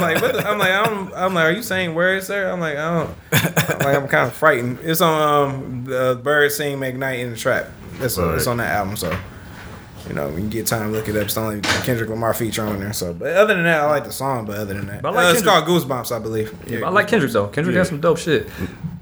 Speaker 3: like, what the, I'm like, I'm, I'm like, are you saying words, sir? I'm like, I don't. I'm like, I'm kind of frightened. It's on um, the Bird Sing McKnight in the Trap. That's it's on that album. So. You know, when you get time, look it up. It's the only Kendrick Lamar feature on there. So, but other than that, I like the song. But other than that,
Speaker 4: But I like
Speaker 3: Uh, it's
Speaker 4: Kendrick.
Speaker 3: called Goosebumps, I believe.
Speaker 4: I like Kendrick though. Kendrick has some dope shit. To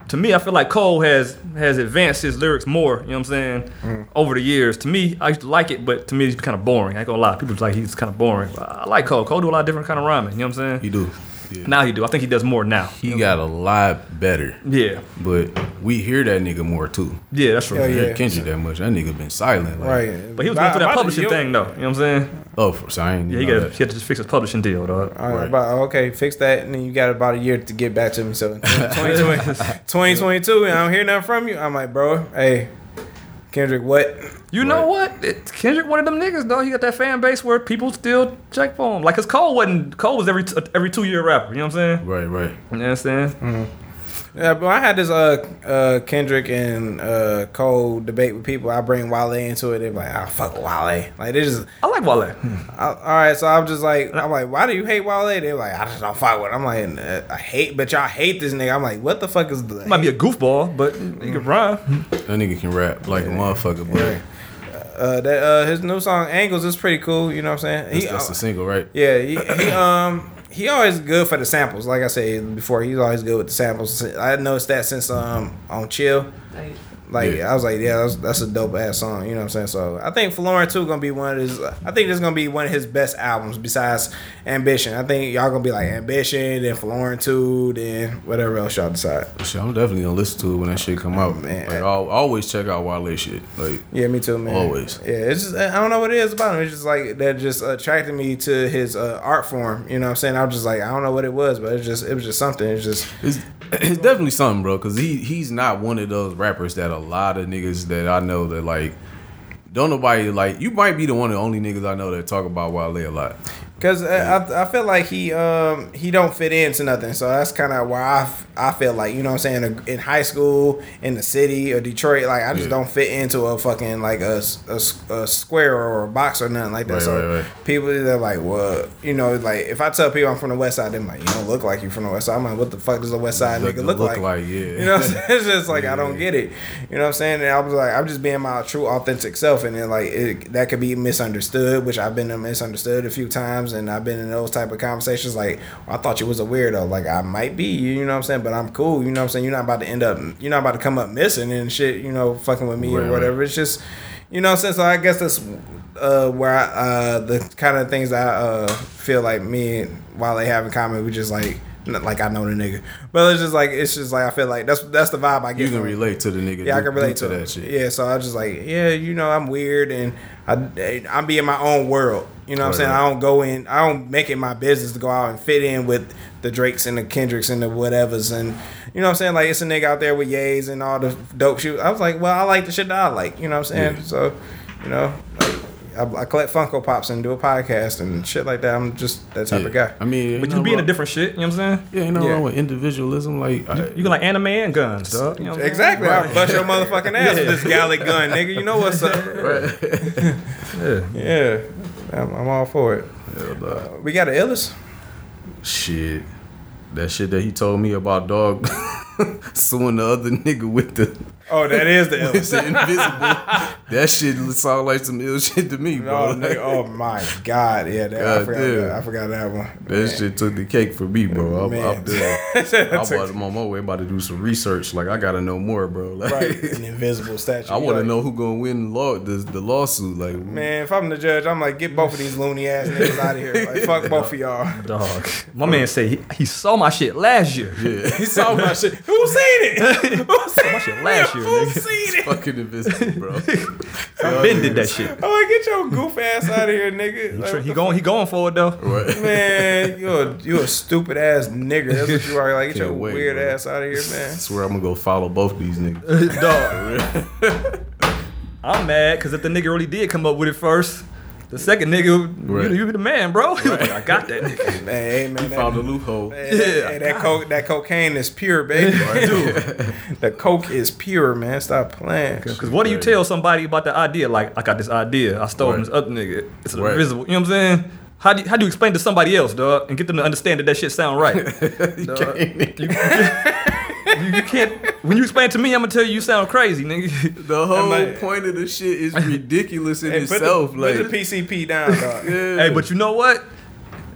Speaker 4: to me, I feel like Cole has has advanced his lyrics more. You know what I'm saying?
Speaker 6: Mm.
Speaker 4: Over the years, to me, I used to like it, but to me, he's kind of boring. I ain't gonna lie, people was like he's kind of boring. But I like Cole. Cole do a lot of different kind of rhyming. You know what I'm saying?
Speaker 6: He do. Yeah.
Speaker 4: Now he do. I think he does more now.
Speaker 6: He got a lot better,
Speaker 4: Yeah,
Speaker 6: but we hear that nigga more too.
Speaker 4: yeah, that's right.
Speaker 3: Hell
Speaker 6: Yeah.
Speaker 3: Oh, yeah.
Speaker 6: Kendrick that much. That nigga been silent. Like,
Speaker 3: Right.
Speaker 4: But he was going through
Speaker 3: About-
Speaker 4: that
Speaker 3: about
Speaker 4: publishing
Speaker 3: you-
Speaker 4: thing though. You know what I'm saying?
Speaker 6: Oh, for, so I ain't.
Speaker 4: Yeah, he got he had to just fix his publishing deal, dog.
Speaker 3: All right, about- okay, fix that, and then you got about a year to get back to me. So 2020 2022, and I don't hear nothing from you. I'm like, bro, hey, Kendrick, what?
Speaker 4: You know what? It, Kendrick, one of them niggas, though. He got that fan base where people still check for him. Like, his Cole wasn't. Cole was every t- every two year rapper. You know what I'm saying?
Speaker 6: Right, right.
Speaker 4: You know what I'm saying?
Speaker 6: Mm.
Speaker 3: Yeah, but I had this uh, uh Kendrick and uh Cole debate with people. I bring Wale into it. They're like, ah, fuck Wale. Like they just,
Speaker 4: I like Wale.
Speaker 3: I, all right. So I'm just like, I'm like, why do you hate Wale? They're like, I just don't fuck with. Him. I'm like, "Uh, I hate, but y'all hate this nigga. I'm like, what the fuck is the?
Speaker 4: Might be a goofball, but he can rhyme.
Speaker 6: That nigga can rap like a motherfucker, but
Speaker 3: uh, that uh his new song Angles is pretty cool. You know what I'm saying?
Speaker 6: that's,
Speaker 3: He- uh,
Speaker 6: that's the single, right?
Speaker 3: Yeah, he, he um he always good for the samples. Like I said before, he's always good with the samples. I noticed that since um on Chill. Like
Speaker 6: Yeah.
Speaker 3: I was like, yeah, that's, that's a dope ass song. You know what I'm saying? So I think Florent too gonna be one of his. I think this gonna be one of his best albums besides Ambition. I think y'all gonna be like Ambition, then Florent too, then whatever else y'all decide.
Speaker 6: Shit, I'm definitely gonna listen to it when that shit come out.
Speaker 3: man.
Speaker 6: Like, I'll, always check out Wale shit. Like,
Speaker 3: Yeah, me too, man.
Speaker 6: Always.
Speaker 3: Yeah, it's just I don't know what it is about him. It's just like that just attracted me to his uh, art form. You know what I'm saying? I was just like I don't know what it was, but it's just it was just something. It's just
Speaker 6: it's, it's definitely something, bro. Cause he he's not one of those rappers that a lot of niggas that I know that like. Don't nobody like you. Might be the one of the only niggas I know that talk about Wale a lot.
Speaker 3: Cause uh, I, I I feel like he um he don't fit into nothing, so that's kind of why I, f- I feel like you know what I'm saying in high school in the city or Detroit like I just
Speaker 6: Yeah.
Speaker 3: don't fit into a fucking like a, s- a s- a square or a box or nothing like that.
Speaker 6: Right,
Speaker 3: so
Speaker 6: right, right.
Speaker 3: people they're like, well, you know, like if I tell people I'm from the West Side, they're like, you don't look like you from the West Side. I'm like, what the fuck does a West Side
Speaker 6: Look-
Speaker 3: nigga look,
Speaker 6: look
Speaker 3: like?
Speaker 6: like, yeah.
Speaker 3: You know, what I'm saying? it's just like I don't get it. You know what I'm saying? And I was like, I'm just being my true authentic self, and then like it, that could be misunderstood, which I've been misunderstood a few times, and I've been in those type of conversations. Like I thought you was a weirdo. Like I might be, you know what I'm saying? But I'm cool. You know what I'm saying? You're not about to end up. You're not about to come up missing and shit. You know, fucking with me
Speaker 6: Right,
Speaker 3: or
Speaker 6: right.
Speaker 3: whatever. It's just, you know, what I'm saying. So I guess that's uh, where I, uh, the kind of things I uh, feel like me and Wale have in common. We just like. Not like I know the nigga, but it's just like it's just like I feel like that's that's the vibe I get.
Speaker 6: You can
Speaker 3: from it.
Speaker 6: relate to the nigga.
Speaker 3: Yeah, I
Speaker 6: due-
Speaker 3: can relate
Speaker 6: due
Speaker 3: to
Speaker 6: that shit.
Speaker 3: Yeah, so I was just like, yeah, you know, I'm weird and I, I'm being my own world. You know what I'm
Speaker 6: Right,
Speaker 3: saying?
Speaker 6: right.
Speaker 3: I don't go in, I don't make it my business to go out and fit in with the Drakes and the Kendricks and the whatevers. And you know what I'm saying? Like, it's a nigga out there with yays and all the dope shoes. I was like, well, I like the shit that I like. You know what I'm saying?
Speaker 6: Yeah.
Speaker 3: So, you know, like, I, I collect Funko Pops and do a podcast and shit like that. I'm just that type
Speaker 6: Yeah.
Speaker 3: of guy.
Speaker 6: I mean,
Speaker 4: But you
Speaker 6: ain't nothing
Speaker 4: be in a
Speaker 6: wrong-
Speaker 4: different shit. You know what I'm saying?
Speaker 6: Yeah, ain't no
Speaker 3: Yeah.
Speaker 6: wrong with individualism. Like, I,
Speaker 4: You can like anime and guns, dog. You know what I'm saying?
Speaker 3: Exactly. I'll bust your motherfucking ass with this galley gun, nigga. You know what's up. Yeah. I'm, I'm all for it. Uh, We got an illest.
Speaker 6: Shit. That shit that he told me about dog suing the other nigga with the,
Speaker 3: Oh, that is the illest.
Speaker 6: with the invisible. that shit sound like some ill shit to me, bro.
Speaker 3: Oh, nigga, oh my God! Yeah, that, I
Speaker 6: God
Speaker 3: forgot.
Speaker 6: damn.
Speaker 3: That, I forgot that one.
Speaker 6: that shit took the cake for me, bro. I'm,
Speaker 3: Man.
Speaker 6: I'm, there. I'm, about, I'm on my way about to do some research. Like I gotta know more, bro. Like
Speaker 3: Right, an invisible statue.
Speaker 6: I wanna
Speaker 3: Like,
Speaker 6: know who gonna win law the, the lawsuit. Like
Speaker 3: Man, if I'm the judge, I'm like, get both of these loony ass niggas out of here. Like, fuck both of y'all.
Speaker 4: Dog. My man say he, he saw my shit last year.
Speaker 6: yeah.
Speaker 3: Talk about shit. Who seen it? Who seen
Speaker 4: My shit last year,
Speaker 3: Who
Speaker 4: nigga.
Speaker 3: seen it?
Speaker 6: Fucking invisible, bro.
Speaker 4: Ben did that shit.
Speaker 3: I'm like, get your goof ass out of here, nigga. Like,
Speaker 4: He going he going for it though.
Speaker 6: Right.
Speaker 3: man, you a you a stupid ass nigga. That's what you are. Like, get
Speaker 6: Can't
Speaker 3: your
Speaker 6: wait,
Speaker 3: weird
Speaker 6: bro.
Speaker 3: ass out of here, man.
Speaker 6: I swear I'm gonna go follow both these niggas.
Speaker 4: I'm mad because if the nigga really did come up with it first, the second nigga,
Speaker 6: Right.
Speaker 4: you, you be the man, bro. He was like, I got that nigga.
Speaker 3: Man, hey, man, that,
Speaker 6: Found a loophole.
Speaker 3: hey, that- hey, that, co- that cocaine is pure, baby. the coke is pure, man. Stop playing.
Speaker 4: Because what do you tell somebody about the idea? Like, I got this idea. I stole from this other nigga. It's
Speaker 6: Right.
Speaker 4: invisible. You know what I'm saying? How do, you, how do you explain to somebody else, dog, and get them to understand that that shit sound right? Dog. you, you can't. When you explain to me, I'm gonna tell you you sound crazy, nigga.
Speaker 6: The whole
Speaker 3: like-
Speaker 6: point of the shit is ridiculous in
Speaker 3: Hey, put the-
Speaker 6: itself.
Speaker 3: put
Speaker 6: like,
Speaker 3: the PCP down, dog.
Speaker 6: yeah.
Speaker 4: hey, but you know what?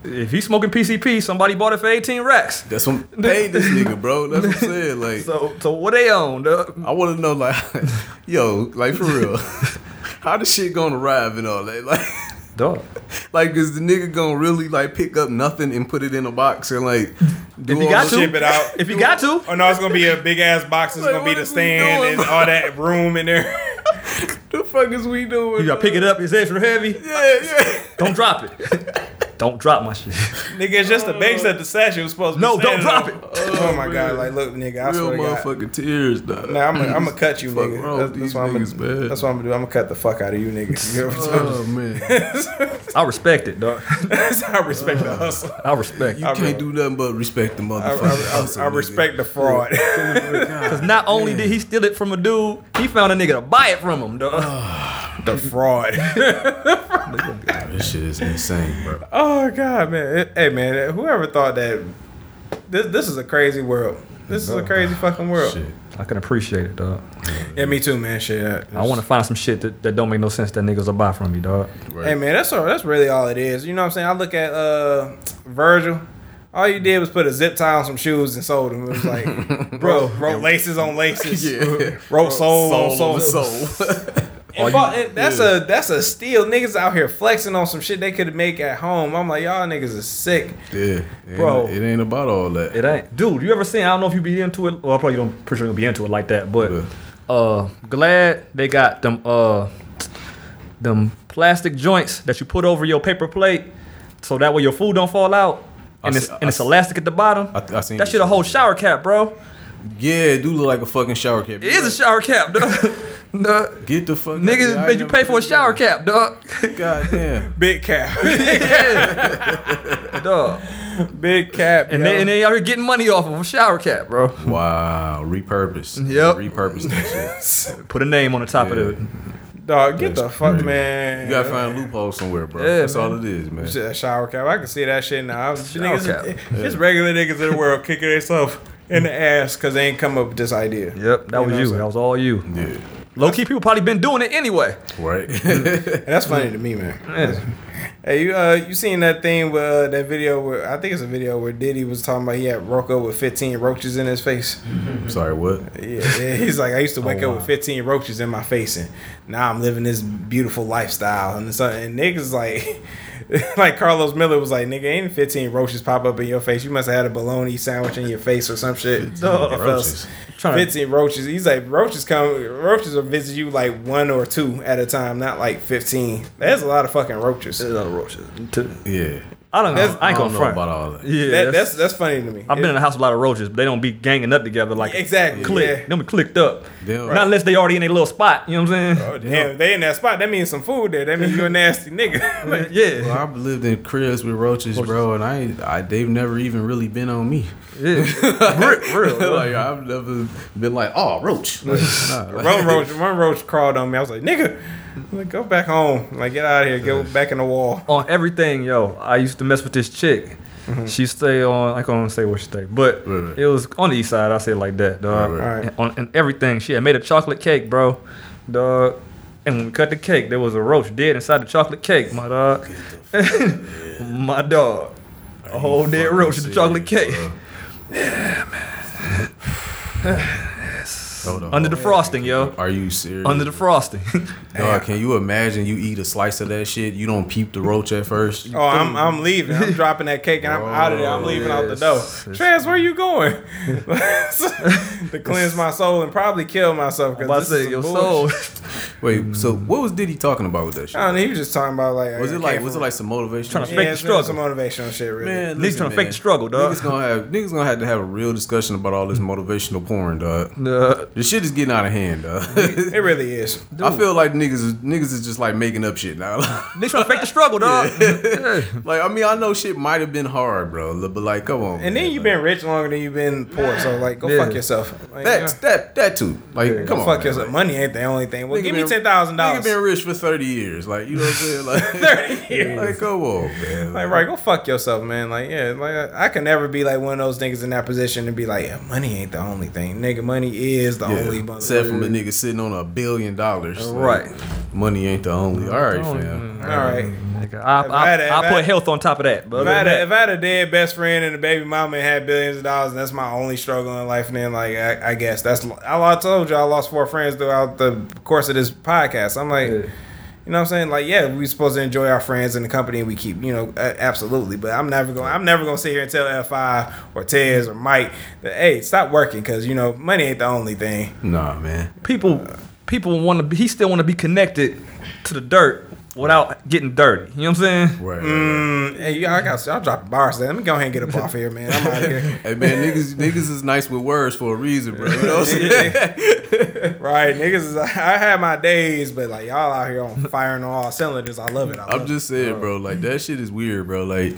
Speaker 4: If he's smoking PCP, somebody bought it for 18 racks.
Speaker 6: That's what paid this nigga, bro. That's what I'm saying. Like,
Speaker 4: So, so what they own? dawg?
Speaker 6: I want to know, like, yo, like for real, how the shit gonna arrive and all that? Like,
Speaker 4: Dog.
Speaker 6: like is the nigga gonna really like pick up nothing and put it in a box and like do
Speaker 4: If you
Speaker 6: all
Speaker 4: got to,
Speaker 6: the-
Speaker 3: Ship it out.
Speaker 4: If you got to,
Speaker 3: Oh no, it's gonna be a big ass box. It's
Speaker 6: Like,
Speaker 3: gonna be
Speaker 6: what
Speaker 3: the
Speaker 6: is we
Speaker 3: stand
Speaker 6: doing,
Speaker 3: and
Speaker 6: bro?
Speaker 3: all that room in there.
Speaker 6: The fuck is we doing?
Speaker 4: you gotta pick it up. It's extra heavy.
Speaker 6: Yeah, yeah.
Speaker 4: Don't drop it. Don't drop my shit.
Speaker 3: nigga, it's just the base of the session was supposed to
Speaker 4: No,
Speaker 3: be.
Speaker 4: don't
Speaker 3: standing
Speaker 4: drop
Speaker 3: on.
Speaker 4: it.
Speaker 3: Oh, my god, like look, nigga, I
Speaker 6: Real
Speaker 3: swear to God.
Speaker 6: motherfucking tears, though.
Speaker 3: Nah, I'm gonna I'm cut you,
Speaker 6: Fuck
Speaker 3: nigga.
Speaker 6: wrong
Speaker 3: That's,
Speaker 6: with
Speaker 3: that's
Speaker 6: these
Speaker 3: what I'm
Speaker 6: niggas, man.
Speaker 3: gonna, that's what I'm gonna do. I'm gonna cut the fuck out of you, niggas. You know what I'm
Speaker 6: Oh man,
Speaker 4: I respect it, dog.
Speaker 3: saying? I respect the hustle.
Speaker 4: I respect
Speaker 6: you
Speaker 4: it.
Speaker 6: can't do nothing but respect the
Speaker 3: I, I,
Speaker 6: motherfucker.
Speaker 3: I- I respect the fraud.
Speaker 4: Cause not only did he steal it from a dude, he found a nigga to buy it from him, dog.
Speaker 3: the fraud.
Speaker 6: This shit is insane, bro.
Speaker 3: Oh god, man. Hey man, whoever thought that this this is a crazy world. This is a crazy fucking world.
Speaker 6: Shit.
Speaker 4: I can appreciate it, dog.
Speaker 3: Yeah, me too, man. Shit.
Speaker 4: I want to find some shit that, that don't make no sense that niggas will buy from you, dog.
Speaker 3: Hey man, that's all, that's really all it is. You know what I'm saying? I look at uh Virgil. All you did was put a zip tie on some shoes and sold them. It was like, bro, wrote laces on laces,
Speaker 6: Yeah.
Speaker 3: wrote soul, on soul.
Speaker 6: soul.
Speaker 3: And fuck, and that's a that's a steal. Niggas out here flexing on some shit they could make at home. I'm like, y'all niggas is sick.
Speaker 6: yeah,
Speaker 4: Bro.
Speaker 6: bro. It ain't about all that.
Speaker 4: It ain't, dude. You ever seen? I don't know if you be into it. Well, I probably don't. Pretty sure you gonna be into it like that. But
Speaker 6: Yeah.
Speaker 4: uh, glad they got them uh, them plastic joints that you put over your paper plate, so that way your food don't fall out. And
Speaker 6: I
Speaker 4: it's
Speaker 6: see-
Speaker 4: and
Speaker 6: I
Speaker 4: it's
Speaker 6: see-
Speaker 4: elastic at the bottom.
Speaker 6: I- I seen
Speaker 4: that
Speaker 6: this
Speaker 4: shit a
Speaker 6: shit.
Speaker 4: whole shower cap, bro.
Speaker 6: Yeah, it do look like a fucking shower cap.
Speaker 4: It is a shower cap, dog. Duh.
Speaker 6: Get the fuck.
Speaker 4: Niggas made you pay for a shower cap, dog.
Speaker 6: God damn.
Speaker 3: Big cap,
Speaker 4: dog.
Speaker 3: big cap.
Speaker 4: And
Speaker 3: yo.
Speaker 4: they, and they out here getting money off of a shower cap, bro.
Speaker 6: Wow, repurpose.
Speaker 4: Yep.
Speaker 6: repurpose that shit.
Speaker 4: Put a name on the top
Speaker 6: Yeah.
Speaker 4: of it.
Speaker 3: Dog, get the fuck, man.
Speaker 6: You gotta find a loophole somewhere, bro.
Speaker 4: Yeah,
Speaker 6: That's
Speaker 4: man.
Speaker 6: all it is, man.
Speaker 3: Shit, a shower cap. I can see that shit now. Niggas,
Speaker 4: cap.
Speaker 3: It's regular niggas in the world kicking themselves in the ass because they ain't come up with this idea.
Speaker 4: Yep, that was
Speaker 3: know
Speaker 4: you.
Speaker 3: what I'm
Speaker 4: That was all you.
Speaker 6: Yeah,
Speaker 4: Low key, people probably been doing it anyway.
Speaker 6: right.
Speaker 3: And that's funny to me, man. Hey, you uh, you seen that thing with uh, that video where I think it's a video where Diddy was talking about he had Rocco with 15 roaches in his face.
Speaker 6: I'm sorry, what?
Speaker 3: Yeah, yeah, he's like I
Speaker 4: Oh,
Speaker 3: used to wake up with 15 roaches in my face, and now I'm living this beautiful lifestyle. And so, and niggas like, like Carlos Miller was like, nigga, ain't 15 roaches pop up in your face? You must have had a bologna sandwich in your face or some shit. Dog,
Speaker 6: roaches.
Speaker 4: Tryna-
Speaker 3: 15 roaches. He's like, roaches come, roaches will visit you like one or two at a time, not like 15. That's a lot of fucking roaches. That,
Speaker 6: Yeah.
Speaker 4: I don't know. I ain't
Speaker 6: I
Speaker 4: gonna
Speaker 6: don't know
Speaker 4: front.
Speaker 6: about all that.
Speaker 4: Yeah, that's,
Speaker 3: that's that's funny to me.
Speaker 4: I've been in the house with a lot of roaches, but they don't be ganging up together like
Speaker 3: Exactly,
Speaker 4: Click,
Speaker 3: yeah.
Speaker 4: them be clicked up.
Speaker 6: They don't-
Speaker 4: Not unless they already in their little spot. You know what I'm saying?
Speaker 3: Oh, damn, they in that spot. That means some food there. That means you a nasty nigga. Like,
Speaker 4: yeah,
Speaker 6: Well, I've lived in cribs with roaches, bro, and I, I they've never even really been on me.
Speaker 4: yeah. real, real.
Speaker 6: like I've never been like, oh, roach. Like, nah, like-
Speaker 3: One roach, one roach crawled on me. I was like, nigga, I'm like, go back home. Like, get out of here. Go back in the wall.
Speaker 4: on everything, yo. I used to mess with this chick. She stay on. I can't say where she stay, but
Speaker 6: Mm-hmm. Right, right.
Speaker 4: it was on the east side. I say it like that, dog.
Speaker 6: Right,
Speaker 3: right.
Speaker 4: And on and everything, she had made a chocolate cake, bro, dog. And when we cut the cake, there was a roach dead inside the chocolate cake, my dog. my dog. A whole dead roach in the chocolate cake.
Speaker 6: Hold on.
Speaker 4: Under the frosting, yo.
Speaker 6: Are you serious?
Speaker 4: Under the frosting.
Speaker 6: Dog, can you imagine you eat a slice of that shit? You don't peep the roach at first.
Speaker 3: Oh, I'm I'm leaving. I'm dropping that cake and I'm out of there. I'm leaving out the door. Trans, where you going? to cleanse my soul and probably kill myself
Speaker 4: About to
Speaker 3: because this
Speaker 4: say
Speaker 3: is some
Speaker 4: your
Speaker 3: bullshit.
Speaker 4: soul.
Speaker 6: Wait, so what was Diddy talking about with that
Speaker 3: Mm. I
Speaker 6: shit?
Speaker 3: don't know. He was just talking about like
Speaker 6: Was
Speaker 3: I
Speaker 6: it like
Speaker 3: came
Speaker 6: was it
Speaker 3: from-
Speaker 6: like some motivational
Speaker 4: Tryna
Speaker 6: shit?
Speaker 4: fake the
Speaker 3: yeah, it's
Speaker 4: struggle?
Speaker 3: Some motivational shit, really.
Speaker 6: Man,
Speaker 4: Niggas
Speaker 6: listen,
Speaker 4: tryna fake
Speaker 6: man.
Speaker 4: the struggle, dog.
Speaker 6: Niggas gonna have niggas gonna have to have a real discussion about all
Speaker 3: Mm.
Speaker 6: this motivational porn, dog.
Speaker 4: Nah.
Speaker 6: This shit is getting out of hand, dog.
Speaker 3: It really is.
Speaker 6: I feel like niggas is niggas is just like making up shit now.
Speaker 4: Niggas trying to fake the struggle, dog.
Speaker 6: like I mean, I know shit might have been hard, bro, but like, come on.
Speaker 3: And
Speaker 6: man.
Speaker 3: then you've been rich longer than you've been poor, so like, go
Speaker 4: Yeah.
Speaker 3: fuck yourself. Like,
Speaker 6: That's that that too. Like,
Speaker 3: yeah,
Speaker 6: come
Speaker 3: go
Speaker 6: on,
Speaker 3: fuck
Speaker 6: man.
Speaker 3: yourself.
Speaker 6: Like,
Speaker 3: Money ain't the only thing. What
Speaker 6: nigga,
Speaker 3: Give me $10,000.
Speaker 6: Nigga been rich for thirty years. Like you know what I'm saying? Like thirty years. Like come on, man.
Speaker 3: Like, right, go fuck yourself, man. Like, yeah, like I, I can never be like one of those niggas in that position and be like, yeah, money ain't the only thing, nigga. Money is the only
Speaker 6: Yeah.
Speaker 3: mother-
Speaker 6: Except from a nigga sitting on a billion dollars. Like,
Speaker 3: Right.
Speaker 6: money ain't the only. All right, fam.
Speaker 3: All right.
Speaker 4: Nigga, I, I,
Speaker 3: If
Speaker 4: I,
Speaker 3: I- if I-
Speaker 4: put health on top of that. But
Speaker 3: If
Speaker 4: other
Speaker 3: I, had
Speaker 4: than
Speaker 3: a,
Speaker 4: that,
Speaker 3: if I had a dead best friend and a baby mama and had billions of dollars, and that's my only struggle in life. And then, like, I, I guess that's I told you I lost four friends throughout the course of this podcast. I'm like, you know what I'm saying? Like, yeah, we supposed to enjoy our friends and the company we keep, you know, a- absolutely. But I'm never going. to I'm never going to sit here and tell F5 or Tez or Mike that hey, stop working because you know money ain't the only thing.
Speaker 6: Nah, man.
Speaker 4: people people want to be, he still want to be connected to the dirt without getting dirty. You know what I'm saying?
Speaker 6: Right. right, right.
Speaker 3: Hey, y'all, I got y'all dropping bars. today. Let me go ahead and get up off here, man. I'm out of here.
Speaker 6: Hey man, niggas, niggas is nice with words for a reason, bro. You know what I'm saying?
Speaker 3: Right, niggas. Is, I had my days, but like y'all out here on firing on all cylinders. I love it. I love
Speaker 6: I'm just saying, bro. Like that shit is weird, bro. Like,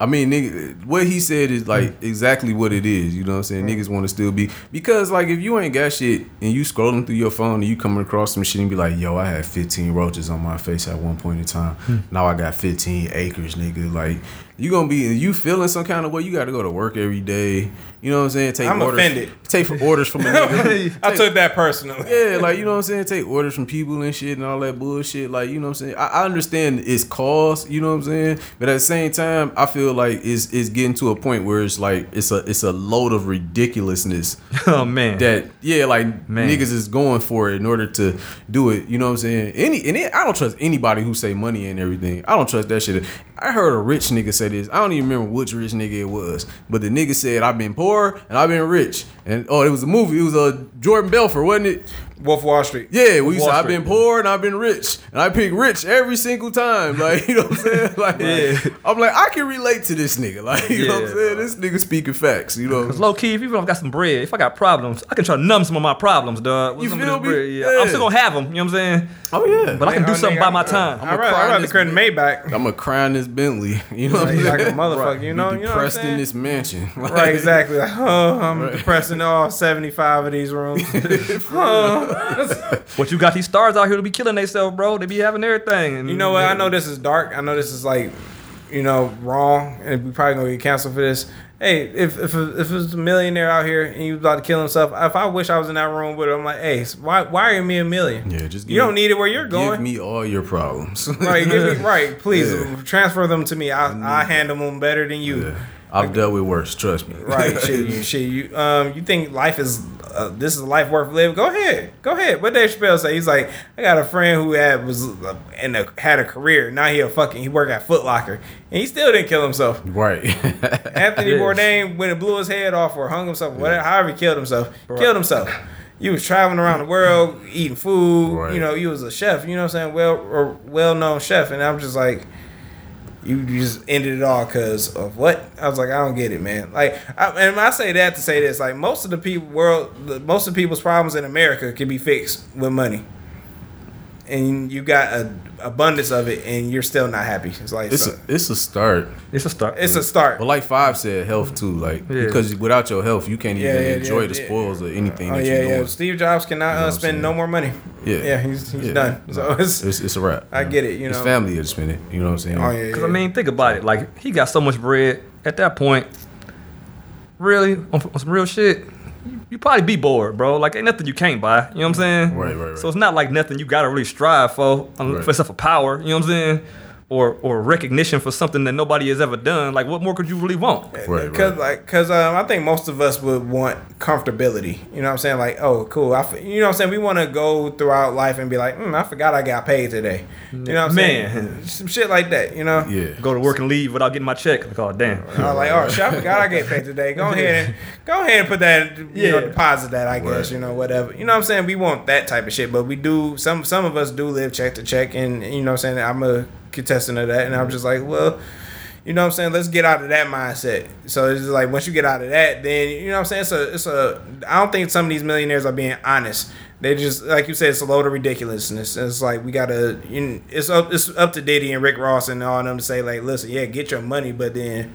Speaker 6: I mean, nigga, what he said is like exactly what it is. You know what I'm saying? Niggas want to still be because like if you ain't got shit and you scrolling through your phone and you coming across some shit and be like, yo, I had 15 roaches on my face at one point in time. Now I got 15 acres, nigga. Like. You gonna be you feeling some kind of way? You got to go to work every day. You know what I'm saying? Take
Speaker 3: I'm
Speaker 6: orders.
Speaker 3: offended.
Speaker 6: Take for orders from a nigga.
Speaker 3: it. I took that personally.
Speaker 6: Yeah, like you know what I'm saying. Take orders from people and shit and all that bullshit. Like you know what I'm saying. I, I understand its cause. You know what I'm saying. But at the same time, I feel like it's it's getting to a point where it's like it's a it's a load of ridiculousness
Speaker 4: Oh man.
Speaker 6: that yeah, like
Speaker 4: Man.
Speaker 6: niggas is going for it in order to do it. You know what I'm saying? Any and it, I don't trust anybody who say money and everything. I don't trust that shit. I heard a rich nigga say this. I don't even remember which rich nigga it was, but the nigga said I've been poor and I've been rich. And oh, it was a movie. It was a uh, Jordan Belfort, wasn't it?
Speaker 3: Wolf of Wall Street.
Speaker 6: Yeah, we used to,
Speaker 4: Wall
Speaker 6: I've been
Speaker 4: Street.
Speaker 6: poor and I've been rich, and I pick rich every single time. Like you know what I'm saying? Like I'm like I can relate to this nigga. Like you know what I'm
Speaker 4: Yeah.
Speaker 6: saying? This nigga speaking facts. You know.
Speaker 4: Cause low key, if even if I got some bread, if I got problems, I can try to numb some of my problems, dog. With
Speaker 6: You
Speaker 4: some
Speaker 6: feel
Speaker 4: of
Speaker 6: me?
Speaker 4: this bread, yeah. I'm
Speaker 6: Yeah.
Speaker 4: still gonna have them. You know what I'm saying?
Speaker 6: Oh yeah.
Speaker 4: But I can do
Speaker 3: Oh,
Speaker 4: something
Speaker 3: nigga,
Speaker 4: by
Speaker 3: I'm-
Speaker 4: my time.
Speaker 3: I'd rather,
Speaker 6: cry
Speaker 3: I'd rather
Speaker 6: this
Speaker 3: credit Maybach.
Speaker 6: I'm gonna cry in this Bentley. You know what I'm
Speaker 3: Like a
Speaker 6: saying?
Speaker 3: motherfucker, you know,
Speaker 6: Be
Speaker 3: you know what I'm
Speaker 6: depressed in
Speaker 3: saying?
Speaker 6: this mansion. Like,
Speaker 3: Right, exactly. Like, oh, I'm depressing all 75 of these rooms.
Speaker 4: What you got these stars out here to be killing themselves, bro? They be having everything. And
Speaker 3: You know what? I know this is dark. I know this is like, you know, wrong, and we probably gonna get canceled for this. Hey, if if if it's a millionaire out here and you about to kill himself, if I wish I was in that room with him, I'm like, hey, why why are me a million?
Speaker 6: Yeah, just
Speaker 3: you
Speaker 6: give-
Speaker 3: don't need it where you're
Speaker 6: Give
Speaker 3: going.
Speaker 6: me all your problems.
Speaker 3: right, give me, right. Please
Speaker 6: Yeah. Mm.
Speaker 3: transfer them to me. I I handle them better than you.
Speaker 6: Yeah. I've dealt with worse. Trust me.
Speaker 3: Right, shit, you, shit, you, um, you think life is, uh, this is a life worth living? Go ahead, go ahead. What Dave Chappelle say? He's like, I got a friend who had was uh, in a, had a career. Now he a fucking he worked at Foot Locker, and he still didn't kill himself.
Speaker 6: Right.
Speaker 3: Anthony
Speaker 4: Yeah.
Speaker 3: Bourdain, when it blew his head off or hung himself, whatever, however he killed himself, killed himself. You was traveling around the world eating food.
Speaker 6: Right.
Speaker 3: You know, you was a chef. You know what I'm saying? Well, or well known chef, and I'm just like. You you just ended it all because of what? I was like, I don't get it, man. Like, I, and I say that to say this: like, most of the people, world, the, most of people's problems in America can be fixed with money, and you got a abundance of it, and you're still not happy. It's like
Speaker 6: it's
Speaker 3: it's,
Speaker 6: a, it's a start.
Speaker 4: it's a star.
Speaker 3: a, it's a start.
Speaker 6: But like Five said, health too. Like
Speaker 4: Yeah.
Speaker 6: because without your health, you can't
Speaker 3: Yeah,
Speaker 6: even
Speaker 3: yeah,
Speaker 6: enjoy
Speaker 3: yeah,
Speaker 6: the
Speaker 3: yeah.
Speaker 6: spoils or anything
Speaker 3: Oh
Speaker 6: that
Speaker 3: yeah,
Speaker 6: you're
Speaker 3: yeah.
Speaker 6: doing.
Speaker 3: Steve Jobs cannot
Speaker 6: what
Speaker 3: uh,
Speaker 6: I'm
Speaker 3: spend
Speaker 6: saying?
Speaker 3: no more money.
Speaker 6: Yeah.
Speaker 3: yeah, he's he's
Speaker 6: Yeah.
Speaker 3: done. So it's,
Speaker 6: It's, it's a wrap.
Speaker 3: I get it, you
Speaker 6: His
Speaker 3: know.
Speaker 6: family is spending. You know what I'm saying?
Speaker 3: oh yeah,
Speaker 4: Because
Speaker 3: yeah.
Speaker 4: I mean, think about it. Like he got so much bread at that point. Really, on, on some real shit, you, you probably be bored, bro. Like ain't nothing you can't buy. You know what I'm saying?
Speaker 6: Right, right, right.
Speaker 4: So it's not like nothing you gotta really strive for, um,
Speaker 6: Right.
Speaker 4: for stuff for power. You know what I'm saying? Or or recognition for something that nobody has ever done. Like what more could you really want?
Speaker 6: Right,
Speaker 3: Cause
Speaker 6: right.
Speaker 3: like, cause um, I think most of us would want comfortability. You know what I'm saying? Like, oh, cool. I, f- you know what I'm saying? We want to go throughout life and be like, mm, I forgot I got paid today. You know what I'm saying?
Speaker 4: Man.
Speaker 3: Some shit like that. You know?
Speaker 6: yeah.
Speaker 4: Go to work and leave without getting my check. Like oh damn.
Speaker 3: I was like, oh shit, I forgot I get paid today. Go ahead and go ahead and put that you
Speaker 4: Yeah.
Speaker 3: know, deposit that I guess,
Speaker 6: Right.
Speaker 3: you know, whatever. You know what I'm saying? We want that type of shit, but we do some some of us do live check to check and you know what I'm saying, I'm a contestant of that and I'm just like, well, you know what I'm saying? Let's get out of that mindset. So it's just like once you get out of that, then you know what I'm saying? It's a it's a I don't think some of these millionaires are being honest. They just like you said, it's a load of ridiculousness. It's like we gotta. You, it's up. It's up to Diddy and Rick Ross and all them to say like, listen, yeah, get your money, but then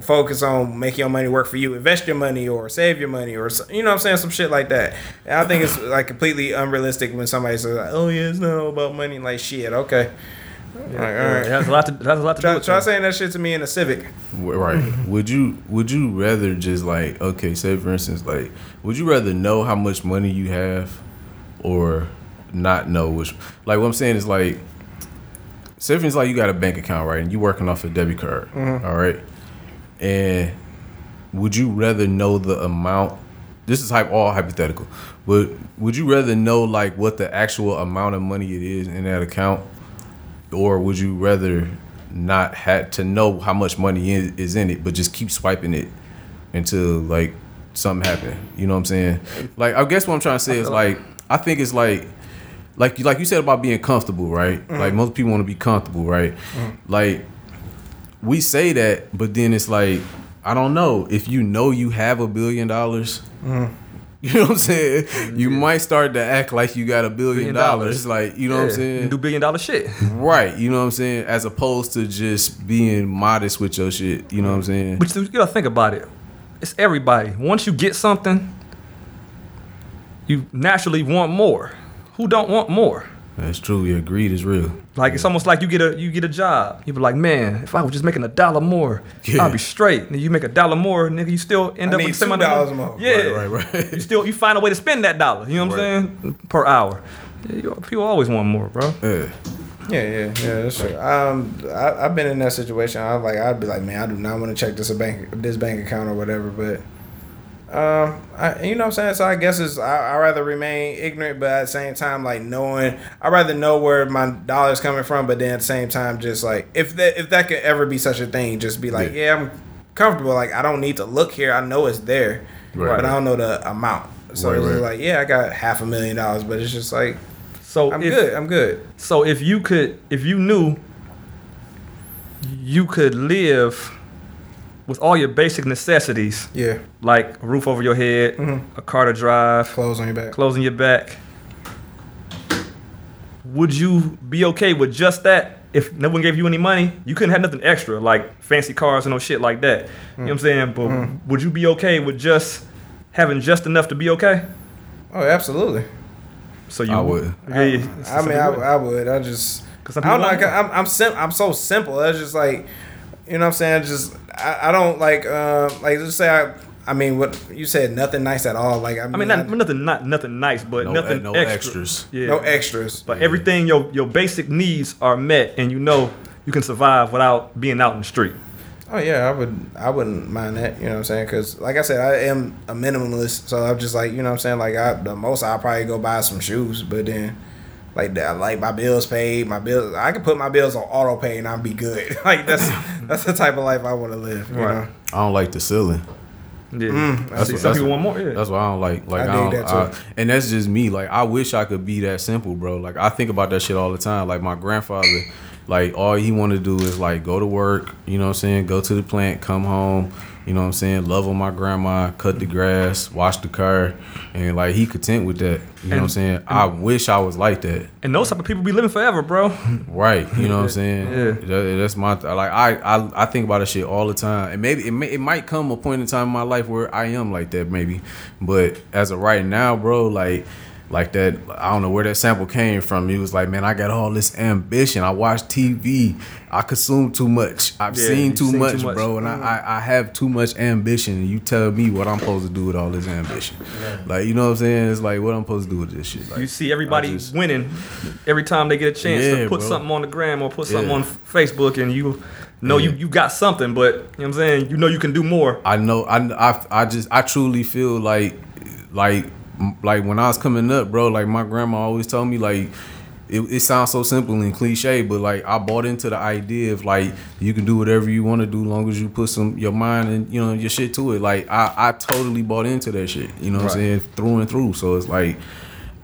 Speaker 3: focus on making your money work for you. Invest your money or save your money or s- you know what I'm saying some shit like that. And I think it's like completely unrealistic when somebody says, like, "Oh yeah, it's not all about money." Like shit, okay. Like, all right.
Speaker 4: It has a lot to. It has a lot to do
Speaker 3: Try,
Speaker 4: with
Speaker 3: try
Speaker 4: that.
Speaker 3: saying that shit to me in a Civic.
Speaker 6: W- Right. would you would you rather just like okay, say for instance, like would you rather know how much money you have or not know which like what I'm saying is like say for instance like you got a bank account, right, and you working off a debit card. all right. And would you rather know the amount this is hype all hypothetical. Would would you rather know like what the actual amount of money it is in that account? or would you rather not had to know how much money is, is in it, but just keep swiping it until like something happen? You know what I'm saying? Like I guess what I'm trying to say is like I think it's like like you like you said about being comfortable, right?
Speaker 4: Mm.
Speaker 6: Like most people want to be comfortable, right? Like we say that, but then it's like I don't know if you know you have a billion dollars.
Speaker 4: Mm.
Speaker 6: You know what I'm saying? You might start to act like you got a billion
Speaker 4: Billion dollars.
Speaker 6: dollars. Like, you know what I'm
Speaker 4: Yeah,
Speaker 6: saying?
Speaker 4: You do billion dollar shit.
Speaker 6: Right, you know what I'm saying? As opposed to just being modest with your shit, you know what I'm saying?
Speaker 4: But you, you gotta think about it. It's everybody. Once you get something, you naturally want more. Who don't want more?
Speaker 6: That's true, your greed is real.
Speaker 4: Like it's almost like you get a you get a job. You be like, man, if I was just making a dollar more,
Speaker 6: Yeah.
Speaker 4: I'd be straight. And you make a dollar more, nigga, you still end
Speaker 3: I
Speaker 4: up
Speaker 3: need
Speaker 4: with the same
Speaker 3: two
Speaker 4: amount of
Speaker 3: dollars
Speaker 4: money.
Speaker 3: more.
Speaker 4: Yeah,
Speaker 6: Right, right.
Speaker 4: you still you find a way to spend that dollar. You know what I'm saying? Per hour. Yeah, you- People always want more, bro.
Speaker 6: Yeah.
Speaker 3: Yeah, yeah, yeah. That's true. Um, I, I've been in that situation. I like, I'd be like, man, I do not want to check this a bank, this bank account or whatever. But, um, I, you know what I'm saying. So I guess it's I I rather remain ignorant, but at the same time, like knowing, I rather know where my dollars coming from. But then at the same time, just like if that if that could ever be such a thing, just be like, yeah, I'm comfortable. Like I don't need to look here. I know it's there,
Speaker 6: Right.
Speaker 3: but I don't know the amount. So
Speaker 6: Right,
Speaker 3: it's just
Speaker 6: right.
Speaker 3: like, yeah, I got half a million dollars, but it's just like
Speaker 4: So
Speaker 3: I'm
Speaker 4: if-
Speaker 3: good. I'm good.
Speaker 4: So if you could, if you knew, you could live with all your basic necessities
Speaker 3: Yeah,
Speaker 4: like a roof over your head,
Speaker 3: Mm-hmm.
Speaker 4: a car to drive,
Speaker 3: clothes on your back.
Speaker 4: clothes on your back. Would you be okay with just that? If no one gave you any money, you couldn't have nothing extra like fancy cars and no shit like that. You know what I'm saying? But
Speaker 3: Mm-hmm.
Speaker 4: would you be okay with just having just enough to be okay?
Speaker 3: Oh, absolutely.
Speaker 4: So you
Speaker 6: I would.
Speaker 4: Yeah, yeah.
Speaker 3: I mean, I, I would. I just.
Speaker 4: 'Cause
Speaker 3: I
Speaker 4: some
Speaker 3: don't know.
Speaker 4: people
Speaker 3: I'm I'm, sim- I'm so simple. That's just like, you know what I'm saying. Just I, I don't like uh, like just say I. I mean, what you said nothing nice at all. Like I mean,
Speaker 4: I mean, not, nothing, not nothing nice, but
Speaker 6: No, e-,
Speaker 4: nothing
Speaker 6: no
Speaker 4: extra.
Speaker 6: extras.
Speaker 4: Yeah.
Speaker 3: no extras.
Speaker 4: But everything your your basic needs are met, and you know you can survive without being out in the street.
Speaker 3: Oh yeah, I would. I wouldn't mind that. You know what I'm saying? Because like I said, I am a minimalist, so I'm just like you know what I'm saying. Like I, the most I'll probably go buy some shoes, but then like that, like my bills paid, my bills. I can put my bills on auto pay and I'll be good. like that's that's the type of life I want to live. You know?
Speaker 4: Right.
Speaker 6: I don't like the ceiling.
Speaker 4: Yeah,
Speaker 3: that's
Speaker 4: See, some
Speaker 6: what- Mm, that's
Speaker 4: people
Speaker 6: what-
Speaker 4: want more. Yeah.
Speaker 6: That's why I don't like like
Speaker 3: I
Speaker 6: I,
Speaker 3: dig
Speaker 6: don't,
Speaker 3: that, too.
Speaker 6: I- and that's just me. Like I wish I could be that simple, bro. Like I think about that shit all the time. Like my grandfather, like all he wanted to do is like go to work, you know what I'm saying? Go to the plant, come home, you know what I'm saying? Love on my grandma, cut the grass, wash the car, and like he content with that. You know what I'm saying? I wish I was like that.
Speaker 4: and those type of people be living forever, bro.
Speaker 6: Right, you know what I'm saying.
Speaker 4: Yeah.
Speaker 6: That- that's my th- like I, I I think about that shit all the time, and maybe it may, it might come a point in time in my life where I am like that, maybe. But as of right now, bro, like like that, I don't know where that sample came from. It was like, man, I got all this ambition. I watch TV. I consume too much. I've
Speaker 4: Yeah,
Speaker 6: seen,
Speaker 4: you've
Speaker 6: too,
Speaker 4: seen too
Speaker 6: much,
Speaker 4: much. Mm-hmm.
Speaker 6: bro, and I, I I have too much ambition. And you tell me what I'm supposed to do with all this ambition, like you know what I'm saying? It's like what I'm supposed to do with this shit. Like,
Speaker 4: You see everybody
Speaker 6: I just-
Speaker 4: winning every time they get a chance
Speaker 6: Yeah,
Speaker 4: to put
Speaker 6: bro.
Speaker 4: something on the gram or put something
Speaker 6: Yeah.
Speaker 4: on Facebook, and you know you,
Speaker 6: Yeah.
Speaker 4: you got something, but you know what I'm saying you know you can do more.
Speaker 6: I know. I, I, I just I truly feel like like like when I was coming up, bro. Like my grandma always told me like. It, it sounds so simple and cliche, but like I bought into the idea of like you can do whatever you want to do, long as you put some your mind and you know your shit to it. Like I, I totally bought into that shit. You know what I'm saying through and through. So it's like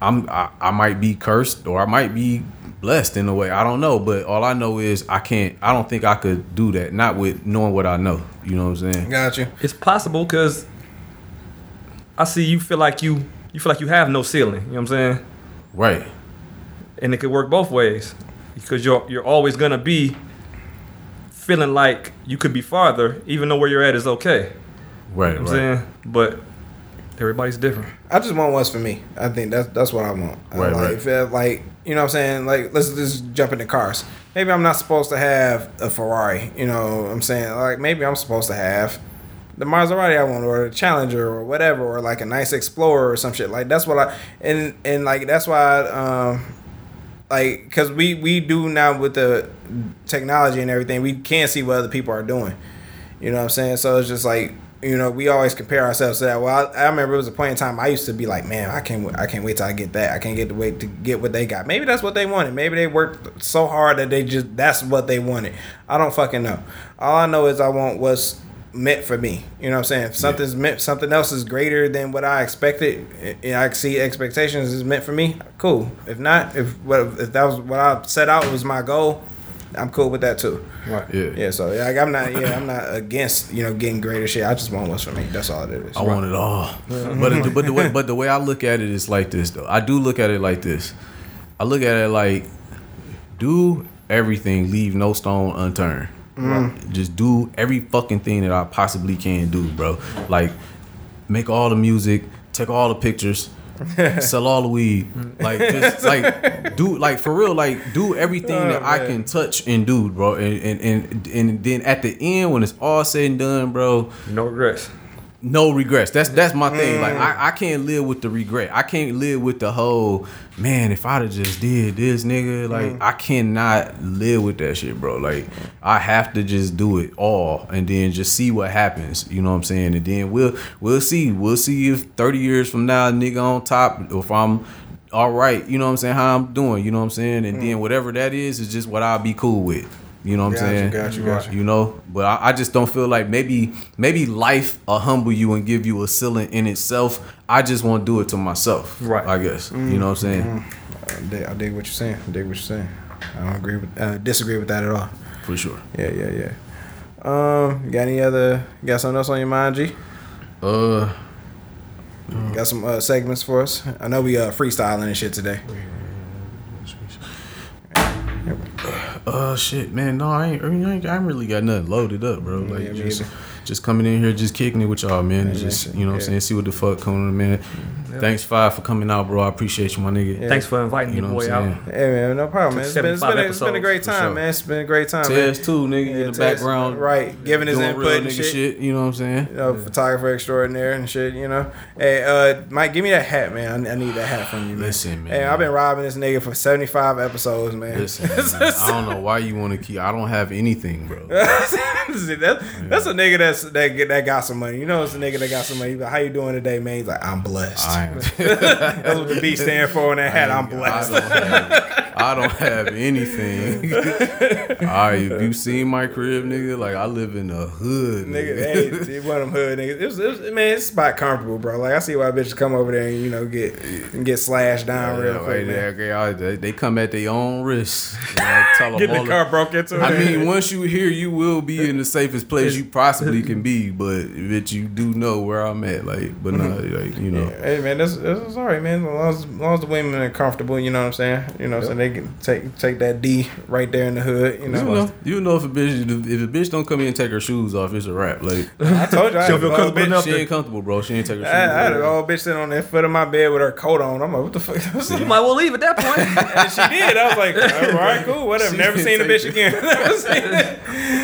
Speaker 6: I'm I, I might be cursed or I might be blessed in a way. I don't know, but all I know is I can't. I don't think I could do that. Not with knowing what I know. You know what I'm saying?
Speaker 3: Got you.
Speaker 4: It's possible because I see you feel like you you feel like you have no ceiling. You know what I'm saying?
Speaker 6: Right.
Speaker 4: and it could work both ways because you're you're always gonna be feeling like you could be farther, even though where you're at is okay.
Speaker 6: Right,
Speaker 4: You know what
Speaker 6: right.
Speaker 4: I'm saying, but everybody's different.
Speaker 3: I just want what's for me. I think that's that's what I want. I
Speaker 6: Right,
Speaker 3: like,
Speaker 6: right.
Speaker 3: If it, like you know what I'm saying? Like let's just jump into cars. Maybe I'm not supposed to have a Ferrari, you know what I'm saying? Like maybe I'm supposed to have the Maserati I want or the Challenger or whatever or like a nice Explorer or some shit. Like that's what I and and like that's why um like because we we do now with the technology and everything we can see what other people are doing you know what i'm saying so it's just like you know we always compare ourselves to that well i, I remember it was a point in time i used to be like man i can't wa- i can't wait till i get that i can't get to wait to get what they got maybe that's what they wanted maybe they worked so hard that they just that's what they wanted i don't fucking know all i know is i want what's meant for me you know what i'm saying if something's meant something else is greater than what i expected and- and i exceed expectations is meant for me cool if not if what if that was what i set out was my goal i'm cool with that too
Speaker 6: Yeah.
Speaker 3: yeah, so yeah, like I'm not, yeah, I'm not against you know getting greater shit. I just want what's for me. That's all it is.
Speaker 6: I want it all. But it- but the way but the way I look at it is like this though. I do look at it like this. I look at it like do everything, leave no stone unturned. Just do every fucking thing that I possibly can do, bro. Like make all the music, take all the pictures. sell all the weed like just like do like for real like do everything that i can touch and do bro and, and and and then at the end when it's all said and done bro
Speaker 4: No regrets.
Speaker 6: no regrets. That's that's my thing. Like I, I can't live with the regret. I can't live with the whole man. If I'd have just did this, nigga. Like I cannot live with that shit, bro. Like I have to just do it all and then just see what happens. You know what I'm saying? And then we'll we'll see. We'll see if 30 years from now, nigga on top, or if I'm all right. You know what I'm saying? How I'm doing. You know what I'm saying? And then whatever that is is just what I'll be cool with. You know what
Speaker 3: Gotcha,
Speaker 6: I'm saying?
Speaker 3: gotcha, gotcha.
Speaker 6: you know but I, I just don't feel like maybe maybe life will humble you and give you a ceiling in itself i just want to do it to myself
Speaker 4: Right.
Speaker 6: i guess you know what i'm saying
Speaker 3: I dig, I dig what you're saying. I dig what you're saying. I don't agree with, uh, disagree with that at all.
Speaker 6: for sure
Speaker 3: Yeah, yeah, yeah. Um, you got any other? You got something else on your mind, G?
Speaker 6: uh
Speaker 3: You got some uh, segments for us? I know we uh freestyling and shit today.
Speaker 6: uh shit man no i ain't i, mean, I, ain't, I ain't really got nothing loaded up bro like
Speaker 3: me
Speaker 6: just
Speaker 3: either.
Speaker 6: just coming in here just kicking it with y'all man and
Speaker 3: Yeah,
Speaker 6: just
Speaker 3: man.
Speaker 6: you know what
Speaker 3: Yeah.
Speaker 6: i'm saying see what the fuck coming in man thanks five for coming out bro i appreciate you my nigga
Speaker 4: Thanks for inviting
Speaker 6: you know
Speaker 4: your
Speaker 6: what
Speaker 4: boy
Speaker 6: i'm
Speaker 4: out.
Speaker 6: saying
Speaker 3: Hey man, no problem, man. It's been, it's been,
Speaker 4: 75
Speaker 3: a, it's been a great
Speaker 4: episodes,
Speaker 3: time,
Speaker 6: sure.
Speaker 3: man. It's been a great time. man.
Speaker 6: Tez too, nigga,
Speaker 3: Yeah,
Speaker 6: in the
Speaker 3: Tez,
Speaker 6: background,
Speaker 3: right? Giving his
Speaker 6: doing
Speaker 3: input
Speaker 6: real
Speaker 3: and
Speaker 6: nigga
Speaker 3: shit.
Speaker 6: shit. You know what I'm saying?
Speaker 3: You know, photographer extraordinaire and shit. You know, hey, uh, Mike, give me that hat, man. I, I need that hat from you, man.
Speaker 6: Listen, man.
Speaker 3: Hey, I've been robbing this nigga for 75 episodes, man.
Speaker 6: Listen, man, I don't know why you want to keep. I don't have anything, bro.
Speaker 3: See, that- that's a nigga that's that get that got some money. You know, it's a nigga that got some money. You be like, How you doing today, man? He's like, I'm blessed.
Speaker 6: I am.
Speaker 3: That's what the B stand for in that hat. I'm
Speaker 6: I
Speaker 3: blessed.
Speaker 6: don't have, I don't have anything. All right, if you seen my crib, nigga, like I live in the hood,
Speaker 3: Nigga,
Speaker 6: nigga.
Speaker 3: hey, see, one of them hood niggas. It's, it's, man, it's spot comfortable, bro. Like I see why bitches come over there and you know get and get slashed down real
Speaker 6: Yeah,
Speaker 3: quick.
Speaker 6: right
Speaker 3: Man.
Speaker 6: there, okay, all right, they, they come at their own risk. And I tell 'em
Speaker 4: Getting
Speaker 6: all
Speaker 4: the
Speaker 6: the-
Speaker 4: car broke into.
Speaker 6: I mean, once you here, you will be in the safest place you possibly can be. But that you do know where I'm at, like, but not like you know.
Speaker 3: Hey man, that's that's all right, man. As long as, as long as the women are comfortable, you know what I'm saying. You know, so they can take take that D right there in the hood. You know,
Speaker 6: You know, you know if a bitch if a bitch don't come in and take her shoes off, it's a wrap. Like
Speaker 3: I told you, I
Speaker 4: She'll
Speaker 3: had
Speaker 4: feel
Speaker 3: a bald
Speaker 4: comfortable
Speaker 3: bitch.
Speaker 4: enough
Speaker 6: she ain't comfortable, bro. She ain't take her shoes
Speaker 3: I, I had
Speaker 6: off.
Speaker 3: an old bitch sitting on the foot of my bed with her coat on. I'm like, what the fuck?
Speaker 4: You might well leave at that point.
Speaker 3: And she did. I was like, all right, cool, whatever.
Speaker 6: She
Speaker 3: Never
Speaker 6: didn't
Speaker 3: seen a
Speaker 6: take
Speaker 3: bitch again. Never seen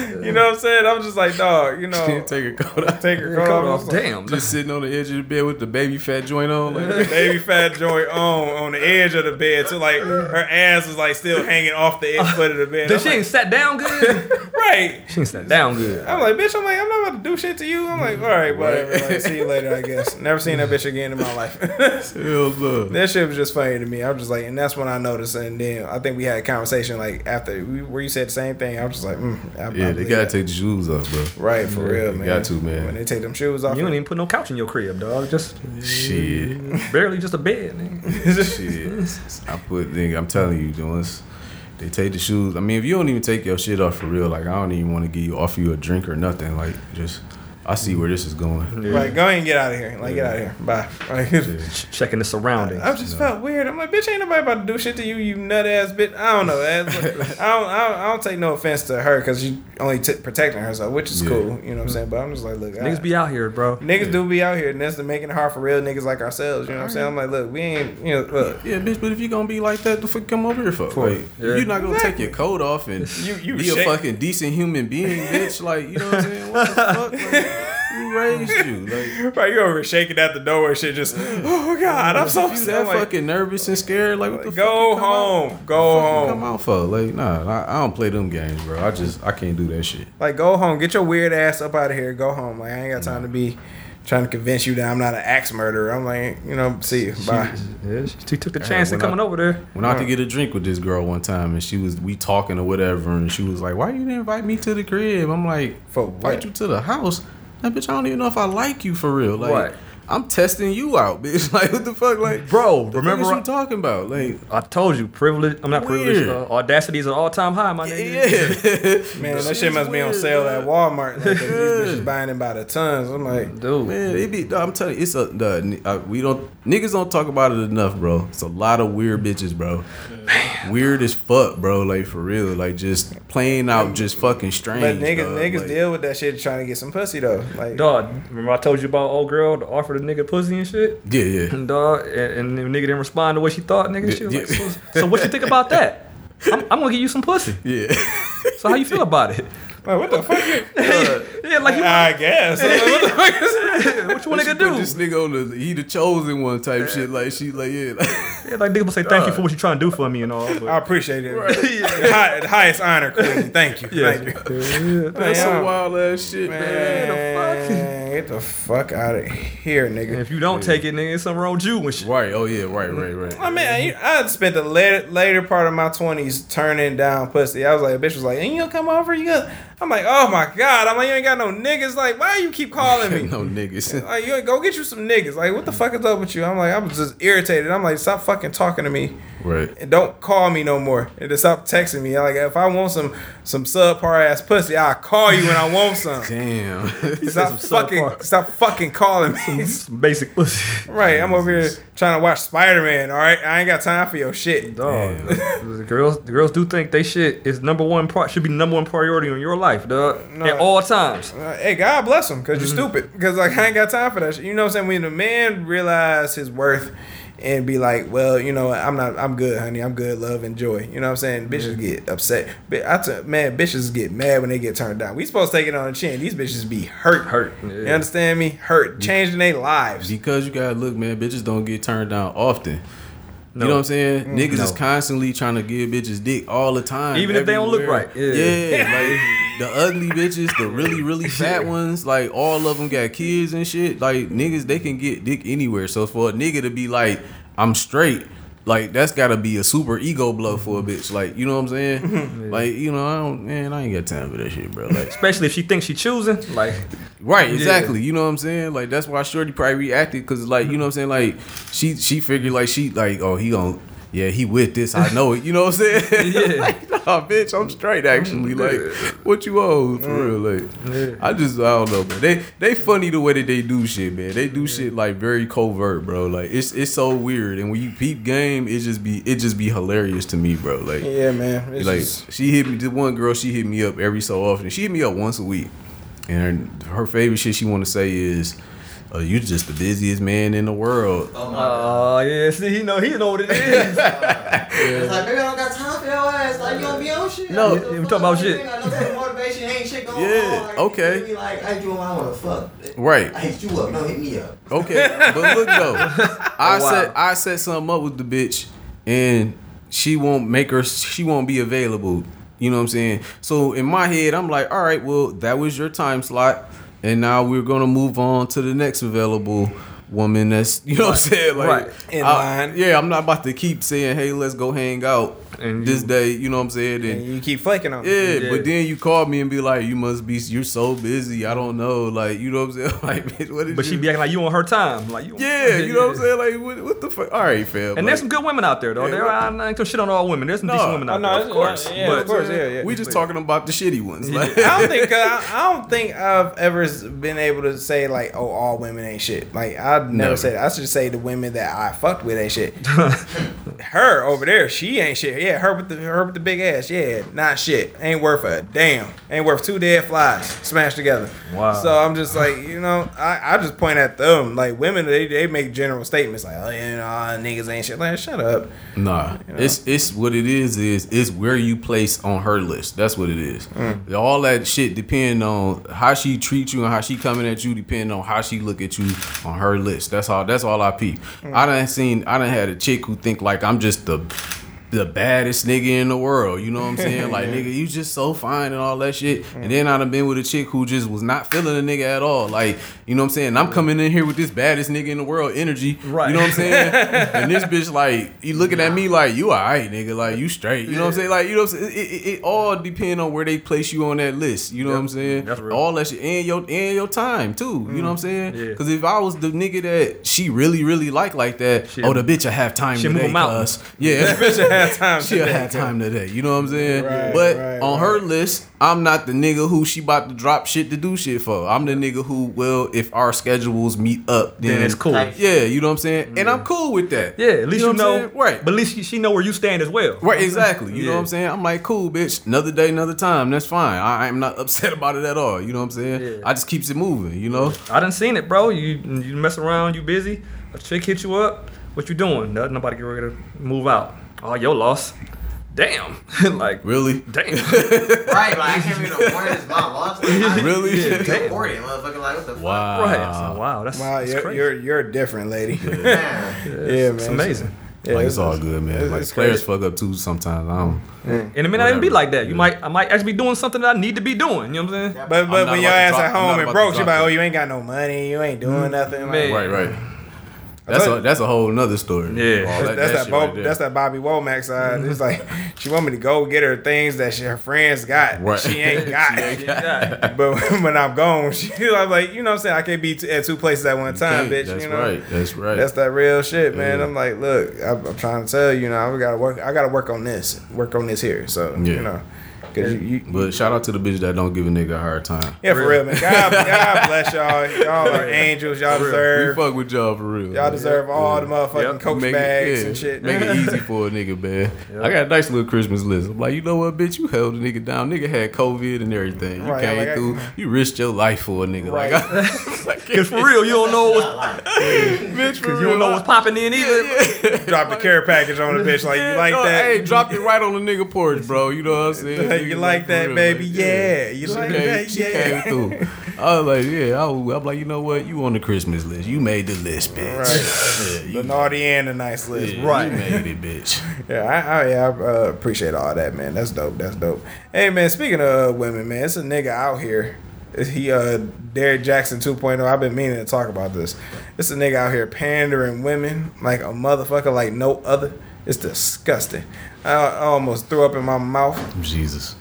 Speaker 3: it. You know what I'm saying? I'm just like, dog, you know,
Speaker 6: She ain't take her coat off.
Speaker 3: take her coat off. I was
Speaker 4: Damn.
Speaker 6: Just sitting on the edge of the bed with the baby fat joint on. Like,
Speaker 3: like, Baby fat joint on on the edge of the bed, so like her ass was like still hanging off the edge foot of the bed.
Speaker 4: Then
Speaker 3: I'm
Speaker 4: she ain't sat down good.
Speaker 3: like, right.
Speaker 4: she ain't sat down good.
Speaker 3: I'm like, bitch, I'm like, I'm not about to do shit to you. I'm like, all right, Mm-hmm. whatever. Like, see you later, I guess. Never seen that bitch again in my life.
Speaker 6: hell no.
Speaker 3: that shit was just funny to me. I'm just like, and that's when I noticed. And then I think we had a conversation like after we, where you said the same thing. I was just like, mm, I, I
Speaker 6: Yeah, they
Speaker 3: believe
Speaker 6: gotta
Speaker 3: that.
Speaker 6: take the shoes off, bro.
Speaker 3: Right, for real,
Speaker 6: they
Speaker 3: man.
Speaker 6: got to, man.
Speaker 3: When they take them shoes off,
Speaker 4: You don't even put no couch in your crib, dog. Just
Speaker 6: Shit,
Speaker 4: barely just a bed, man.
Speaker 6: shit. I put, nigga, I'm telling you, doings. They take the shoes. I mean, if you don't even take your shit off for real, like I don't even want to give you offer you a drink or nothing. Like, just I see where this is going.
Speaker 3: Like, go ahead and get out of here. Like, get out of here. Bye. Like,
Speaker 4: Checking the surroundings.
Speaker 3: I just felt weird. I'm like, bitch, ain't nobody about to do shit to you, you nut ass bitch. I don't know. That's- I, don't, I don't. I don't take no offense to her because she only t- protecting herself, which is cool. You know
Speaker 6: Mm-hmm.
Speaker 3: what I'm saying? But I'm just like, look,
Speaker 4: Niggas
Speaker 3: I-
Speaker 4: be out here, bro.
Speaker 3: Niggas do be out here, and that's the making it hard for real niggas like ourselves. You know what I'm saying? I'm like, look, we ain't, you know, look,
Speaker 6: Yeah, bitch, but if you gonna be like that, the fuck come over here for? Like,
Speaker 4: Yeah.
Speaker 6: You're not gonna take your coat off and
Speaker 3: You- you
Speaker 6: be
Speaker 3: shake-
Speaker 6: a fucking decent human being, bitch. Like, you know what I'm saying? What the fuck? Like, who raised you? Like,
Speaker 3: bro, you over here shaking out the door and shit, just, oh my god, I'm so
Speaker 6: if you
Speaker 3: sad.
Speaker 6: that
Speaker 3: I'm like,
Speaker 6: fucking nervous and scared, like, what the
Speaker 3: go
Speaker 6: fuck you come out-
Speaker 3: home, go
Speaker 6: fuck you
Speaker 3: home,
Speaker 6: Come out for like, nah, I, I don't play them games, bro. I just I can't do that shit.
Speaker 3: like go home, get your weird ass up out of here, go home. Like I ain't got time to be trying to convince you that I'm not an axe murderer. I'm like, you know, see you, bye.
Speaker 4: Yeah, she, she took the chance of
Speaker 6: when I-
Speaker 4: coming over there.
Speaker 6: When I had to get a drink with this girl one time, and she was we talking or whatever, and she was like, "Why you didn't invite me to the crib?" I'm like,
Speaker 3: For
Speaker 6: invite
Speaker 3: what?
Speaker 6: you to the house? That bitch, I don't even know if I like you for real. Like,
Speaker 4: Right.
Speaker 6: I'm testing you out, bitch. Like, what the fuck, like,
Speaker 4: Bro,
Speaker 6: the fuck
Speaker 4: remember
Speaker 6: is
Speaker 4: I-
Speaker 6: you talking about? Like,
Speaker 4: I told you, privilege. I'm not privileged.
Speaker 6: Weird.
Speaker 4: Uh, audacity is an all time high, my nigga.
Speaker 6: yeah,
Speaker 3: Man, that
Speaker 6: Shit's
Speaker 3: shit must be on
Speaker 6: weird,
Speaker 3: sale
Speaker 6: bro.
Speaker 3: at Walmart. Like, these bitches buying it by the tons. I'm like,
Speaker 4: Dude,
Speaker 6: Man, it be. I'm telling you, it's a. The, uh, we don't niggas don't talk about it enough, bro. It's a lot of weird bitches, bro. Weird as fuck, bro. Like for real, like just playing out, just fucking strange.
Speaker 3: but niggas,
Speaker 6: dog.
Speaker 3: niggas
Speaker 6: Like,
Speaker 3: deal with that shit trying to get some pussy though. Like,
Speaker 4: dog. Remember I told you about old girl to offer the nigga pussy and shit.
Speaker 6: Yeah, yeah.
Speaker 4: And dog, and, and the nigga didn't respond to what she thought. Nigga, she was like,
Speaker 6: Yeah.
Speaker 4: so, so what you think about that? I'm, I'm gonna give you some pussy.
Speaker 6: Yeah.
Speaker 4: So how you feel about it?
Speaker 3: like, what the fuck?
Speaker 4: yeah, like you,
Speaker 3: I guess. I'm like, what the fuck is
Speaker 4: what you want nigga
Speaker 6: Put
Speaker 4: do?
Speaker 6: this nigga on the he the chosen one type shit. Like she like yeah. Like,
Speaker 4: Yeah, like nigga will say thank you for what you trying to do for me and all.
Speaker 3: I
Speaker 4: But,
Speaker 3: appreciate it. The, high, the highest honor, Queen. Thank you. Thank you.
Speaker 6: that's
Speaker 3: Damn.
Speaker 6: some wild ass shit, man.
Speaker 3: Man, get the fuck out of here,
Speaker 4: and
Speaker 3: nigga.
Speaker 4: if you don't take it, nigga, it's something wrong with you and shit.
Speaker 6: Right. Oh yeah. Right. Right. Right.
Speaker 3: I mean, I, I spent the later, later part of my twenties turning down pussy. I was like, a bitch was like, "And you gonna come over? You gonna?" I'm like, "Oh my god!" I'm like, "You ain't got no niggas." Like, why you keep calling me?
Speaker 6: no niggas.
Speaker 3: Like, you go get you some niggas. Like, what the fuck is up with you? I'm like, I'm just irritated. I'm like, stop fucking talking to me.
Speaker 6: Right.
Speaker 3: and don't call me no more. And just stop texting me. Like if I want some some subpar ass pussy, I'll call you when I want some.
Speaker 6: Damn.
Speaker 3: Stop fucking stop fucking calling me.
Speaker 4: Some basic pussy.
Speaker 3: right, I'm over here trying to watch Spider Man. All right, I ain't got time for your shit.
Speaker 4: Dog, the girls, the girls do think they shit is number one part should be number one priority in your life, dog, at all times.
Speaker 3: Uh, hey, God bless them because you're
Speaker 4: Mm-hmm.
Speaker 3: stupid. Because like I ain't got time for that shit. You know what I'm saying? When the man realize his worth. And be like, well, you know, I'm not, I'm good, honey. I'm good. Love and joy. You know what I'm saying? Bitches get upset. Bi- I t- man, bitches get mad when they get turned down. We supposed to take it on the chin. These bitches be hurt.
Speaker 4: Hurt.
Speaker 3: You
Speaker 4: Yeah.
Speaker 3: understand me? Hurt, changing their lives.
Speaker 6: Because you gotta look, man, bitches don't get turned down
Speaker 4: No.
Speaker 6: often.
Speaker 4: Mm-hmm.
Speaker 6: You know what I'm saying? Niggas
Speaker 4: No.
Speaker 6: is constantly trying to give bitches dick all the time.
Speaker 4: Even if they don't look
Speaker 6: everywhere.
Speaker 4: right. Yeah.
Speaker 6: Yeah, like the ugly bitches, the really, really fat ones, like all of them got kids and shit. Like niggas, they can get dick anywhere. So for a nigga to be like, I'm straight, like that's gotta be a super ego blow for a bitch. Like, you know what I'm saying? Like, you know, I don't man, I ain't got time for that shit, bro. Like
Speaker 4: Especially if she thinks she choosing, like
Speaker 6: Right, exactly. You know what I'm saying? Like that's why Shorty probably reacted because, like, you know what I'm saying? Like she she figured like she like oh he gon' yeah he with this I know it. You know what I'm saying?
Speaker 4: Yeah.
Speaker 6: like, nah, bitch, I'm straight actually. Like what you owe for real? Like I just I don't know, man. They they funny the way that they do shit, man. They do shit like very covert, bro. Like it's it's so weird. And when you peep game, it just be it just be hilarious to me, bro. Like
Speaker 3: Yeah, man. It's
Speaker 6: like
Speaker 3: just-
Speaker 6: she hit me. The one girl she hit me up every so often. She hit me up once a week, and her, her favorite shit she want to say is, oh, "You just the busiest man in the world."
Speaker 7: Oh my god.
Speaker 4: oh yeah, see he know he know what it is.
Speaker 7: It's like, baby, I don't got time for your ass. Like, you don't be on shit.
Speaker 4: No,
Speaker 7: Like,
Speaker 4: we
Speaker 7: the
Speaker 4: talking about
Speaker 7: fuck?
Speaker 4: shit.
Speaker 7: You ain't got no type of motivation. Ain't shit going
Speaker 6: Yeah,
Speaker 7: on. Like,
Speaker 6: okay.
Speaker 7: You feel me? like, I ain't doing what I want to fuck.
Speaker 6: Right.
Speaker 7: I hit you up. No, hit me up.
Speaker 6: Okay, but look though, I set I set something up with the bitch, and she won't make her. She won't be available. You know what I'm saying? So in my head, I'm like, all right, well, that was your time slot, and now we're gonna move on to the next available woman. That's you know what I'm saying? Like,
Speaker 4: Right.
Speaker 3: In
Speaker 6: I-
Speaker 3: line.
Speaker 6: Yeah, I'm not about to keep saying, hey, let's go hang out
Speaker 4: And
Speaker 6: this
Speaker 4: you-
Speaker 6: day. You know what I'm saying? And,
Speaker 3: and you keep flaking on.
Speaker 6: yeah,
Speaker 3: it.
Speaker 6: but then you call me and be like, you must be, you're so busy. I don't know. Like, you know what I'm saying? Like, bitch, what did
Speaker 4: But she
Speaker 6: you
Speaker 4: be acting like you on her time. Like you
Speaker 6: yeah, you know what I'm saying? Like, what, what the fuck? All right, fam.
Speaker 4: And
Speaker 6: like,
Speaker 4: there's some good women out there though. there are I ain't talking shit on all women. There's some
Speaker 6: No.
Speaker 4: decent women
Speaker 3: Oh,
Speaker 4: out
Speaker 3: no,
Speaker 4: there. Of
Speaker 3: it's-
Speaker 4: course.
Speaker 3: yeah,
Speaker 4: but
Speaker 3: of course, yeah, yeah.
Speaker 6: we just talking about the shitty ones. Like,
Speaker 3: I don't think I, I don't think I've ever been able to say like, oh, all women ain't shit. Like I I'd never, say that. I should say the women that I fucked with ain't shit. her over there, she ain't shit. Yeah, her with the her with the big ass. Yeah, not shit. Ain't worth a damn. Ain't worth two dead flies smashed together.
Speaker 4: Wow.
Speaker 3: So I'm just like, you know, I, I just point at them. Like women, they, they make general statements like, oh, you know, ah, niggas ain't shit. Like, shut up.
Speaker 6: Nah, it's it's what it is. Is it's where you place on her list. That's what it is. All that shit depend on how she treats you and how she coming at you. Depend on how she look at you on her list. That's all. That's all I peep. I done seen. I done had a chick who think like I'm just the the baddest nigga in the world. You know what I'm saying? Like nigga, you just so fine and all that shit. And then I done been with a chick who just was not feeling a nigga at all. Like you know what I'm saying? I'm coming in here with this baddest nigga in the world energy.
Speaker 4: Right.
Speaker 6: You know what I'm saying? and this bitch like you looking at me like you alright nigga like you straight. You know what I'm saying? Like you know what I'm saying? It, it, it all depend on where they place you on that list. You know what I'm saying?
Speaker 4: That's real. Mm.
Speaker 6: All that shit and your and your time too. You know what I'm saying?
Speaker 4: Yeah.
Speaker 6: Because if I was the nigga that she really really like like that,
Speaker 4: Shit.
Speaker 6: oh the bitch I have time
Speaker 4: Shit,
Speaker 6: today.
Speaker 4: move 'em out.
Speaker 6: cuz. Yeah.
Speaker 3: Bitch, I had time
Speaker 6: She'll
Speaker 3: today.
Speaker 6: have time today. You know what I'm saying?
Speaker 3: Right,
Speaker 6: but
Speaker 3: right,
Speaker 6: on her list, I'm not the nigga who she about to drop shit to do shit for. I'm the nigga who will, if our schedules meet up, then,
Speaker 4: Then it's cool.
Speaker 7: Like-
Speaker 6: Yeah, you know what I'm saying? And I'm cool with that.
Speaker 4: Yeah, at least you
Speaker 6: what I'm
Speaker 4: know,
Speaker 6: saying? Right.
Speaker 4: But at least she, she know where you stand as well.
Speaker 6: Right, exactly. You know
Speaker 4: Yeah.
Speaker 6: what I'm saying? I'm like, cool, bitch. Another day, another time. That's fine. I, I'm not upset about it at all. You know what I'm saying?
Speaker 4: Yeah.
Speaker 6: I just keeps it moving. You know?
Speaker 4: I done seen it, bro. You you mess around, you busy. A chick hit you up. What you doing? Nothing. Nobody get ready to move out. Oh, your loss. Damn. like
Speaker 6: Really?
Speaker 4: damn.
Speaker 7: Right, like I can't read a warning. It's my loss. Like, I-
Speaker 6: Really?
Speaker 7: you should be
Speaker 4: Damn.
Speaker 7: reported, motherfucker. Like what the fuck?
Speaker 6: Wow.
Speaker 4: right. So, wow. That's,
Speaker 3: Wow,
Speaker 4: that's
Speaker 3: you're,
Speaker 4: crazy.
Speaker 3: you're you're a different lady. Yeah,
Speaker 7: Man.
Speaker 3: man.
Speaker 4: it's amazing.
Speaker 3: Yeah,
Speaker 6: Like, it's all good, man.
Speaker 3: it's-
Speaker 6: like
Speaker 3: it's
Speaker 6: players fuck
Speaker 3: crazy.
Speaker 6: up too sometimes. I don't.
Speaker 4: And it may not even be like that. You might I might actually be doing something that I need to be doing. You know what I'm saying?
Speaker 3: But but
Speaker 6: not
Speaker 3: when your
Speaker 6: about to
Speaker 3: ass
Speaker 6: drop-
Speaker 3: at
Speaker 6: I'm not
Speaker 3: home
Speaker 6: about
Speaker 3: and
Speaker 6: to
Speaker 3: broke, you
Speaker 6: drop Mm-hmm.
Speaker 3: like,
Speaker 6: it.
Speaker 3: oh, you ain't got no money, you ain't doing nothing. Like,
Speaker 4: Man.
Speaker 6: Right, right. That's
Speaker 3: told
Speaker 6: a, that's a whole nother story.
Speaker 4: Yeah.
Speaker 6: All
Speaker 3: That's that's that,
Speaker 6: shit
Speaker 3: Bo-
Speaker 6: right there. Mm-hmm.
Speaker 3: that's that Bobby Womack side. It's like she want me to go get her things that she, her friends got.
Speaker 6: Right.
Speaker 3: She ain't got. but when I'm gone, she, I'm like, you know what I'm saying? I can't be t- at two places at one time,
Speaker 6: Hey,
Speaker 3: bitch.
Speaker 6: That's
Speaker 3: you know?
Speaker 6: right. That's right.
Speaker 3: That's that real shit, man.
Speaker 6: Yeah.
Speaker 3: I'm like, look, I'm, I'm trying to tell you, you know, I gotta work. I gotta work on this, work on this here. So
Speaker 6: Yeah.
Speaker 3: you know, because you, you,
Speaker 6: but shout out to the bitch that don't give a nigga a hard time.
Speaker 3: yeah, for real, man. God, God bless y'all. Y'all are angels. Y'all
Speaker 6: We
Speaker 3: deserve.
Speaker 6: fuck with y'all for real.
Speaker 3: Y'all deserve all the motherfucking
Speaker 4: Yep.
Speaker 3: coach
Speaker 6: Make it-
Speaker 3: bags
Speaker 6: yeah,
Speaker 3: and shit.
Speaker 6: Make it easy for a nigga, man. I got a nice little Christmas list. I'm like, you know what, bitch? You held a nigga down. Nigga had COVID and everything. You
Speaker 3: Right,
Speaker 6: came
Speaker 3: like I-
Speaker 6: through. you risked your life for a nigga.
Speaker 3: Right.
Speaker 6: Like, I, like
Speaker 4: Cause for real, you don't know what's,
Speaker 6: bitch, for
Speaker 4: you don't know what's popping in either.
Speaker 3: Drop the care package on the bitch like you like
Speaker 6: no,
Speaker 3: that.
Speaker 6: Oh, Hey, dropped it right on the nigga porch, bro. You know what I'm saying?
Speaker 3: Like, you
Speaker 6: Nigga,
Speaker 3: like
Speaker 6: for
Speaker 3: that,
Speaker 6: real,
Speaker 3: baby? Yeah. You
Speaker 6: she
Speaker 3: like
Speaker 6: came,
Speaker 3: that?
Speaker 6: She
Speaker 3: Yeah.
Speaker 6: came through. I was like, yeah. I was, I'm like, you know what? You on the Christmas list. You made the list, bitch.
Speaker 3: Right.
Speaker 6: Yeah,
Speaker 3: The
Speaker 6: you,
Speaker 3: naughty and the nice list.
Speaker 6: yeah,
Speaker 4: right.
Speaker 6: You made it, bitch.
Speaker 3: Yeah, I, I, yeah, I uh, appreciate all that, man. That's dope. That's dope. Hey, man, speaking of women, man, it's a nigga out here. He, uh, Derrick Jackson 2.0. I've been meaning to talk about this. It's a nigga out here pandering women like a motherfucker, like no other. It's disgusting. I, I almost threw up in my mouth.
Speaker 6: Jesus.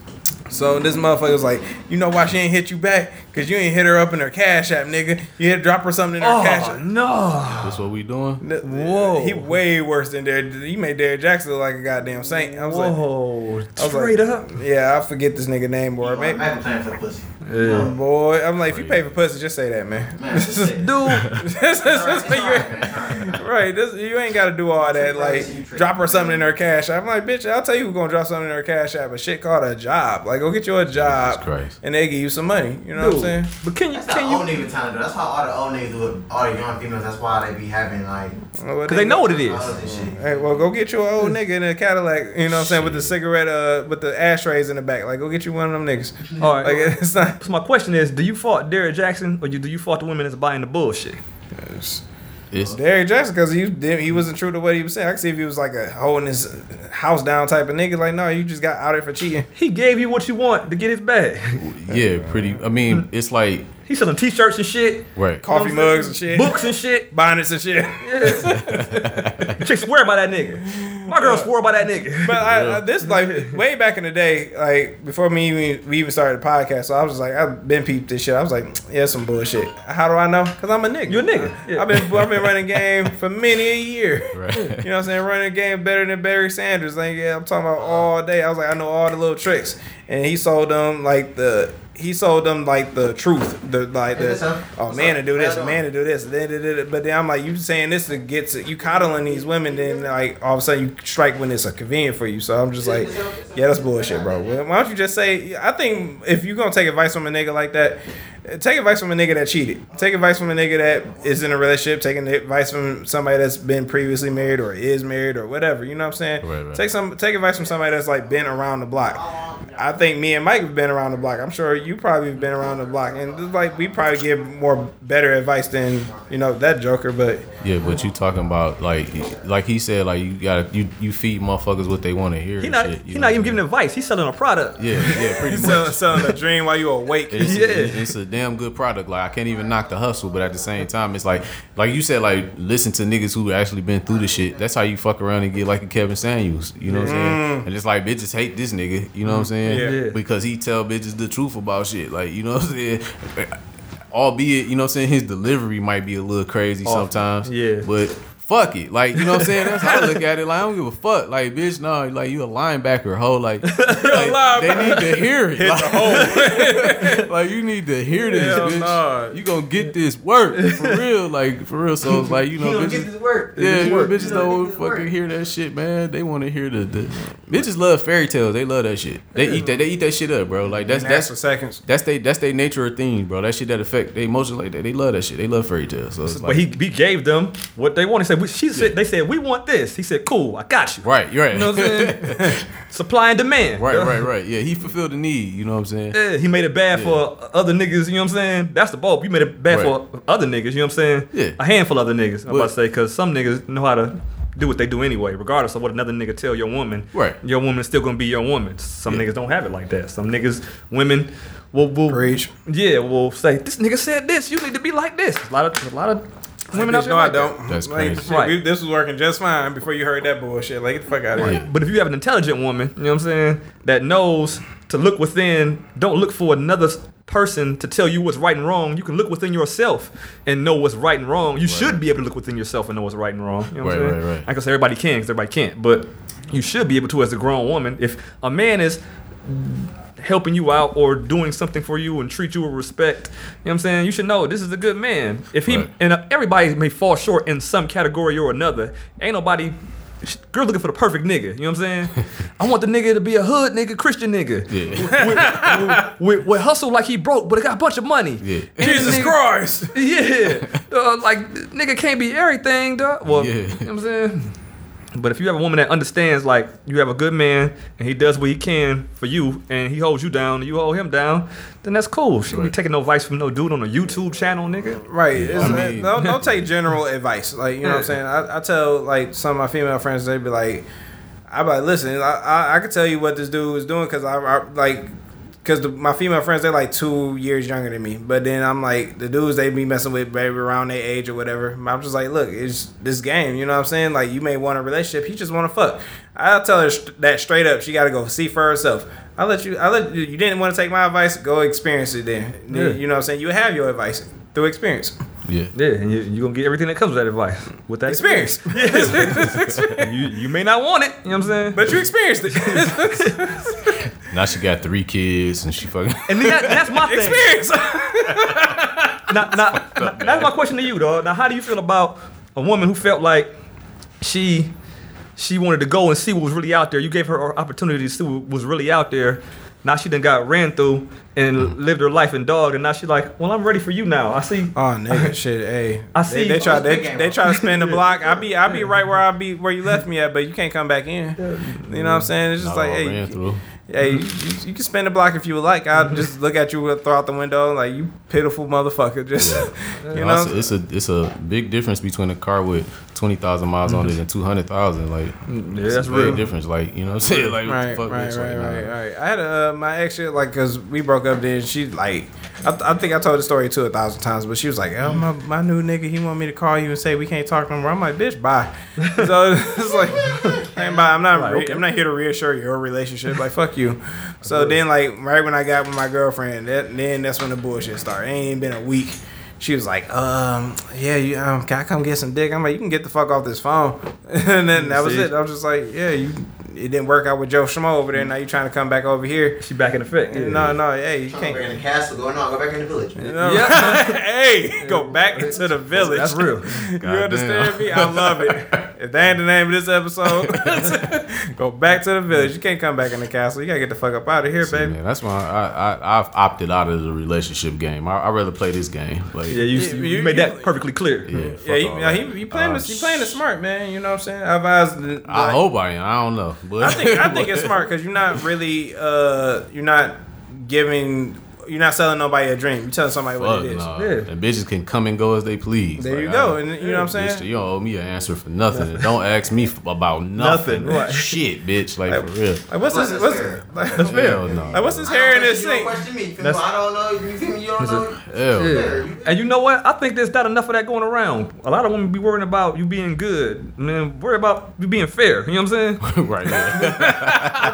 Speaker 3: So this motherfucker was like, you know why she ain't hit you back? Cause you ain't hit her up in her cash app, nigga. You hit drop her something in her cash
Speaker 4: Oh
Speaker 3: app.
Speaker 4: no.
Speaker 6: That's what we doing.
Speaker 3: Whoa. He way worse than Derrick. He made Derrick Jackson look like a goddamn saint. I was like,
Speaker 4: Whoa.
Speaker 3: I was
Speaker 4: Straight
Speaker 3: like,
Speaker 4: up.
Speaker 3: Yeah, I forget this nigga name, boy.
Speaker 7: I
Speaker 3: Maybe,
Speaker 7: have a plan for the pussy.
Speaker 3: boy, I'm like, if you pay for pussy, just say that, man.
Speaker 7: Man, just say it.
Speaker 4: Dude,
Speaker 3: This- this- this-
Speaker 7: It's alright, man, it's alright.
Speaker 3: right, this, you ain't got to do all that. Like, drop her something in her cash. app. I'm like, bitch, I'll tell you who's gonna drop something in her cash app. A shit called a job. Like, go get you a job,
Speaker 6: Christ.
Speaker 3: and they give you some money. You know what I'm saying?
Speaker 4: dude. But can you
Speaker 7: That's how
Speaker 4: can
Speaker 7: old
Speaker 4: you
Speaker 7: nigga time to do. That's how all the old niggas do it. All the young females. That's why they be having like.
Speaker 4: Cause they know what it is.
Speaker 7: all this shit.
Speaker 3: Hey, well, go get you an old nigga in a Cadillac. You know what I'm saying? With the cigarette, uh, with the ashtrays in the back. Like, go get you one of them niggas.
Speaker 4: All
Speaker 3: Like,
Speaker 4: right.
Speaker 3: it's not.
Speaker 4: so my question is, do you fault Derrick Jackson or you, do you fault the women that's buying the bullshit?
Speaker 6: It's
Speaker 3: Derrick Jackson because he didn't, he wasn't true to what he was saying. I can see if he was like a holding his uh, house down type of nigga. Like, no, you just got out there for cheating.
Speaker 4: He gave you what you want to get his bag.
Speaker 6: yeah, pretty. I mean, it's like
Speaker 4: He selling t-shirts and shit,
Speaker 6: right.
Speaker 3: Coffee mugs and shit,
Speaker 4: books and shit.
Speaker 3: bonnets and shit.
Speaker 4: Chicks swear by that nigga. My girl swore by that nigga.
Speaker 3: But I, I, this like way back in the day, like before me even, we even started the podcast. So I was like, I've been peeped this shit. I was like, yeah, some bullshit. How do I know? Cause I'm a nigga.
Speaker 4: You a nigga. Yeah.
Speaker 3: I've been I've been running game for many a year.
Speaker 6: Right.
Speaker 3: You know what I'm saying? Running game better than Barry Sanders. Like, yeah, I'm talking about all day. I was like, I know all the little tricks. And he sold them like the he sold them like the truth, the like
Speaker 7: Is this
Speaker 3: the
Speaker 7: how-
Speaker 3: oh
Speaker 7: what's
Speaker 3: man to
Speaker 7: up?
Speaker 3: do this,
Speaker 7: Right on.
Speaker 3: man to do this, da- da- da- da. but then I'm like you saying this to get to, you coddling these women, then like all of a sudden you strike when it's a convenient for you. So I'm just like, yeah, that's bullshit, bro. Well, Why don't you just say? I think if you're gonna take advice from a nigga like that, eh, take advice from a nigga that cheated. Take advice from a nigga that is in a relationship. Taking advice from somebody that's been previously married or is married or whatever. You know what I'm saying?
Speaker 6: Right, right.
Speaker 3: Take some take advice from somebody that's like been around the block. I think me and Mike have been around the block. I'm sure you probably have been around the block, and just like we probably give more better advice than you know that Joker. But
Speaker 6: Yeah, but you talking about like, like he said, like you gotta you you feed motherfuckers what they want to hear.
Speaker 4: He
Speaker 6: and
Speaker 4: not
Speaker 6: shit,
Speaker 4: he
Speaker 6: you know
Speaker 4: not even
Speaker 6: what I'm
Speaker 4: giving advice. He's selling a product.
Speaker 6: saying? Yeah, yeah, pretty much.
Speaker 3: selling, selling a dream while you awake.
Speaker 6: It's,
Speaker 4: Yeah.
Speaker 6: it- it's a damn good product. Like I can't even knock the hustle, but at the same time, it's like, like you said, like listen to niggas who actually been through the shit. That's how you fuck around and get like a Kevin Samuels. You know what I'm saying? And it's like bitches hate this nigga. You know what I'm saying?
Speaker 3: Yeah.
Speaker 4: Mm. Yeah.
Speaker 6: Because he tell bitches the truth about shit. Like you know what I'm saying? Albeit, you know what I'm saying, his delivery might be a little crazy sometimes.
Speaker 4: yeah.
Speaker 6: But fuck it. Like, you know what I'm saying? That's how I look at it. Like, I don't give a fuck. Like, bitch, no, like you a linebacker, hoe. Like, like, they need to hear it. Like, like you need to hear this,
Speaker 3: Hell
Speaker 6: bitch.
Speaker 3: nah.
Speaker 6: You gonna get this work for real, like for real. So it's like you know,
Speaker 7: You don't get
Speaker 6: bitches.
Speaker 7: this work.
Speaker 6: Yeah, you know,
Speaker 7: You
Speaker 6: bitches
Speaker 7: don't
Speaker 6: don't
Speaker 7: get this
Speaker 6: fucking
Speaker 7: work.
Speaker 6: hear that shit, man. They want to hear the, the bitches love fairy tales. They love that shit. They eat that. They eat that shit up, bro. Like that's
Speaker 3: That's for
Speaker 6: that's
Speaker 3: seconds.
Speaker 6: that's they that's they nature of things, bro. That shit that affect they emotions like that. They love that shit. They love fairy tales. So it's
Speaker 4: But
Speaker 6: like,
Speaker 4: he, he gave them what they wanted. He said, we, she said they said we want this. He said, cool, I got you.
Speaker 6: right, you're right,
Speaker 4: You know what I'm saying? Supply and demand.
Speaker 6: right, right, right. Yeah, he fulfilled the need. You know what I'm saying?
Speaker 4: Yeah, he made it bad for other niggas, you know what I'm saying? That's the bulb. You made it bad for other niggas, you know what I'm saying?
Speaker 6: Yeah.
Speaker 4: A handful of other niggas, I'm
Speaker 6: But-
Speaker 4: about to say, because some niggas know how to do what they do anyway, regardless of what another nigga tell your woman.
Speaker 6: Right.
Speaker 4: Your woman is still going to be your woman. Some niggas don't have it like that. Some niggas, women, will, will
Speaker 3: Preach.
Speaker 4: yeah, will say, this nigga said this, you need to be like this. A lot of, a lot of women out
Speaker 3: Bitch,
Speaker 4: there
Speaker 3: no, I
Speaker 4: like that.
Speaker 3: don't.
Speaker 6: That's
Speaker 3: Like,
Speaker 6: crazy.
Speaker 3: shit, we- this was working just fine before you heard that bullshit. Like, get the fuck out of here.
Speaker 4: But if you have an intelligent woman, you know what I'm saying, that knows to look within, don't look for another s- person to tell you what's right and wrong. You can look within yourself and know what's right and wrong. You should be able to look within yourself and know what's right and wrong. You know what I'm
Speaker 6: Right,
Speaker 4: saying?
Speaker 6: right, right.
Speaker 4: I can say everybody can, because everybody can't. But you should be able to as a grown woman. If a man is helping you out or doing something for you and treat you with respect. You know what I'm saying? You should know this is a good man. If he
Speaker 6: Right.
Speaker 4: and uh, everybody may fall short in some category or another. Ain't nobody sh- girls looking for the perfect nigga. You know what I'm saying? I want the nigga to be a hood nigga, Christian nigga. Yeah. With, with, with hustle like he broke, but it got a bunch of money.
Speaker 6: Yeah.
Speaker 4: And
Speaker 3: Jesus
Speaker 4: nigga-
Speaker 3: Christ.
Speaker 4: yeah. Uh, like, nigga can't be everything, dog. Well,
Speaker 6: Yeah.
Speaker 4: you know what I'm saying? But if you have a woman that understands, like, you have a good man and he does what he can for you and he holds you down and you hold him down, then that's cool. She be taking no advice from no dude on a YouTube channel, nigga.
Speaker 3: Right. It's-
Speaker 6: I mean-
Speaker 3: don't, don't take general advice. Like, you know what I'm saying? I, I tell, like, some of my female friends, they be like, I'm like, listen, I, I, I could tell you what this dude was doing because I, I, like, because my female friends, they're like two years younger than me. But then I'm like, the dudes they be messing with, baby, around their age or whatever. I'm just like, look, it's this game. You know what I'm saying? Like, you may want a relationship. He just want to fuck. I'll tell her st- that straight up. She got to go see for herself. I let you, I let you, you didn't want to take my advice. Go experience it then. You know what I'm saying? You have your advice through experience.
Speaker 6: Yeah.
Speaker 4: Yeah, and you're you going to get everything that comes with that advice. With that
Speaker 3: Experience.
Speaker 4: you, you may not want it, you know what I'm saying?
Speaker 3: but you experienced it.
Speaker 6: Now she got three kids and she fucking.
Speaker 4: and then that, that's my thing.
Speaker 3: Experience.
Speaker 4: now, now, now, that's my question to you, dog. Now, how do you feel about a woman who felt like she she wanted to go and see what was really out there? You gave her an opportunity to see what was really out there. Now she done got ran through and lived her life and dog, and now she like, well, I'm ready for you now. I see.
Speaker 3: Oh nigga, shit, hey.
Speaker 4: I
Speaker 3: They,
Speaker 4: see-
Speaker 3: they try they,
Speaker 7: game,
Speaker 3: they
Speaker 7: bro.
Speaker 3: try to spin the block. I be I be right where I be where you left me at, but you can't come back in. You know what I'm saying? It's just like hey, hey, you, you- you can spin the block if you would like. I'll just look at you throw out the window like you pitiful motherfucker. Just you know.
Speaker 6: Also, it's a it's a big difference between a car with twenty thousand miles on it and two hundred thousand. Like,
Speaker 3: Mm,
Speaker 4: Yeah,
Speaker 6: it's
Speaker 4: that's
Speaker 6: a big
Speaker 4: real.
Speaker 6: difference. Like, you know what I'm saying? Like, what the
Speaker 3: Right,
Speaker 6: fuck,
Speaker 3: right,
Speaker 6: bitch?
Speaker 3: right,
Speaker 6: Like,
Speaker 3: right,
Speaker 6: nah.
Speaker 3: right. I had uh, my ex, shit, like, cause we broke up. Then she like, I, th- I think I told the story too a thousand times, but she was like, "Oh, my, my new nigga, he want me to call you and say we can't talk no more." I'm like, "Bitch, bye." so it's like, "Hey, bye." I'm not, re- I'm not here to reassure your relationship. Like, fuck you. So then, like, right when I got with my girlfriend, that, then that's when the bullshit started. It ain't even been a week. She was like, um, yeah, you, um, can I come get some dick? I'm like, you can get the fuck off this phone. and then that was
Speaker 4: See?
Speaker 3: it. I was just like, yeah, you it didn't work out with Joe Schmo over there. Now you trying to come back over here?
Speaker 4: She back in effect. Yeah.
Speaker 3: No, no, hey, you
Speaker 7: Trying to go back in
Speaker 3: can't.
Speaker 7: the castle, going on, go back in the village.
Speaker 3: No. hey, go back into the village.
Speaker 4: That's real.
Speaker 3: you understand me? I love it. If that ain't the name of this episode, go back to the village. You can't come back in the castle. You gotta get the fuck up out of here,
Speaker 6: See,
Speaker 3: baby.
Speaker 6: man, that's why I, I I've opted out of the relationship game. I I rather play this game. Like,
Speaker 4: Yeah, you, you,
Speaker 3: you-
Speaker 4: you made
Speaker 3: you-
Speaker 4: that perfectly clear.
Speaker 6: yeah, fuck
Speaker 3: Yeah, he,
Speaker 6: all
Speaker 3: yeah,
Speaker 6: that.
Speaker 3: he, he playing
Speaker 6: Uh,
Speaker 3: this, he playing it smart, man. You know what I'm saying? I advise. the-
Speaker 6: I
Speaker 3: like-
Speaker 6: hope I am. I don't know. But
Speaker 3: I think I think it's smart because you're not really uh you're not giving you're not selling nobody a dream. You're telling somebody what
Speaker 6: Fuck,
Speaker 3: it is.
Speaker 6: nah.
Speaker 4: Yeah.
Speaker 6: And bitches can come and go as they please.
Speaker 3: There
Speaker 6: Like,
Speaker 3: you
Speaker 6: I-
Speaker 3: go, and you know what I'm saying.
Speaker 6: Bitch, you don't owe me an answer for nothing. And don't ask me f- about nothing.
Speaker 3: right.
Speaker 6: Shit, bitch. Like,
Speaker 3: Like-
Speaker 6: for real.
Speaker 3: Like what's this?
Speaker 7: That's
Speaker 3: What's
Speaker 7: fair.
Speaker 3: like,
Speaker 6: Hell no.
Speaker 3: like, what's this
Speaker 7: I don't
Speaker 3: hair in this
Speaker 7: question you,
Speaker 3: sink?
Speaker 7: don't question me. You feel me?
Speaker 4: That's-
Speaker 7: I don't know. You feel me? You don't know.
Speaker 6: Hell no.
Speaker 4: Yeah. And you know what? I think there's not enough of that going around. A lot of women be worrying about you being good. Man, worry about you being fair. You know what I'm saying? Worry
Speaker 6: right there.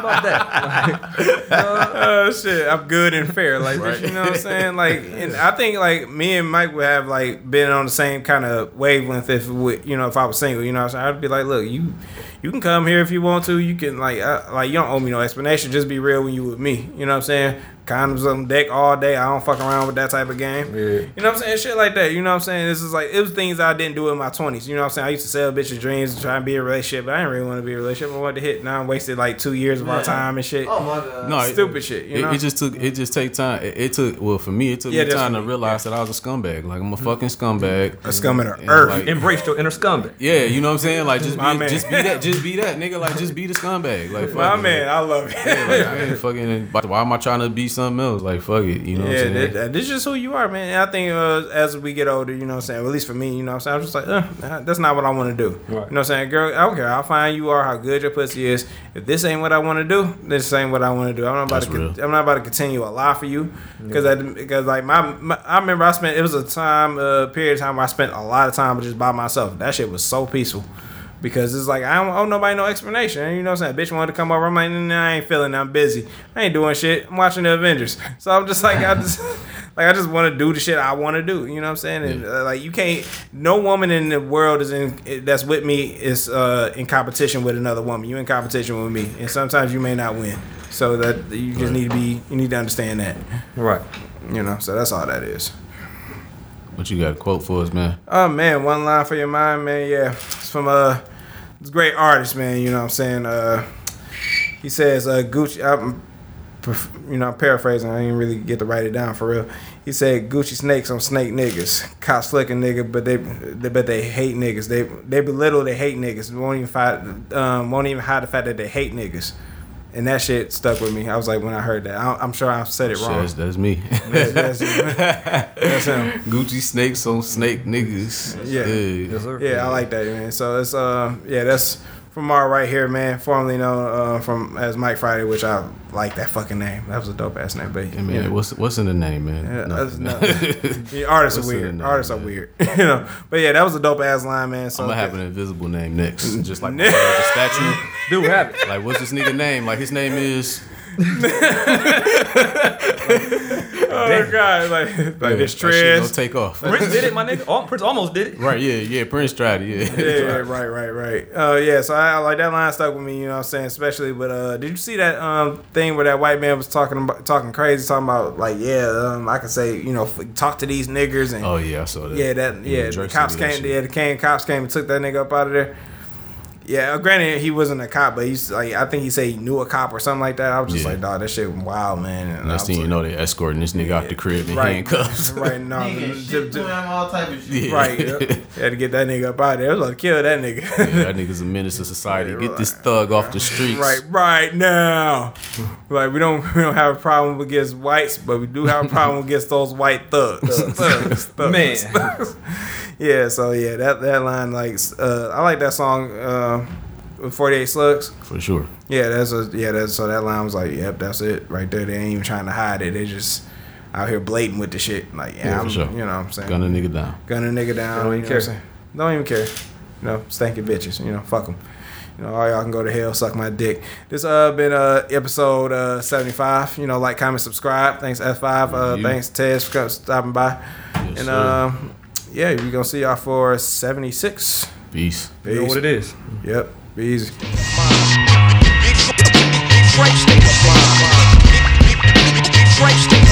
Speaker 4: about that.
Speaker 3: Oh shit, I'm good and fair. Like bitch, you know what I'm saying. Like, and I think like me and Mike would have like been on the same kind of wavelength if we, you know if I was single. You know what I'm saying. I'd be like, look, you you can come here if you want to. You can like I, like you don't owe me no explanation. Just be real when you with me. You know what I'm saying. Condoms on deck all day. I don't fuck around with that type of game. You know what I'm saying? Shit like that. You know what I'm saying? This is like it was things I didn't do in my twenties. You know what I'm saying? I used to sell bitches dreams and try and be in a relationship, but I didn't really want to be in a relationship. I wanted to hit. Now I wasted like two years of our time and shit.
Speaker 7: Oh my god.
Speaker 6: No, it-
Speaker 3: Stupid shit. You
Speaker 6: it,
Speaker 3: know?
Speaker 6: it just took it just take time. It, it took well for me. It took
Speaker 3: Yeah,
Speaker 6: me
Speaker 3: that's
Speaker 6: time to
Speaker 3: for me.
Speaker 6: realize that I was a scumbag. Like I'm a fucking scumbag.
Speaker 3: a scum of the
Speaker 6: And,
Speaker 3: earth.
Speaker 6: like,
Speaker 4: Embrace your inner scumbag.
Speaker 6: yeah, you know what I'm saying. Like just
Speaker 3: My
Speaker 6: be,
Speaker 3: man.
Speaker 6: just be that, just be that nigga. Like just be the scumbag. Like fuck
Speaker 3: My
Speaker 6: it.
Speaker 3: man, I love it.
Speaker 6: Like, I ain't fucking. Why am I trying to be something else? Like fuck it. You know what I'm
Speaker 3: Yeah,
Speaker 6: saying.
Speaker 3: that, that- this is just who you are, man. And I think uh, as we get older, you know what I'm saying? At least for me, you know what I'm saying? I'm just like, uh, that's not what I want to do. You know what I'm saying? Girl, I don't care how fine you are, how good your pussy is. If this ain't what I want to do, this ain't what I want to do. I'm not about
Speaker 6: That's
Speaker 3: to con-
Speaker 6: real.
Speaker 3: I'm not about to continue a lie for you because because like my, my I remember I spent it was a time uh, period of time where I spent a lot of time just by myself. That shit was so peaceful. Because it's like I don't owe nobody no explanation. You know what I'm saying? Bitch wanted to come over. I'm like, nah, I ain't feeling. it. I'm busy. I ain't doing shit. I'm watching the Avengers. So I'm just like, I just like I just want to do the shit I want to do. You know what I'm saying? And uh, like you can't. No woman in the world is in that's with me is uh, in competition with another woman. You in competition with me, and sometimes you may not win. So that you just need to be. You need to understand that.
Speaker 4: Right.
Speaker 3: You know. So that's all that is.
Speaker 6: What you got a quote for us, man?
Speaker 3: Oh man, one line for your mind, man. Yeah, it's from uh, it's a great artist, man. You know what I'm saying? Uh, he says uh, Gucci. I'm, perf- you know, I'm paraphrasing. I didn't really get to write it down for real. He said Gucci snakes on snake niggas, cop slicking nigga, but they, they but they hate niggas. They they belittle they hate niggas. Won't even fight. Um, won't even hide the fact that they hate niggas. And that shit stuck with me. I was like, when I heard that, I, I'm sure I said it
Speaker 6: Shit,
Speaker 3: wrong.
Speaker 6: that's, that's me.
Speaker 3: That's, that's, that's him.
Speaker 6: Gucci snakes on snake niggas.
Speaker 3: Yeah.
Speaker 4: Yes, sir.
Speaker 3: Yeah, I like that, man. So it's uh, yeah, that's from our right here, man. Formerly known uh, from as Mike Friday, which I like that fucking name. That was a dope ass name, but
Speaker 6: Hey, man,
Speaker 3: yeah.
Speaker 6: what's what's in the name, man?
Speaker 3: Yeah, that's
Speaker 6: Nothing.
Speaker 3: nothing. Yeah, artists are
Speaker 6: What's the
Speaker 3: weird.
Speaker 6: name,
Speaker 3: Artists are
Speaker 6: man?
Speaker 3: weird, you know. But yeah, that was a dope ass line, man. So
Speaker 6: I'm gonna have an invisible name next, just like the statue.
Speaker 4: Do have it.
Speaker 6: Like, what's this nigga name? Like, his name is.
Speaker 3: oh god, like like
Speaker 6: Yeah,
Speaker 3: this
Speaker 6: that shit gonna
Speaker 3: Triz.
Speaker 6: take off.
Speaker 4: Prince did it, my nigga. Oh, Prince almost did it.
Speaker 6: Right? Yeah, yeah. Prince tried it. Yeah.
Speaker 3: Yeah, right, right, right. Oh yeah, so I, I like that line stuck with me. You know what I'm saying, especially. But uh, did you see that um thing where that white man was talking about talking crazy, talking about like yeah, um, I can say you know f- talk to these niggers and
Speaker 6: Oh yeah, I saw that.
Speaker 3: Yeah, that yeah, the
Speaker 6: Drake
Speaker 3: cops
Speaker 6: said that
Speaker 3: came.
Speaker 6: shit.
Speaker 3: Yeah, the came cops came and took that nigga up out of there. Yeah, uh, granted he wasn't a cop, but he's like I think he said he knew a cop or something like that. I was just
Speaker 6: Yeah.
Speaker 3: like, dog, that shit wild, man. And I
Speaker 6: Next
Speaker 3: was
Speaker 6: thing you
Speaker 3: like,
Speaker 6: know, they escorting this nigga out the crib in
Speaker 3: Right.
Speaker 6: handcuffs.
Speaker 3: right now,
Speaker 7: Nigga, shit, doing all type of shit.
Speaker 6: Yeah.
Speaker 3: right, yep. had to get that nigga up out of there. I was like, kill that nigga.
Speaker 6: Yeah, that nigga's a menace to society. Get this thug off the streets.
Speaker 3: Right, right now, like we don't we don't have a problem against whites, but we do have a problem against those white thugs. thugs, thugs.
Speaker 4: Man.
Speaker 3: yeah. So yeah, that that line like s- uh, I like that song uh, with Forty Eight Slugs.
Speaker 6: For sure.
Speaker 3: Yeah, that's a yeah. That's so that line was like, yep, that's it right there. They ain't even trying to hide it. They just out here blatant with the shit. Like, yeah,
Speaker 6: Yeah, for
Speaker 3: I'm,
Speaker 6: sure.
Speaker 3: you know, what I'm saying,
Speaker 6: Gun a nigga down.
Speaker 3: gun a nigga down.
Speaker 4: Don't even
Speaker 3: you know
Speaker 4: care.
Speaker 3: What I'm saying? Don't even care. You know, stanky bitches. You know, fuck them. You know, all y'all can go to hell, suck my dick. This uh been uh episode uh seventy five. You know, like, comment, subscribe. Thanks F five. Uh,
Speaker 6: You.
Speaker 3: thanks Tez for co- stopping by. and
Speaker 6: sir.
Speaker 3: um, yeah, we gonna see y'all for seventy six.
Speaker 6: Peace.
Speaker 4: You know what it is.
Speaker 3: Yep, be easy.
Speaker 8: Big Stripes, they apply. Stripes, they